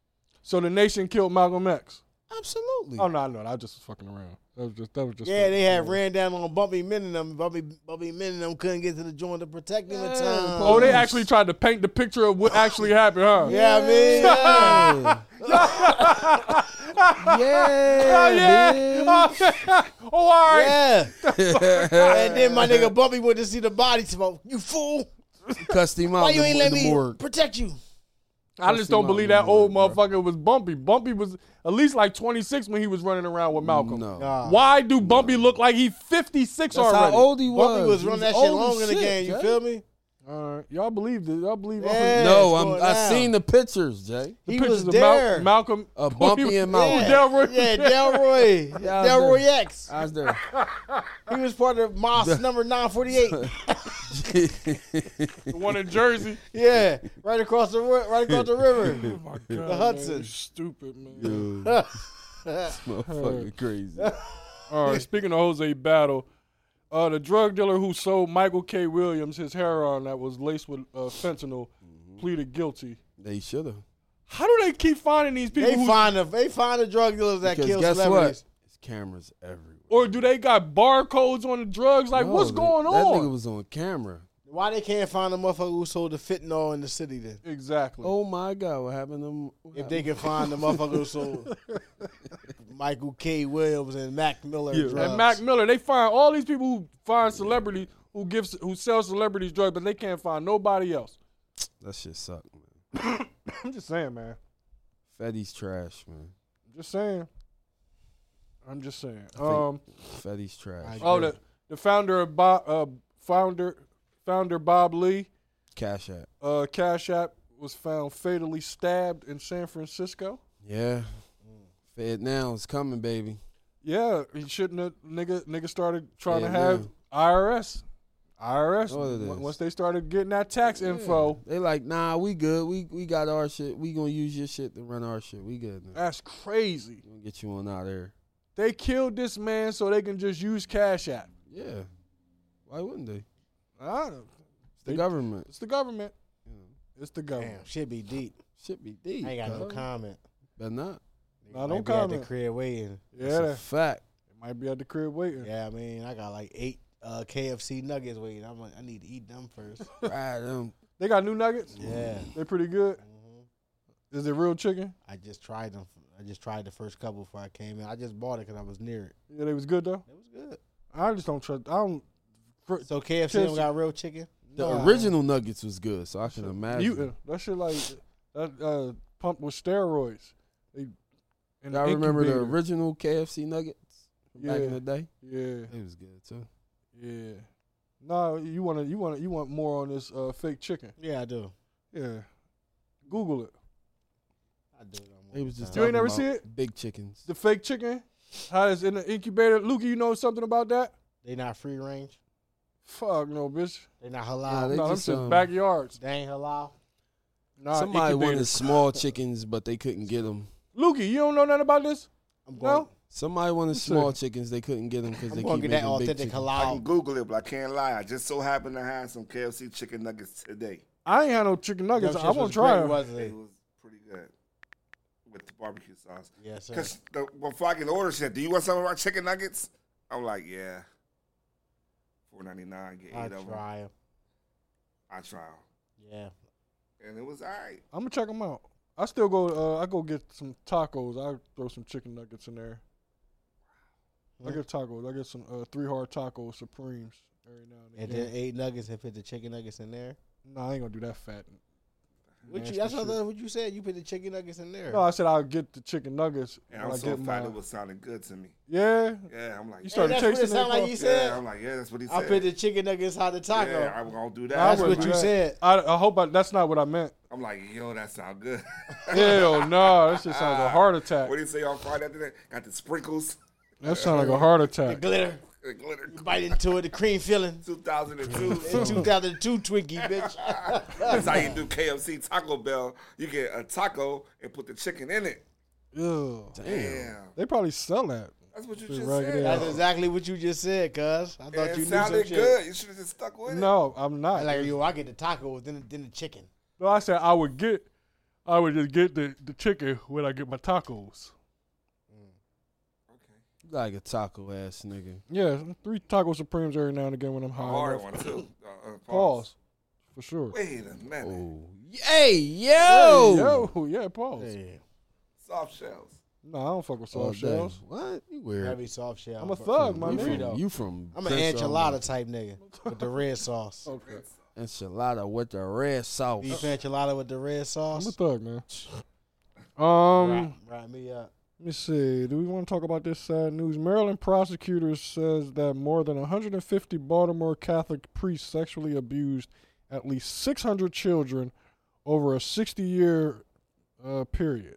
Speaker 2: So the nation killed Malcolm X.
Speaker 3: Absolutely.
Speaker 2: Oh no, I know. I just was fucking around. That was just that was just.
Speaker 4: Yeah, they had ran down on Bumpy Men and them. Bumpy, Bumpy Men and them couldn't get to the joint to protect him in time.
Speaker 2: Oh, they actually tried to paint the picture of what actually happened, huh?
Speaker 4: um, Yeah, I mean, yeah.
Speaker 3: Yeah. yeah.
Speaker 2: Oh yeah. Oh, yeah. Oh, all right.
Speaker 4: yeah. and then my nigga Bumpy went to see the body smoke. You fool!
Speaker 3: Cussed him out.
Speaker 4: Why
Speaker 3: in
Speaker 4: you
Speaker 3: the-
Speaker 4: ain't
Speaker 3: in
Speaker 4: let
Speaker 3: the
Speaker 4: me
Speaker 3: morgue.
Speaker 4: protect you?
Speaker 2: I just
Speaker 3: see
Speaker 2: don't
Speaker 3: Malcolm
Speaker 2: believe that
Speaker 3: in the
Speaker 2: old
Speaker 3: morgue,
Speaker 2: motherfucker was Bumpy. Bumpy was at least like 26 when he was running around with Malcolm.
Speaker 3: No.
Speaker 2: Why do Bumpy look like he's 56
Speaker 3: That's
Speaker 2: already?
Speaker 3: how old he was.
Speaker 4: Bumpy was
Speaker 3: He
Speaker 4: running that shit
Speaker 3: old
Speaker 4: long
Speaker 3: as
Speaker 4: in the
Speaker 3: shit,
Speaker 4: game. You
Speaker 3: Jay.
Speaker 4: feel me?
Speaker 2: All right. Y'all believe this. Y'all believe
Speaker 4: Yeah.
Speaker 3: No,
Speaker 4: it's
Speaker 3: I'm,
Speaker 4: going
Speaker 3: I
Speaker 4: down.
Speaker 3: seen the pictures, Jay.
Speaker 4: He
Speaker 2: pictures
Speaker 4: was
Speaker 2: of
Speaker 4: there.
Speaker 2: Mal- Malcolm.
Speaker 3: Uh, Bumpy and Malcolm.
Speaker 4: Yeah,
Speaker 2: Delroy.
Speaker 4: Yeah, Delroy.
Speaker 3: Yeah, I
Speaker 4: Delroy
Speaker 3: did.
Speaker 4: X.
Speaker 3: I was there.
Speaker 4: He was part of Moss number 948.
Speaker 2: The one in Jersey.
Speaker 4: Yeah, right across the ri- right across the river.
Speaker 2: My God,
Speaker 4: The Hudson.
Speaker 2: man, stupid, man.
Speaker 3: motherfucking crazy.
Speaker 2: All right. Speaking of Jose Battle, uh, the drug dealer who sold Michael K. Williams his heroin that was laced with uh, fentanyl
Speaker 4: Mm-hmm.
Speaker 2: pleaded guilty.
Speaker 3: They should have.
Speaker 2: How do they keep finding these people?
Speaker 4: They
Speaker 2: who-
Speaker 4: find the they find the drug dealers that
Speaker 3: Because
Speaker 4: kill
Speaker 3: guess
Speaker 4: celebrities.
Speaker 3: what? It's cameras everywhere.
Speaker 2: or do they got barcodes on the drugs? Like,
Speaker 3: No,
Speaker 2: what's
Speaker 3: they-
Speaker 2: going
Speaker 3: That
Speaker 2: on?
Speaker 3: nigga was on camera.
Speaker 4: Why they can't find the motherfucker who sold the fentanyl in the city then?
Speaker 2: exactly.
Speaker 3: Oh my God, what happened to him? what
Speaker 4: If they can find the motherfucker who sold Michael K. Williams and Mac Miller drugs.
Speaker 2: And Mac Miller, they find all these people who find celebrities who gives who sell celebrities drugs, but they can't find nobody else.
Speaker 3: That shit sucked, man.
Speaker 2: I'm just saying, man.
Speaker 3: Fetty's trash, man.
Speaker 2: I'm just saying. I'm just saying.
Speaker 3: think-
Speaker 2: Um.
Speaker 3: Fetty's trash.
Speaker 2: Oh, the the founder of Bob, uh, founder founder Bob Lee
Speaker 3: Cash App.
Speaker 2: Uh, Cash App was found fatally stabbed in San Francisco.
Speaker 3: Yeah.
Speaker 4: Mm.
Speaker 3: Fed now is coming, baby.
Speaker 2: Yeah, he shouldn't have. Nigga, nigga started trying
Speaker 3: Yeah,
Speaker 2: to have
Speaker 3: man.
Speaker 2: IRS. IRS.
Speaker 3: Know what it
Speaker 2: on-
Speaker 3: is.
Speaker 2: Once they started getting that tax info,
Speaker 3: They like, nah, we good. We we got our shit. We gonna use your shit to run our shit. We good now.
Speaker 2: that's crazy.
Speaker 3: We gonna get you on out there.
Speaker 2: They killed this man so they can just use Cash App.
Speaker 3: Yeah. Why wouldn't they? It's
Speaker 2: I don't-
Speaker 3: the
Speaker 2: They-
Speaker 3: government.
Speaker 2: It's the government. It's the
Speaker 4: Damn,
Speaker 2: government.
Speaker 4: shit be deep.
Speaker 3: Should be deep.
Speaker 4: I ain't got no
Speaker 3: cuz.
Speaker 4: comment.
Speaker 3: Better not.
Speaker 2: Nah, no
Speaker 4: Might be at
Speaker 2: comment.
Speaker 4: the crib waiting.
Speaker 2: Yeah,
Speaker 3: That's a fact.
Speaker 2: it might be at the crib waiting.
Speaker 4: Yeah, I mean, I got like eight uh, KFC nuggets waiting. I'm like, I need to eat them first.
Speaker 3: Right. Um,
Speaker 2: They got new nuggets.
Speaker 4: yeah, Mm-hmm.
Speaker 2: They pretty good. Is it real chicken?
Speaker 4: I just tried them. I just tried the first couple before I came in. I just bought it because I was near it.
Speaker 2: Yeah, they was good though.
Speaker 4: It was good.
Speaker 2: I just don't trust. I don't. Fr-
Speaker 4: So KFC
Speaker 2: KFC.
Speaker 4: don't got real chicken.
Speaker 3: the
Speaker 4: No.
Speaker 3: original Nuggets was good, so I can imagine.
Speaker 2: mutant. That shit like that uh, pumped with steroids. They, and
Speaker 3: Y'all remember the
Speaker 2: incubator.
Speaker 3: original KFC Nuggets from back in the day?
Speaker 2: Yeah,
Speaker 3: It was good too.
Speaker 2: yeah. No, you want to you want to you want more on this uh, fake chicken.
Speaker 4: Yeah, I do.
Speaker 2: Yeah, Google it.
Speaker 4: I do. It on
Speaker 3: It was just
Speaker 2: You
Speaker 3: talking
Speaker 2: ain't never
Speaker 3: about
Speaker 2: see it?
Speaker 3: Big chickens.
Speaker 2: The fake chicken, how it's in the incubator. Lukey, you know something about that?
Speaker 4: they not free range.
Speaker 2: Fuck no, bitch.
Speaker 4: They not
Speaker 3: Nah,
Speaker 4: halal.
Speaker 3: They
Speaker 2: no, them
Speaker 3: just,
Speaker 2: shit's
Speaker 3: um,
Speaker 2: backyards.
Speaker 4: they ain't halal.
Speaker 2: Nah,
Speaker 3: Somebody wanted
Speaker 2: incubators.
Speaker 3: small chickens, but they couldn't get them.
Speaker 2: Lukey, you don't know nothing about this?
Speaker 4: I'm going.
Speaker 2: No.
Speaker 3: Somebody wanted
Speaker 2: see.
Speaker 3: small chickens, they couldn't get them because they
Speaker 4: I'm
Speaker 3: keep
Speaker 4: going to
Speaker 3: making
Speaker 4: get that
Speaker 3: big Oh,
Speaker 4: authentic
Speaker 3: chickens.
Speaker 1: I can
Speaker 4: halal.
Speaker 1: Google it, but I can't lie. I just so happened to have some KFC chicken nuggets today.
Speaker 2: I ain't had no chicken
Speaker 4: Them
Speaker 2: nuggets. I
Speaker 4: shits
Speaker 2: want
Speaker 4: was
Speaker 2: to try
Speaker 4: great,
Speaker 2: them.
Speaker 4: wasn't
Speaker 1: It
Speaker 4: it?
Speaker 1: was pretty good with the barbecue sauce.
Speaker 4: Yes, sir.
Speaker 1: Because before I can order shit, do you want some of our chicken nuggets? I'm like, yeah. Four ninety nine, get
Speaker 4: I
Speaker 1: eight of them.
Speaker 4: try 'em.
Speaker 1: I try 'em.
Speaker 4: Yeah.
Speaker 1: and it was all right.
Speaker 2: I'm gonna check them out. I still go. Uh, I go get some tacos. I throw some chicken nuggets in there. I get tacos. I get some uh, three hard tacos, Supremes every now and
Speaker 4: And
Speaker 2: again.
Speaker 4: then eight nuggets and put the chicken nuggets in there.
Speaker 2: no, I ain't gonna do that fat.
Speaker 4: What
Speaker 2: nasty
Speaker 4: you, that's what,
Speaker 2: shit.
Speaker 4: I thought- what you said. You put the chicken nuggets in there.
Speaker 2: No, I said I'll get the chicken nuggets.
Speaker 1: And I
Speaker 2: I
Speaker 1: was so
Speaker 2: get
Speaker 1: fat,
Speaker 2: my-
Speaker 1: it was sounding good to me.
Speaker 2: yeah.
Speaker 1: Yeah, I'm like,
Speaker 2: You
Speaker 1: yeah,
Speaker 2: started
Speaker 4: that's what it
Speaker 2: chasing
Speaker 4: sound like you said.
Speaker 1: I'm like, yeah, that's what he
Speaker 4: I
Speaker 1: said.
Speaker 4: put the chicken nuggets on the taco.
Speaker 1: yeah, I'm gonna do that.
Speaker 2: I
Speaker 4: That's
Speaker 2: wouldn't
Speaker 4: what
Speaker 2: do
Speaker 4: you
Speaker 2: that.
Speaker 4: said.
Speaker 2: I, I hope I, that's not what I meant.
Speaker 1: I'm like, yo, that sound good.
Speaker 2: Hell no, that shit sounds like a heart attack.
Speaker 1: Ah, what did he say on Friday after that? Got the sprinkles,
Speaker 2: That sounds like a heart
Speaker 4: The
Speaker 2: attack.
Speaker 4: glitter.
Speaker 1: the glitter,
Speaker 4: Bite into it. The cream filling.
Speaker 1: 2002.
Speaker 4: 2002 Twinkie, bitch.
Speaker 1: That's how you do KFC Taco Bell. You get a taco and put the chicken in it.
Speaker 2: Ew.
Speaker 1: Damn,
Speaker 2: They probably sell that.
Speaker 1: that's what you
Speaker 2: Just
Speaker 1: just
Speaker 2: right
Speaker 1: said.
Speaker 2: there.
Speaker 4: That's exactly what you just said, cuz. I thought
Speaker 1: And it
Speaker 4: you knew some
Speaker 1: sounded
Speaker 4: shit.
Speaker 1: good. You should have just stuck with it.
Speaker 2: No, I'm
Speaker 4: I
Speaker 2: not.
Speaker 4: Like, yo, I get the taco, then, then the chicken.
Speaker 2: No, I said I would get, I would just get the, the chicken when I get my tacos.
Speaker 3: You Like a taco ass nigga.
Speaker 2: Yeah, three taco supremes every now and again when I'm high.
Speaker 1: A hard
Speaker 2: enough.
Speaker 1: one too. Uh, uh, pause.
Speaker 2: Pause, for sure.
Speaker 1: Wait a minute.
Speaker 3: Oh, hey
Speaker 2: Hey,
Speaker 3: yo,
Speaker 2: yo, yeah, pause.
Speaker 1: Soft shells.
Speaker 2: No, I don't fuck with
Speaker 3: All
Speaker 2: soft
Speaker 3: day.
Speaker 2: shells.
Speaker 3: What you
Speaker 4: That'd
Speaker 3: weird?
Speaker 4: be soft shell.
Speaker 2: I'm a
Speaker 4: but-
Speaker 2: thug, my
Speaker 3: you
Speaker 2: nigga.
Speaker 3: from, you from?
Speaker 4: I'm an
Speaker 3: Prince
Speaker 4: enchilada type nigga with the red sauce.
Speaker 2: Okay,
Speaker 3: Island. Enchilada with the red sauce.
Speaker 4: Beef enchilada with the red
Speaker 2: I'm a
Speaker 4: sauce.
Speaker 2: thug, man. Um,
Speaker 4: Right, right me up.
Speaker 2: let me see. Do we want to talk about this sad news? Maryland prosecutor says that more than 150 Baltimore Catholic priests sexually abused at least 600 children over a 60-year uh, period.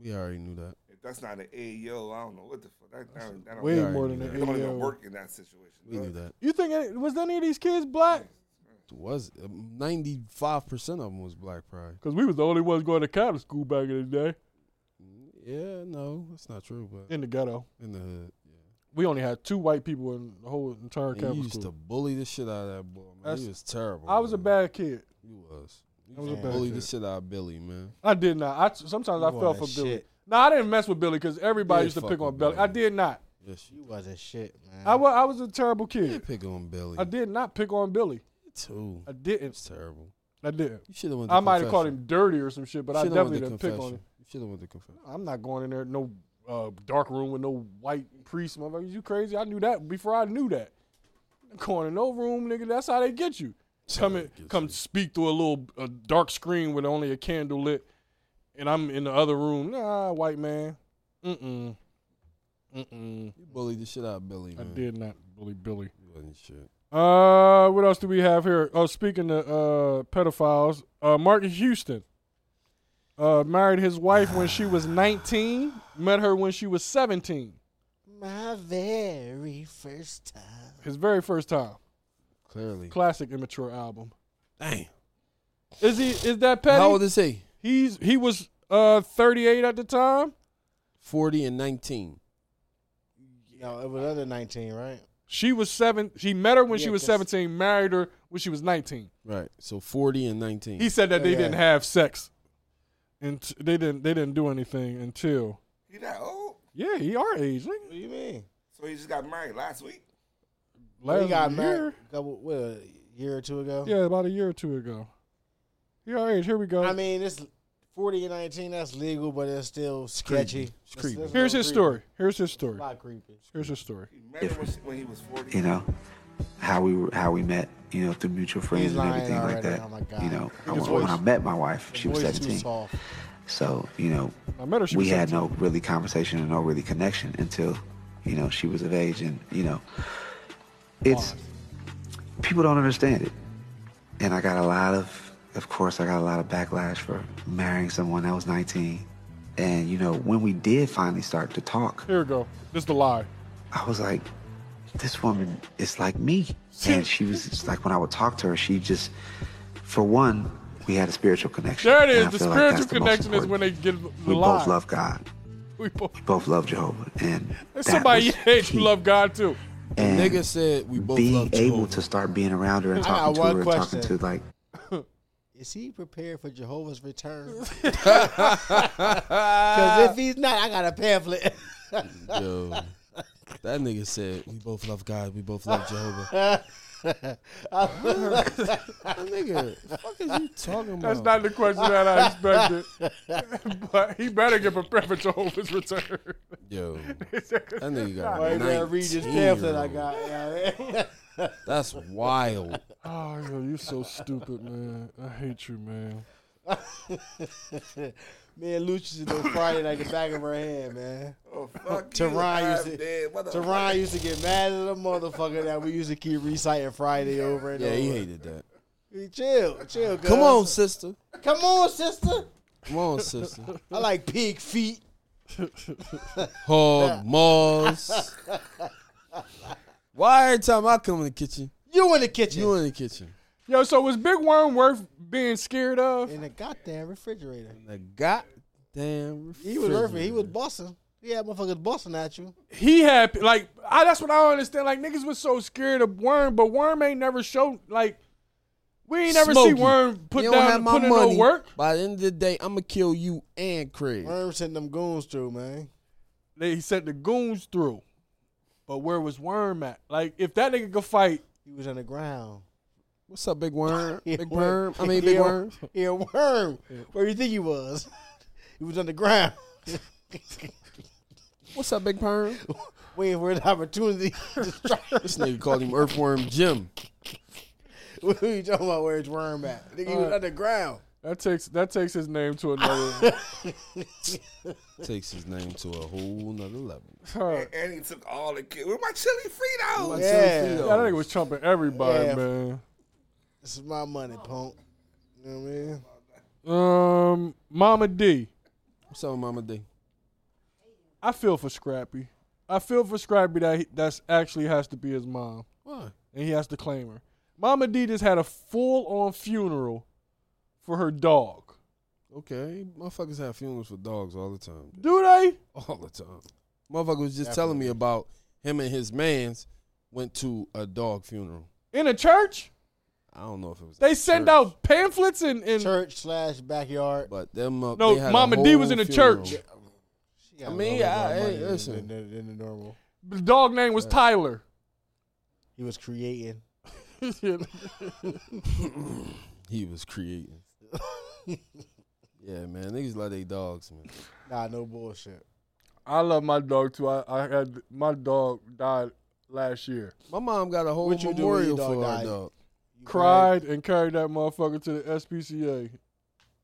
Speaker 3: We already knew that.
Speaker 1: If that's not an AEO, I don't know what the fuck. That, that, that don't,
Speaker 2: Way
Speaker 1: that
Speaker 2: more
Speaker 3: already
Speaker 2: than
Speaker 3: knew
Speaker 2: an
Speaker 3: that.
Speaker 1: don't even
Speaker 2: AEO.
Speaker 1: work in that situation.
Speaker 3: We knew that.
Speaker 2: You think any, was any of these kids black?
Speaker 3: Was ninety five percent of them was black pride?
Speaker 2: Because we was the only ones going to Catholic school back in the day
Speaker 3: Yeah, no, that's not true. But
Speaker 2: in the ghetto.
Speaker 3: in the hood,
Speaker 2: We only had two white people in the whole entire
Speaker 3: and you
Speaker 2: Catholic
Speaker 3: used to
Speaker 2: school.
Speaker 3: bully the shit out of that boy. Man,
Speaker 2: That's-
Speaker 3: he was terrible.
Speaker 2: I was a
Speaker 3: man.
Speaker 2: bad kid.
Speaker 3: You was. You
Speaker 2: I was a
Speaker 3: used to
Speaker 2: bad
Speaker 3: bully
Speaker 2: kid.
Speaker 3: the shit out of Billy, man.
Speaker 2: I did not. I sometimes I
Speaker 4: You
Speaker 2: fell for
Speaker 4: was
Speaker 2: Billy.
Speaker 4: shit.
Speaker 2: No, I didn't mess with Billy because everybody
Speaker 3: You
Speaker 2: used to
Speaker 3: fuck
Speaker 2: pick
Speaker 3: with
Speaker 2: on Billy.
Speaker 3: Billy.
Speaker 2: I did not.
Speaker 3: Yes, you
Speaker 4: You wasn't shit, man.
Speaker 2: I was I was a terrible
Speaker 3: did
Speaker 2: kid.
Speaker 3: pick on Billy.
Speaker 2: I did not pick on Billy.
Speaker 3: too.
Speaker 2: I
Speaker 3: It's
Speaker 2: didn't.
Speaker 3: terrible.
Speaker 2: I didn't.
Speaker 3: You should have went. To
Speaker 2: I might have
Speaker 3: confession.
Speaker 2: called him dirty or some shit, but I
Speaker 3: Should've went
Speaker 2: definitely
Speaker 3: to
Speaker 2: didn't pick on
Speaker 3: confession.
Speaker 2: him.
Speaker 3: You should have went to confession.
Speaker 2: I'm not going in there no uh, dark room with no white priest, motherfucker. You crazy? I knew that before I knew that. Going in no room, nigga. That's how they get you. Come in, come speak through a little a dark screen with only a candle lit, and I'm in the other room. Nah, white man. Mm mm. Mm mm.
Speaker 3: You bullied the shit out of Billy,
Speaker 2: I
Speaker 3: man. Mm.
Speaker 2: did not bully Billy.
Speaker 3: You wasn't and shit.
Speaker 2: Uh, what else do we have here? Oh, speaking of uh, pedophiles, uh, Martin Houston uh, married his wife when she was 19, met her when she was 17,
Speaker 4: My very first time.
Speaker 2: his very first time.
Speaker 3: Clearly.
Speaker 2: Classic immature album.
Speaker 3: Damn.
Speaker 2: Is he? Is that petty?
Speaker 3: How old is he?
Speaker 2: He's he was uh 38 at the time.
Speaker 3: Forty and nineteen.
Speaker 4: No, it was under 19, right?
Speaker 2: She was seven. She met her when she
Speaker 4: Yeah,
Speaker 2: was
Speaker 4: that's-
Speaker 2: 17. Married her when she was 19.
Speaker 3: Right. So forty and nineteen.
Speaker 2: He said that they
Speaker 4: Yeah.
Speaker 2: didn't have sex, and t- they didn't they didn't do anything until
Speaker 1: He that old?
Speaker 2: yeah, he our age. nigga.
Speaker 4: What do you mean?
Speaker 1: So he just got married last week.
Speaker 2: Last
Speaker 4: he got
Speaker 2: year,
Speaker 4: married a couple, what, a year or two ago?
Speaker 2: yeah, about a year or two ago. He our age. Here we go.
Speaker 4: I mean, it's 40 and 19, that's legal, but it's still sketchy.
Speaker 3: It's creepy.
Speaker 4: That's- that's
Speaker 2: Here's
Speaker 4: a
Speaker 2: his
Speaker 4: little
Speaker 2: story. Here's his
Speaker 4: creepy.
Speaker 2: story.
Speaker 4: A lot creepy.
Speaker 2: Here's his story.
Speaker 1: He married when, she, when he was forty.
Speaker 9: you know, how we were, how we met, you know, through mutual friends
Speaker 4: He's
Speaker 9: and
Speaker 4: lying
Speaker 9: everything like
Speaker 4: already.
Speaker 9: that.
Speaker 4: Oh my God.
Speaker 9: You know, I,
Speaker 4: His
Speaker 9: when when I
Speaker 4: voice-
Speaker 9: met my wife, she was
Speaker 4: Voice too
Speaker 9: 17.
Speaker 4: soft.
Speaker 9: So, you know,
Speaker 2: I met her. She
Speaker 9: we
Speaker 2: was
Speaker 9: had
Speaker 2: 17.
Speaker 9: no really conversation and no really connection until, you know, she was of age. And, you know, it's, people don't understand it. And I got a lot of, of course, I got a lot of backlash for marrying someone that was 19. And, you know, when we did finally start to talk,
Speaker 2: Here we go. This is the lie.
Speaker 9: I was like, this woman is like me. And she was just like, when I would talk to her, she just, for one, we had a spiritual connection.
Speaker 2: There it is.
Speaker 9: And I
Speaker 2: The
Speaker 9: feel like that's
Speaker 2: spiritual
Speaker 9: the most
Speaker 2: connection is when
Speaker 9: important.
Speaker 2: they get the
Speaker 9: we
Speaker 2: lie.
Speaker 9: both love God.
Speaker 2: We both-
Speaker 9: We both love Jehovah. And that
Speaker 2: Somebody
Speaker 9: was
Speaker 2: hates
Speaker 9: key.
Speaker 2: love God too.
Speaker 9: And
Speaker 3: Nigga said we both
Speaker 9: being
Speaker 3: love
Speaker 9: able
Speaker 3: Jehovah.
Speaker 9: to start being around her and
Speaker 4: I got
Speaker 9: talking to
Speaker 4: one
Speaker 9: her and
Speaker 4: question.
Speaker 9: talking to like
Speaker 4: Is he prepared for Jehovah's return? Because if he's not, I got a pamphlet.
Speaker 3: Yo, that nigga said we both love God, we both love Jehovah. That nigga, fuck is you talking about?
Speaker 2: That's not the question that I expected. but he better get prepared for Jehovah's return.
Speaker 3: Yo, that nigga got
Speaker 4: Why you gotta read this
Speaker 3: 19
Speaker 4: pamphlet
Speaker 3: year
Speaker 4: I
Speaker 3: old.
Speaker 4: got? Yeah, man.
Speaker 3: That's wild.
Speaker 2: oh, yo, you're so stupid, man. I hate you, man.
Speaker 4: Me and Lucius is on Friday like the back of her hand, man.
Speaker 1: Oh fuck you!
Speaker 4: Teron
Speaker 1: I'm
Speaker 4: used to
Speaker 1: dead, motherfucker.
Speaker 4: Teron used to get mad at the motherfucker that we used to keep reciting Friday over and
Speaker 3: Yeah,
Speaker 4: over.
Speaker 3: he hated that.
Speaker 4: He chill, chill. Cuz.
Speaker 3: Come on, sister.
Speaker 4: come on, sister.
Speaker 3: Come on, sister.
Speaker 4: I like pig feet.
Speaker 3: Hog Moss. Why every time I come in the kitchen,
Speaker 4: You in the kitchen.
Speaker 3: you in the kitchen?
Speaker 2: Yo, so was Big Worm worth being scared of?
Speaker 4: in the goddamn refrigerator.
Speaker 3: The goddamn.
Speaker 4: He was earthy. He was
Speaker 3: refrigerator.
Speaker 4: busting. He had motherfuckers busting at you.
Speaker 2: He had like I, that's what I don't understand. Like niggas was so scared of Worm, but Worm ain't never showed like we ain't never see
Speaker 3: Smokey.
Speaker 2: Worm put
Speaker 3: You
Speaker 2: down put in no work.
Speaker 3: By the end of the day, I'm gonna kill you and Craig.
Speaker 4: Worm sent them goons through, man.
Speaker 2: They he sent the goons through. But where was Worm at? Like if that nigga could fight,
Speaker 4: He was on the ground.
Speaker 3: What's up, Big Worm?
Speaker 4: He a
Speaker 3: Big Worm.
Speaker 4: worm.
Speaker 3: I mean,
Speaker 4: He
Speaker 3: Big
Speaker 4: a-
Speaker 3: Worm.
Speaker 4: He a worm. Where you think he was? He was on the ground.
Speaker 3: What's up, Big Perm?
Speaker 4: Waiting for an opportunity to strike.
Speaker 3: This nigga called him Earthworm Jim.
Speaker 4: What are you talking about? Where's Worm at? Nigga, he was on the ground.
Speaker 2: that takes that takes his name to another.
Speaker 3: Takes his name to a whole nother level.
Speaker 2: Alright.
Speaker 1: And he took all the kids. Where my chili Fritos?
Speaker 4: Yeah.
Speaker 2: Yeah, that nigga was chumping everybody,
Speaker 4: Yeah.
Speaker 2: man.
Speaker 4: This is my money, punk. You know what I mean?
Speaker 2: Um, Mama D,
Speaker 3: What's up, Mama D?
Speaker 2: I feel for Scrappy. I feel for Scrappy that he, that's actually has to be his mom,
Speaker 3: Why?
Speaker 2: and he has to claim her. Mama D just had a full-on funeral for her dog.
Speaker 3: Okay, motherfuckers have funerals for dogs all the time.
Speaker 2: Do they?
Speaker 3: All the time. Motherfucker was just telling me about him and his man's went to a dog funeral.
Speaker 2: In a church?
Speaker 3: I don't know if it was.
Speaker 2: They
Speaker 3: at
Speaker 2: send
Speaker 3: church,
Speaker 2: out pamphlets and, and
Speaker 4: Church slash backyard.
Speaker 3: but them. Uh,
Speaker 2: No,
Speaker 3: they had a
Speaker 2: Mama D was
Speaker 3: whole
Speaker 2: in the
Speaker 3: funeral.
Speaker 2: church.
Speaker 4: She got
Speaker 3: I mean,
Speaker 4: a
Speaker 3: I-
Speaker 4: lot more
Speaker 3: hey,
Speaker 4: money than-
Speaker 3: listen.
Speaker 4: than- than the normal.
Speaker 2: the dog name was Tyler.
Speaker 4: He was creating.
Speaker 3: He was creating. yeah, man, niggas love they dogs, man.
Speaker 4: Nah, no bullshit.
Speaker 2: I love my dog too. I, I had my dog died last year.
Speaker 3: My mom got a whole
Speaker 4: What you do when
Speaker 3: memorial
Speaker 4: your dog
Speaker 3: for her
Speaker 4: died?
Speaker 3: dog.
Speaker 4: You
Speaker 2: Cried and carried that motherfucker to the SPCA.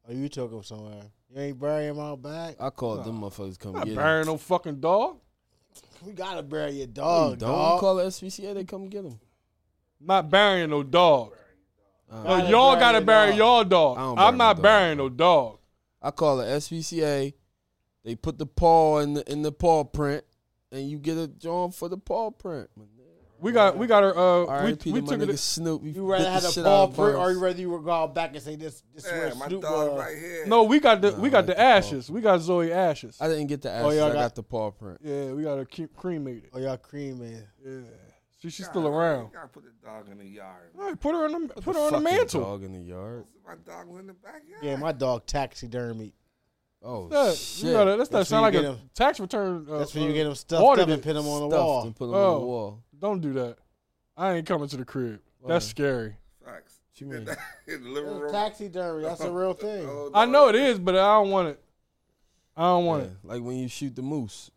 Speaker 4: Oh, you took him somewhere. You ain't bury him out back.
Speaker 3: I called them motherfuckers come
Speaker 2: Not
Speaker 3: get
Speaker 2: burying
Speaker 3: him.
Speaker 2: no fucking dog.
Speaker 4: We gotta bury your
Speaker 3: You
Speaker 4: dog.
Speaker 3: don't
Speaker 4: dog.
Speaker 3: call the SPCA, they come get him.
Speaker 2: not burying no dog. No,
Speaker 3: Uh,
Speaker 4: I ain't
Speaker 2: y'all gotta
Speaker 4: burying
Speaker 2: bury
Speaker 4: dog.
Speaker 2: y'all dog.
Speaker 3: I don't bury
Speaker 2: I'm
Speaker 3: no
Speaker 2: not
Speaker 3: dog.
Speaker 2: burying no dog.
Speaker 3: I call it SVCA. They put the paw in the in the paw print, and you get a drawing for the paw print.
Speaker 2: We got we got our uh
Speaker 3: R.I.P.
Speaker 2: we, we
Speaker 3: to my
Speaker 2: took
Speaker 3: nigga
Speaker 2: it.
Speaker 3: Snoop.
Speaker 4: You rather had a paw print, or you rather you were gone back and say this? This is where
Speaker 1: Yeah, my
Speaker 4: Snoop
Speaker 1: dog
Speaker 4: was.
Speaker 1: right here.
Speaker 2: No, we got the we got
Speaker 3: I like
Speaker 2: the
Speaker 3: the paw.
Speaker 2: ashes. We got Zoe ashes.
Speaker 3: I didn't get the ashes.
Speaker 4: Oh, y'all
Speaker 3: I got,
Speaker 4: got-
Speaker 3: the paw print.
Speaker 2: Yeah, we got her cre- cremated.
Speaker 4: Oh y'all cream man.
Speaker 2: Yeah, she, she's still around.
Speaker 1: You gotta put the dog in the yard.
Speaker 2: All right, put her on the put her on the
Speaker 3: Fucking
Speaker 2: mantle.
Speaker 3: Dog in the yard.
Speaker 1: My dog was in the backyard.
Speaker 4: Yeah, my dog taxidermy.
Speaker 3: Oh
Speaker 2: Yeah,
Speaker 3: shit!
Speaker 2: you gotta, that's not
Speaker 4: That's
Speaker 2: sound
Speaker 4: when
Speaker 2: like
Speaker 4: you
Speaker 2: a
Speaker 4: get 'em-
Speaker 2: tax return. Uh,
Speaker 4: That's when you get them stuffed
Speaker 2: ordered
Speaker 4: up and
Speaker 2: it.
Speaker 4: pin them on the
Speaker 3: Stuffed
Speaker 4: wall.
Speaker 3: and put 'em on
Speaker 2: Oh.
Speaker 3: the wall.
Speaker 2: Don't do that. I ain't coming to the crib.
Speaker 3: Why?
Speaker 2: That's scary.
Speaker 1: Facts.
Speaker 3: She went.
Speaker 1: in the living
Speaker 4: That's
Speaker 1: room.
Speaker 4: taxidermy. That's a real thing.
Speaker 1: Oh,
Speaker 2: I
Speaker 1: dog.
Speaker 2: know it is, but I don't want it. I don't want
Speaker 3: Yeah, like when you shoot the moose.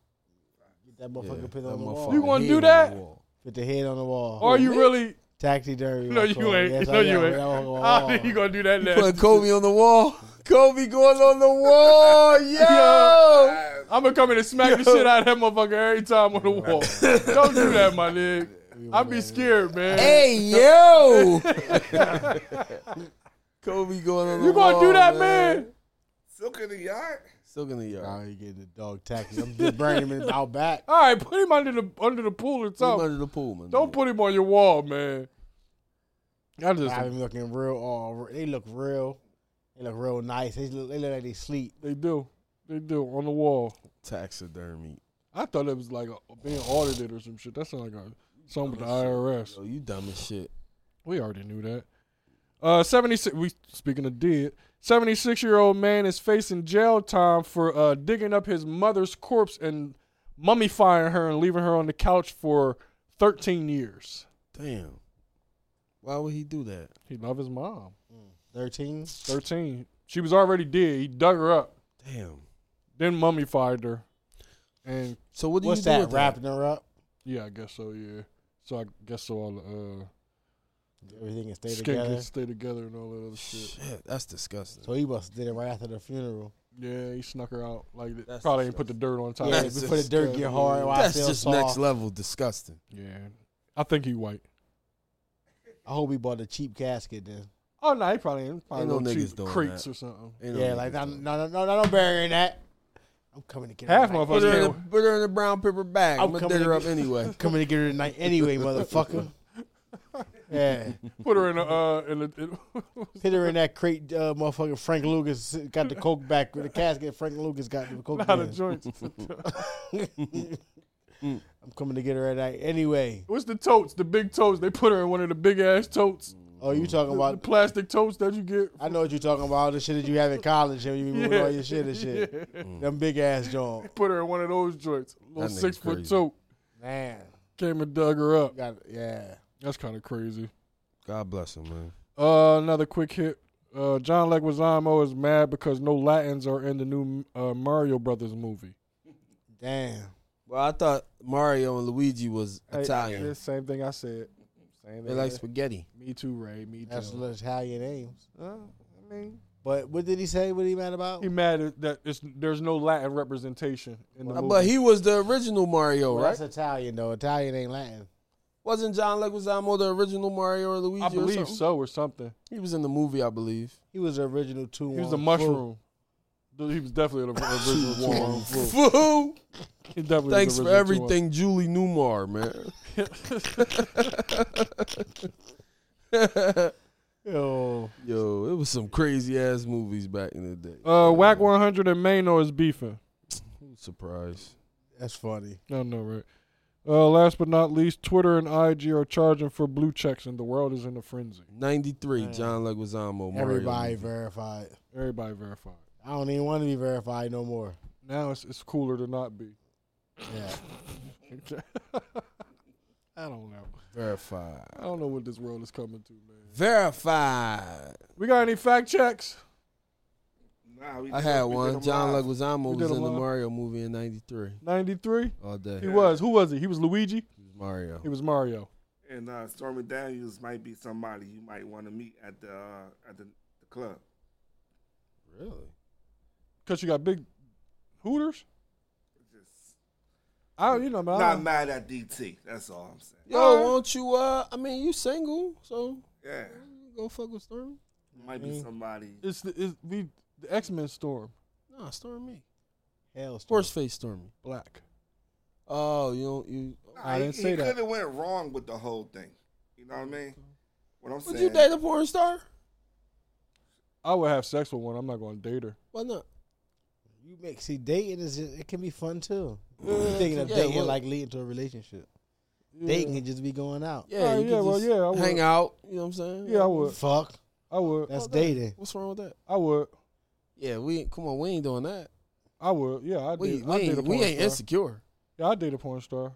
Speaker 4: Get that motherfucker
Speaker 3: Yeah,
Speaker 4: pin
Speaker 3: that
Speaker 4: on the wall.
Speaker 3: motherfucker
Speaker 2: You gonna
Speaker 3: head
Speaker 2: do
Speaker 3: on the
Speaker 2: that?
Speaker 3: wall.
Speaker 4: Put the head on the wall.
Speaker 2: it. Are you really?
Speaker 4: taxidermy?
Speaker 2: No,
Speaker 4: my
Speaker 2: you
Speaker 4: dog.
Speaker 2: ain't.
Speaker 4: Yes,
Speaker 2: no,
Speaker 4: I
Speaker 2: you
Speaker 4: am.
Speaker 2: ain't.
Speaker 4: That was on the
Speaker 2: I
Speaker 4: wall.
Speaker 2: think you gonna do that now.
Speaker 3: Put Kobe on the wall. Kobe going on the wall. Yo.
Speaker 2: I'm gonna come in and smack the shit out of that motherfucker every time on the wall. Don't do that, my nigga. I'd be scared, man.
Speaker 3: Hey yo. Kobe going on the
Speaker 2: you
Speaker 3: wall.
Speaker 2: gonna do that, man?
Speaker 1: Silk in the yard.
Speaker 3: Still in the
Speaker 4: Nah,
Speaker 3: yard.
Speaker 4: he getting the dog taxi. I'm just burning him in the out back.
Speaker 2: All right, put him under the under the pool or
Speaker 3: Put him
Speaker 2: something.
Speaker 3: under the pool, man.
Speaker 2: Don't put him on your wall, man. I just
Speaker 4: I am looking real. All they look real. They look real nice. They look, they look like they sleep.
Speaker 2: they do, they do on the wall.
Speaker 3: taxidermy.
Speaker 2: I thought it was like a, being audited or some shit. That sounds like a, something with the IRS.
Speaker 3: Yo, Oh, you dumb as shit.
Speaker 2: We already knew that. Uh, seventy six. We speaking of dead. Seventy six year old man is facing jail time for uh, digging up his mother's corpse and mummifying her and leaving her on the couch for thirteen years.
Speaker 3: Damn. Why would he do that?
Speaker 2: He loved his mom.
Speaker 4: Thirteen.
Speaker 2: Thirteen. She was already dead. He dug her up,
Speaker 3: Damn.
Speaker 2: then mummified her, and
Speaker 3: So what do
Speaker 4: What's
Speaker 3: you do
Speaker 4: that?
Speaker 3: with
Speaker 4: Wrapping her up.
Speaker 2: yeah, I guess so. Yeah. So I guess so. All the uh,
Speaker 4: Everything can stay
Speaker 2: skin
Speaker 4: together.
Speaker 2: can stay together and all that other
Speaker 3: that?
Speaker 2: shit.
Speaker 3: Shit, that's disgusting.
Speaker 4: So he must have did it right after the funeral.
Speaker 2: Yeah, he snuck her out like that.
Speaker 3: That's
Speaker 2: probably ain't put the dirt on top.
Speaker 4: Yeah,
Speaker 3: that's
Speaker 4: before the dirt get hard, why I
Speaker 3: that's
Speaker 4: feel
Speaker 3: just
Speaker 4: soft.
Speaker 3: next level disgusting.
Speaker 2: Yeah, I think he white.
Speaker 4: I hope he bought a cheap casket then.
Speaker 2: Oh no, he probably ain't probably
Speaker 3: Ain't no
Speaker 2: little
Speaker 3: niggas
Speaker 2: cheap
Speaker 3: doing
Speaker 2: crates
Speaker 3: that.
Speaker 2: or something.
Speaker 3: Ain't no
Speaker 4: yeah,
Speaker 3: nigga
Speaker 4: like no,
Speaker 3: doing
Speaker 4: no, no, no, no, I'm burying that. I'm coming to get
Speaker 2: Half
Speaker 4: her tonight.
Speaker 3: Put her, in a,
Speaker 2: motherfuckers can't.
Speaker 3: put her in a brown paper bag.
Speaker 4: I'm
Speaker 3: I'm gonna
Speaker 4: coming
Speaker 3: dig her
Speaker 4: to
Speaker 3: up
Speaker 4: get-
Speaker 3: anyway.
Speaker 4: coming to get her tonight anyway, motherfucker. Yeah,
Speaker 2: Put her in a uh, in a. In,
Speaker 4: hit her in that crate, uh, motherfucker. Frank Lucas got the coke back with the casket. Frank Lucas got the coke.
Speaker 2: out of
Speaker 4: in.
Speaker 2: joints.
Speaker 4: I'm coming to get her at night anyway.
Speaker 2: What's the totes? The big totes. They put her in one of the big ass totes.
Speaker 3: Mm.
Speaker 4: Oh, you talking
Speaker 2: The
Speaker 4: about?
Speaker 2: plastic totes that you get.
Speaker 4: I know what you're talking about. All the shit that you have in college, and you with
Speaker 2: Yeah.
Speaker 4: all your shit and shit.
Speaker 2: Yeah.
Speaker 4: Them big ass joint.
Speaker 2: Put her in one of those joints. Little
Speaker 3: Mm. That nigga
Speaker 2: six foot
Speaker 3: crazy.
Speaker 2: tote.
Speaker 4: Man,
Speaker 2: Came and dug her up.
Speaker 4: got yeah.
Speaker 2: That's kind of crazy.
Speaker 3: God bless him, man.
Speaker 2: Uh, another quick hit. Uh, John Leguizamo is mad because no Latins are in the new uh, Mario Brothers movie.
Speaker 4: Damn.
Speaker 3: Well, I thought Mario and Luigi was
Speaker 2: Hey,
Speaker 3: Italian.
Speaker 2: yeah, same thing I said. Same
Speaker 3: they
Speaker 2: thing.
Speaker 3: like spaghetti.
Speaker 2: me too, Ray. Me too.
Speaker 4: That's little Italian names.
Speaker 2: Uh, I mean,
Speaker 4: But what did he say? What he mad about?
Speaker 2: he mad at- that it's, there's no Latin representation in the
Speaker 3: Uh,
Speaker 2: movie.
Speaker 3: But he was the original Mario,
Speaker 4: Well,
Speaker 3: right?
Speaker 4: That's Italian though. Italian ain't Latin.
Speaker 3: Wasn't John Leguizamo the original Mario or Luigi?
Speaker 2: I
Speaker 3: or
Speaker 2: believe
Speaker 3: something?
Speaker 2: so or something.
Speaker 3: He was in the movie, I believe.
Speaker 4: He was the original two.
Speaker 2: He was the mushroom. Dude, he was definitely the original one. He
Speaker 3: Foo!
Speaker 2: definitely was
Speaker 3: Thanks
Speaker 2: the
Speaker 3: for
Speaker 2: original
Speaker 3: everything, Julie Newmar, man.
Speaker 4: Yo,
Speaker 3: Yo, it was some crazy ass movies back in the day.
Speaker 2: one. Uh, Whack 100 and Mano is beefing.
Speaker 3: Surprise.
Speaker 4: that's funny.
Speaker 2: No, no, right. Uh, last but not least, Twitter and IG are charging for blue checks, and the world is in a frenzy.
Speaker 3: 93, John Leguizamo. Mario.
Speaker 4: Everybody verified.
Speaker 2: Everybody verified.
Speaker 4: I don't even want to be verified no more.
Speaker 2: Now it's it's cooler to not be.
Speaker 4: Yeah,
Speaker 2: I don't know.
Speaker 3: Verified.
Speaker 2: I don't know what this world is coming to, man.
Speaker 3: Verified.
Speaker 2: We got any fact checks?
Speaker 1: Nah, we
Speaker 3: I
Speaker 1: did-
Speaker 3: had
Speaker 1: we did
Speaker 3: one.
Speaker 1: them
Speaker 3: John
Speaker 1: live.
Speaker 3: Leguizamo was
Speaker 2: did
Speaker 3: in
Speaker 2: them
Speaker 3: the
Speaker 2: live?
Speaker 3: Mario movie in 93
Speaker 2: 93?
Speaker 3: all day.
Speaker 2: He was. Who was he? He was Luigi?
Speaker 3: He was Mario.
Speaker 2: He was Mario.
Speaker 1: And uh, Stormy Daniels might be somebody you might want to meet at the uh, at the, the club.
Speaker 3: Really?
Speaker 2: Because you got big hooters?
Speaker 1: Just
Speaker 2: I don't, you know, but I
Speaker 1: Not
Speaker 2: don't-
Speaker 1: mad at DT. That's all I'm saying.
Speaker 3: Yo, won't you? Uh, I mean, you single, so
Speaker 1: Yeah,
Speaker 3: go fuck with Stormy.
Speaker 1: might be somebody.
Speaker 2: it's the it's, we the X Men Storm,
Speaker 3: Nah, Stormy.
Speaker 4: Hell, Storm.
Speaker 3: Horse face Stormy.
Speaker 2: black.
Speaker 3: Oh, you don't you?
Speaker 2: I didn't
Speaker 1: he,
Speaker 2: say
Speaker 1: he
Speaker 2: that.
Speaker 1: could have went wrong with the whole thing. You know what I mean? What I'm
Speaker 3: Would
Speaker 1: saying.
Speaker 3: you date a porn star?
Speaker 2: I would have sex with one. I'm not going to date her.
Speaker 3: Why not?
Speaker 4: You make see dating is just, it can be fun too. You thinking of
Speaker 3: Yeah,
Speaker 4: dating
Speaker 3: well-
Speaker 4: like leading to a relationship.
Speaker 2: Mm, Yeah.
Speaker 4: Dating can just be going out.
Speaker 3: Yeah,
Speaker 2: Oh,
Speaker 3: you
Speaker 2: yeah,
Speaker 3: could
Speaker 2: well,
Speaker 3: just
Speaker 2: yeah, I would.
Speaker 3: hang out. You know what I'm saying?
Speaker 2: Yeah, I would.
Speaker 4: Fuck,
Speaker 2: I would.
Speaker 4: that's dating.
Speaker 3: What's wrong with that?
Speaker 2: I would.
Speaker 3: Yeah, we ain't- come on. We ain't doing that.
Speaker 2: I would. Yeah, I
Speaker 3: We
Speaker 2: did.
Speaker 3: we
Speaker 2: I did a
Speaker 3: ain't, we
Speaker 2: porn
Speaker 3: ain't
Speaker 2: star.
Speaker 3: insecure.
Speaker 2: Yeah, I date a porn star.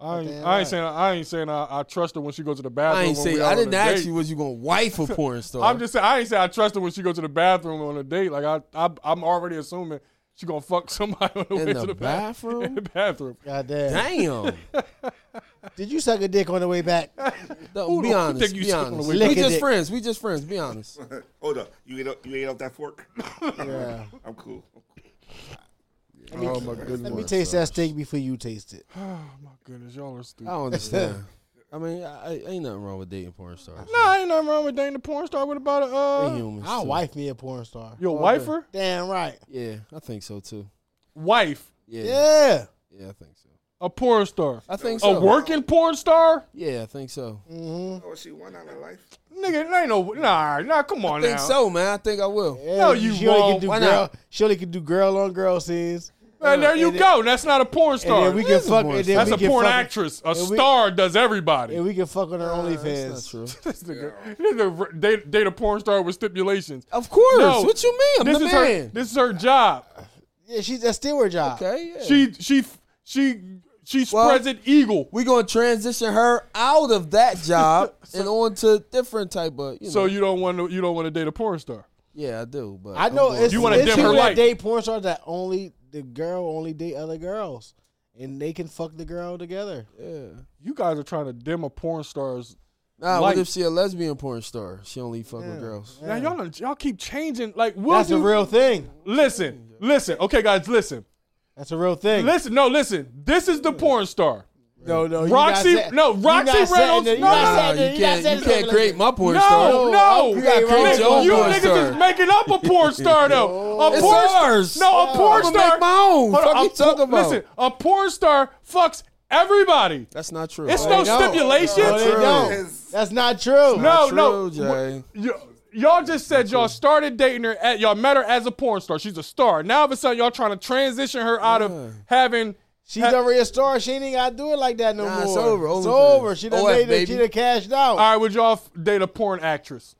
Speaker 2: I ain't,
Speaker 4: damn
Speaker 2: I
Speaker 4: right.
Speaker 2: ain't saying I ain't saying I, I trust her when she goes to the bathroom.
Speaker 3: I ain't
Speaker 2: when
Speaker 3: say
Speaker 2: we
Speaker 3: I
Speaker 2: out on
Speaker 3: didn't
Speaker 2: a
Speaker 3: ask
Speaker 2: date.
Speaker 3: you was you gonna wife a porn star.
Speaker 2: I'm just saying I ain't saying I trust her when she goes to the bathroom on a date. Like I, I I'm already assuming she gonna fuck somebody on the
Speaker 3: In
Speaker 2: way
Speaker 3: the
Speaker 2: to the bathroom. In the bathroom.
Speaker 4: God damn.
Speaker 3: damn.
Speaker 4: Did you suck a dick on the way back?
Speaker 3: No,
Speaker 2: Who
Speaker 3: be
Speaker 2: the- who
Speaker 3: honest.
Speaker 2: think you
Speaker 3: Be
Speaker 2: sucking
Speaker 3: honest. We
Speaker 2: away
Speaker 4: from-
Speaker 3: just
Speaker 4: Lick a dick.
Speaker 3: friends. We just friends. Be honest.
Speaker 1: Hold up. You ate up. You ate up that fork.
Speaker 4: Yeah.
Speaker 1: I'm cool.
Speaker 2: Oh my goodness.
Speaker 4: Let me taste that steak before you taste it.
Speaker 2: Oh my goodness, y'all are
Speaker 3: I
Speaker 2: stupid.
Speaker 3: don't understand. I mean, I, I, ain't nothing wrong with dating porn stars.
Speaker 2: Nah, ain't nothing wrong with dating a porn star. What about a
Speaker 3: They
Speaker 2: uh,
Speaker 3: humans.
Speaker 4: I'll
Speaker 3: too.
Speaker 4: wife me a porn star.
Speaker 2: your
Speaker 4: All
Speaker 2: wife?
Speaker 4: day.
Speaker 2: wifer?
Speaker 4: Damn right.
Speaker 3: Yeah, I think so too.
Speaker 2: Wife,
Speaker 3: Yeah, yeah,
Speaker 4: Yeah.
Speaker 3: I think so.
Speaker 2: a porn star,
Speaker 3: I think so.
Speaker 2: a working porn star?
Speaker 3: Yeah, I think so.
Speaker 1: Oh, she won out of life.
Speaker 2: Nigga, there ain't no nah, nah. Come on
Speaker 3: I think
Speaker 2: now.
Speaker 3: so, man. I think I will.
Speaker 2: No, you
Speaker 4: she only
Speaker 2: wrong.
Speaker 4: can do
Speaker 2: Why
Speaker 4: girl.
Speaker 2: not?
Speaker 4: She only can do girl on girl scenes.
Speaker 2: Man, there you
Speaker 4: And then-
Speaker 2: go. That's not a porn
Speaker 4: And
Speaker 2: star.
Speaker 4: then we can
Speaker 3: is a
Speaker 4: fuck.
Speaker 3: porn
Speaker 4: And
Speaker 3: star.
Speaker 4: then
Speaker 2: That's
Speaker 4: we
Speaker 2: a
Speaker 4: can
Speaker 2: porn
Speaker 4: fuck,
Speaker 2: actress. A
Speaker 4: and we-
Speaker 2: star does everybody.
Speaker 4: And we can fuck on her
Speaker 3: Uh, That's not
Speaker 4: OnlyFans.
Speaker 3: true.
Speaker 2: this nigga, this nigga date, date a porn star with stipulations.
Speaker 4: Oh,
Speaker 3: Of course.
Speaker 2: No,
Speaker 3: what you mean? I'm
Speaker 2: this
Speaker 3: the
Speaker 2: is
Speaker 3: man.
Speaker 2: her. This is her job.
Speaker 4: Yeah, she's that's still her job.
Speaker 3: okay. Yeah.
Speaker 2: She she she she
Speaker 3: Well-
Speaker 2: spreads it eagle.
Speaker 3: We're gonna transition her out of that job and on to different type of. You know,
Speaker 2: So you don't want to you don't want to date a porn star.
Speaker 3: yeah, I do. But
Speaker 4: I
Speaker 3: I'm
Speaker 4: know
Speaker 3: going-
Speaker 4: it's,
Speaker 2: You wanna
Speaker 4: it's
Speaker 2: dim
Speaker 4: people
Speaker 2: her
Speaker 4: that
Speaker 2: light.
Speaker 4: date porn stars that only the girl only date other girls, and they can fuck the girl together.
Speaker 2: You guys are trying to dim a porn star's.
Speaker 3: Nah,
Speaker 2: life.
Speaker 3: what if she a lesbian porn star? She only fuck with girls.
Speaker 2: Now y'all done- y'all keep changing. Like will
Speaker 4: That's a
Speaker 2: you
Speaker 4: real thing.
Speaker 2: listen listen? Okay, guys, listen
Speaker 4: That's a real thing.
Speaker 2: listen. No, listen. This is the porn star.
Speaker 4: No, no, you
Speaker 2: Roxy-
Speaker 4: not sa-
Speaker 2: no,
Speaker 4: you
Speaker 2: Roxy
Speaker 4: not saying
Speaker 2: Reynolds-
Speaker 4: that- you
Speaker 2: no,
Speaker 4: not
Speaker 2: no,
Speaker 3: Nah,
Speaker 4: saying
Speaker 3: you
Speaker 4: that-
Speaker 3: can't,
Speaker 4: you not saying
Speaker 3: you
Speaker 4: that-
Speaker 3: can't create my porn star. Oh,
Speaker 2: No,
Speaker 4: No,
Speaker 2: no,
Speaker 4: you gotta create
Speaker 2: Nigga,
Speaker 3: your own
Speaker 2: you
Speaker 3: porn
Speaker 2: niggas
Speaker 3: star.
Speaker 2: is making up a porn star though. A
Speaker 3: It's
Speaker 2: porn
Speaker 3: ours.
Speaker 2: star. No, a
Speaker 3: Yeah.
Speaker 2: porn
Speaker 3: I'ma
Speaker 2: star.
Speaker 3: make my own.
Speaker 2: Hold
Speaker 3: Fuck
Speaker 2: on,
Speaker 3: you
Speaker 2: a
Speaker 3: talking
Speaker 2: por-
Speaker 3: about?
Speaker 2: Listen, a porn star fucks everybody.
Speaker 3: That's not true. Oh,
Speaker 2: It's no
Speaker 4: don't.
Speaker 2: stipulations.
Speaker 4: No, they don't. That's not true.
Speaker 2: No,
Speaker 3: True,
Speaker 2: no.
Speaker 3: Jay.
Speaker 2: Y- y'all just said y'all started dating her at y'all met her as a porn star. She's a star. Now all of a sudden y'all trying to transition her out of having
Speaker 4: She's already a star. She ain't gotta do it like that no
Speaker 3: Nah,
Speaker 4: more.
Speaker 3: it's over.
Speaker 4: It's
Speaker 3: OnlyFans.
Speaker 4: over. She done
Speaker 3: OF,
Speaker 4: made it.
Speaker 3: baby.
Speaker 4: She done cashed out.
Speaker 2: all right, would y'all f- date a porn actress?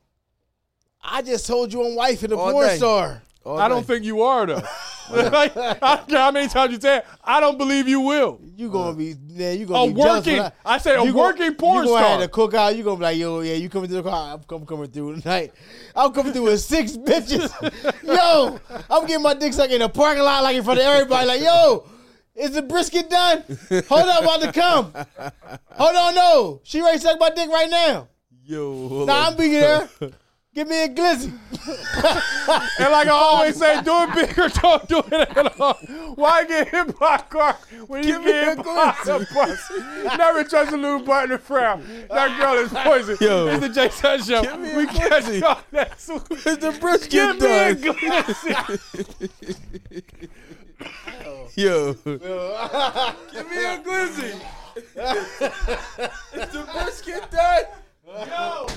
Speaker 4: I just told you I'm wife and a
Speaker 3: All
Speaker 4: porn
Speaker 3: day.
Speaker 4: star.
Speaker 2: I don't think you are though. like I don't care how many times you say it, I don't believe you will.
Speaker 4: You
Speaker 3: Uh,
Speaker 4: gonna be man, you gonna
Speaker 2: a
Speaker 4: be jealous
Speaker 2: working-
Speaker 4: when
Speaker 2: I said a
Speaker 4: you
Speaker 2: working porn
Speaker 4: you gonna
Speaker 2: star.
Speaker 4: Have to cook out. You gonna be like, yo, yeah, you coming to the car? I'm, I'm coming through tonight. I'm coming through with six bitches. yo, I'm getting my dick sucked in the parking lot, like in front of everybody. Like, yo, is the brisket done? Hold up, I'm about to come. Hold on, no, she ready to suck my dick right now.
Speaker 3: Yo,
Speaker 4: Nah, I'm being there. Give me a glizzy.
Speaker 2: And like I always say, do it big or don't do it at all. Why get hit by a car when you
Speaker 3: Give me
Speaker 2: get
Speaker 3: a
Speaker 2: hit by a bus? Never trust a little button to frown. That girl is poison.
Speaker 3: Yo.
Speaker 2: It's the Jay Sun Show.
Speaker 3: me a
Speaker 2: We catch
Speaker 3: glizzy.
Speaker 2: y'all next week.
Speaker 3: is the brisket
Speaker 2: Give me a
Speaker 3: done?
Speaker 2: glizzy.
Speaker 3: Yo, give me a glizzy. is the brisket done?
Speaker 2: Yo.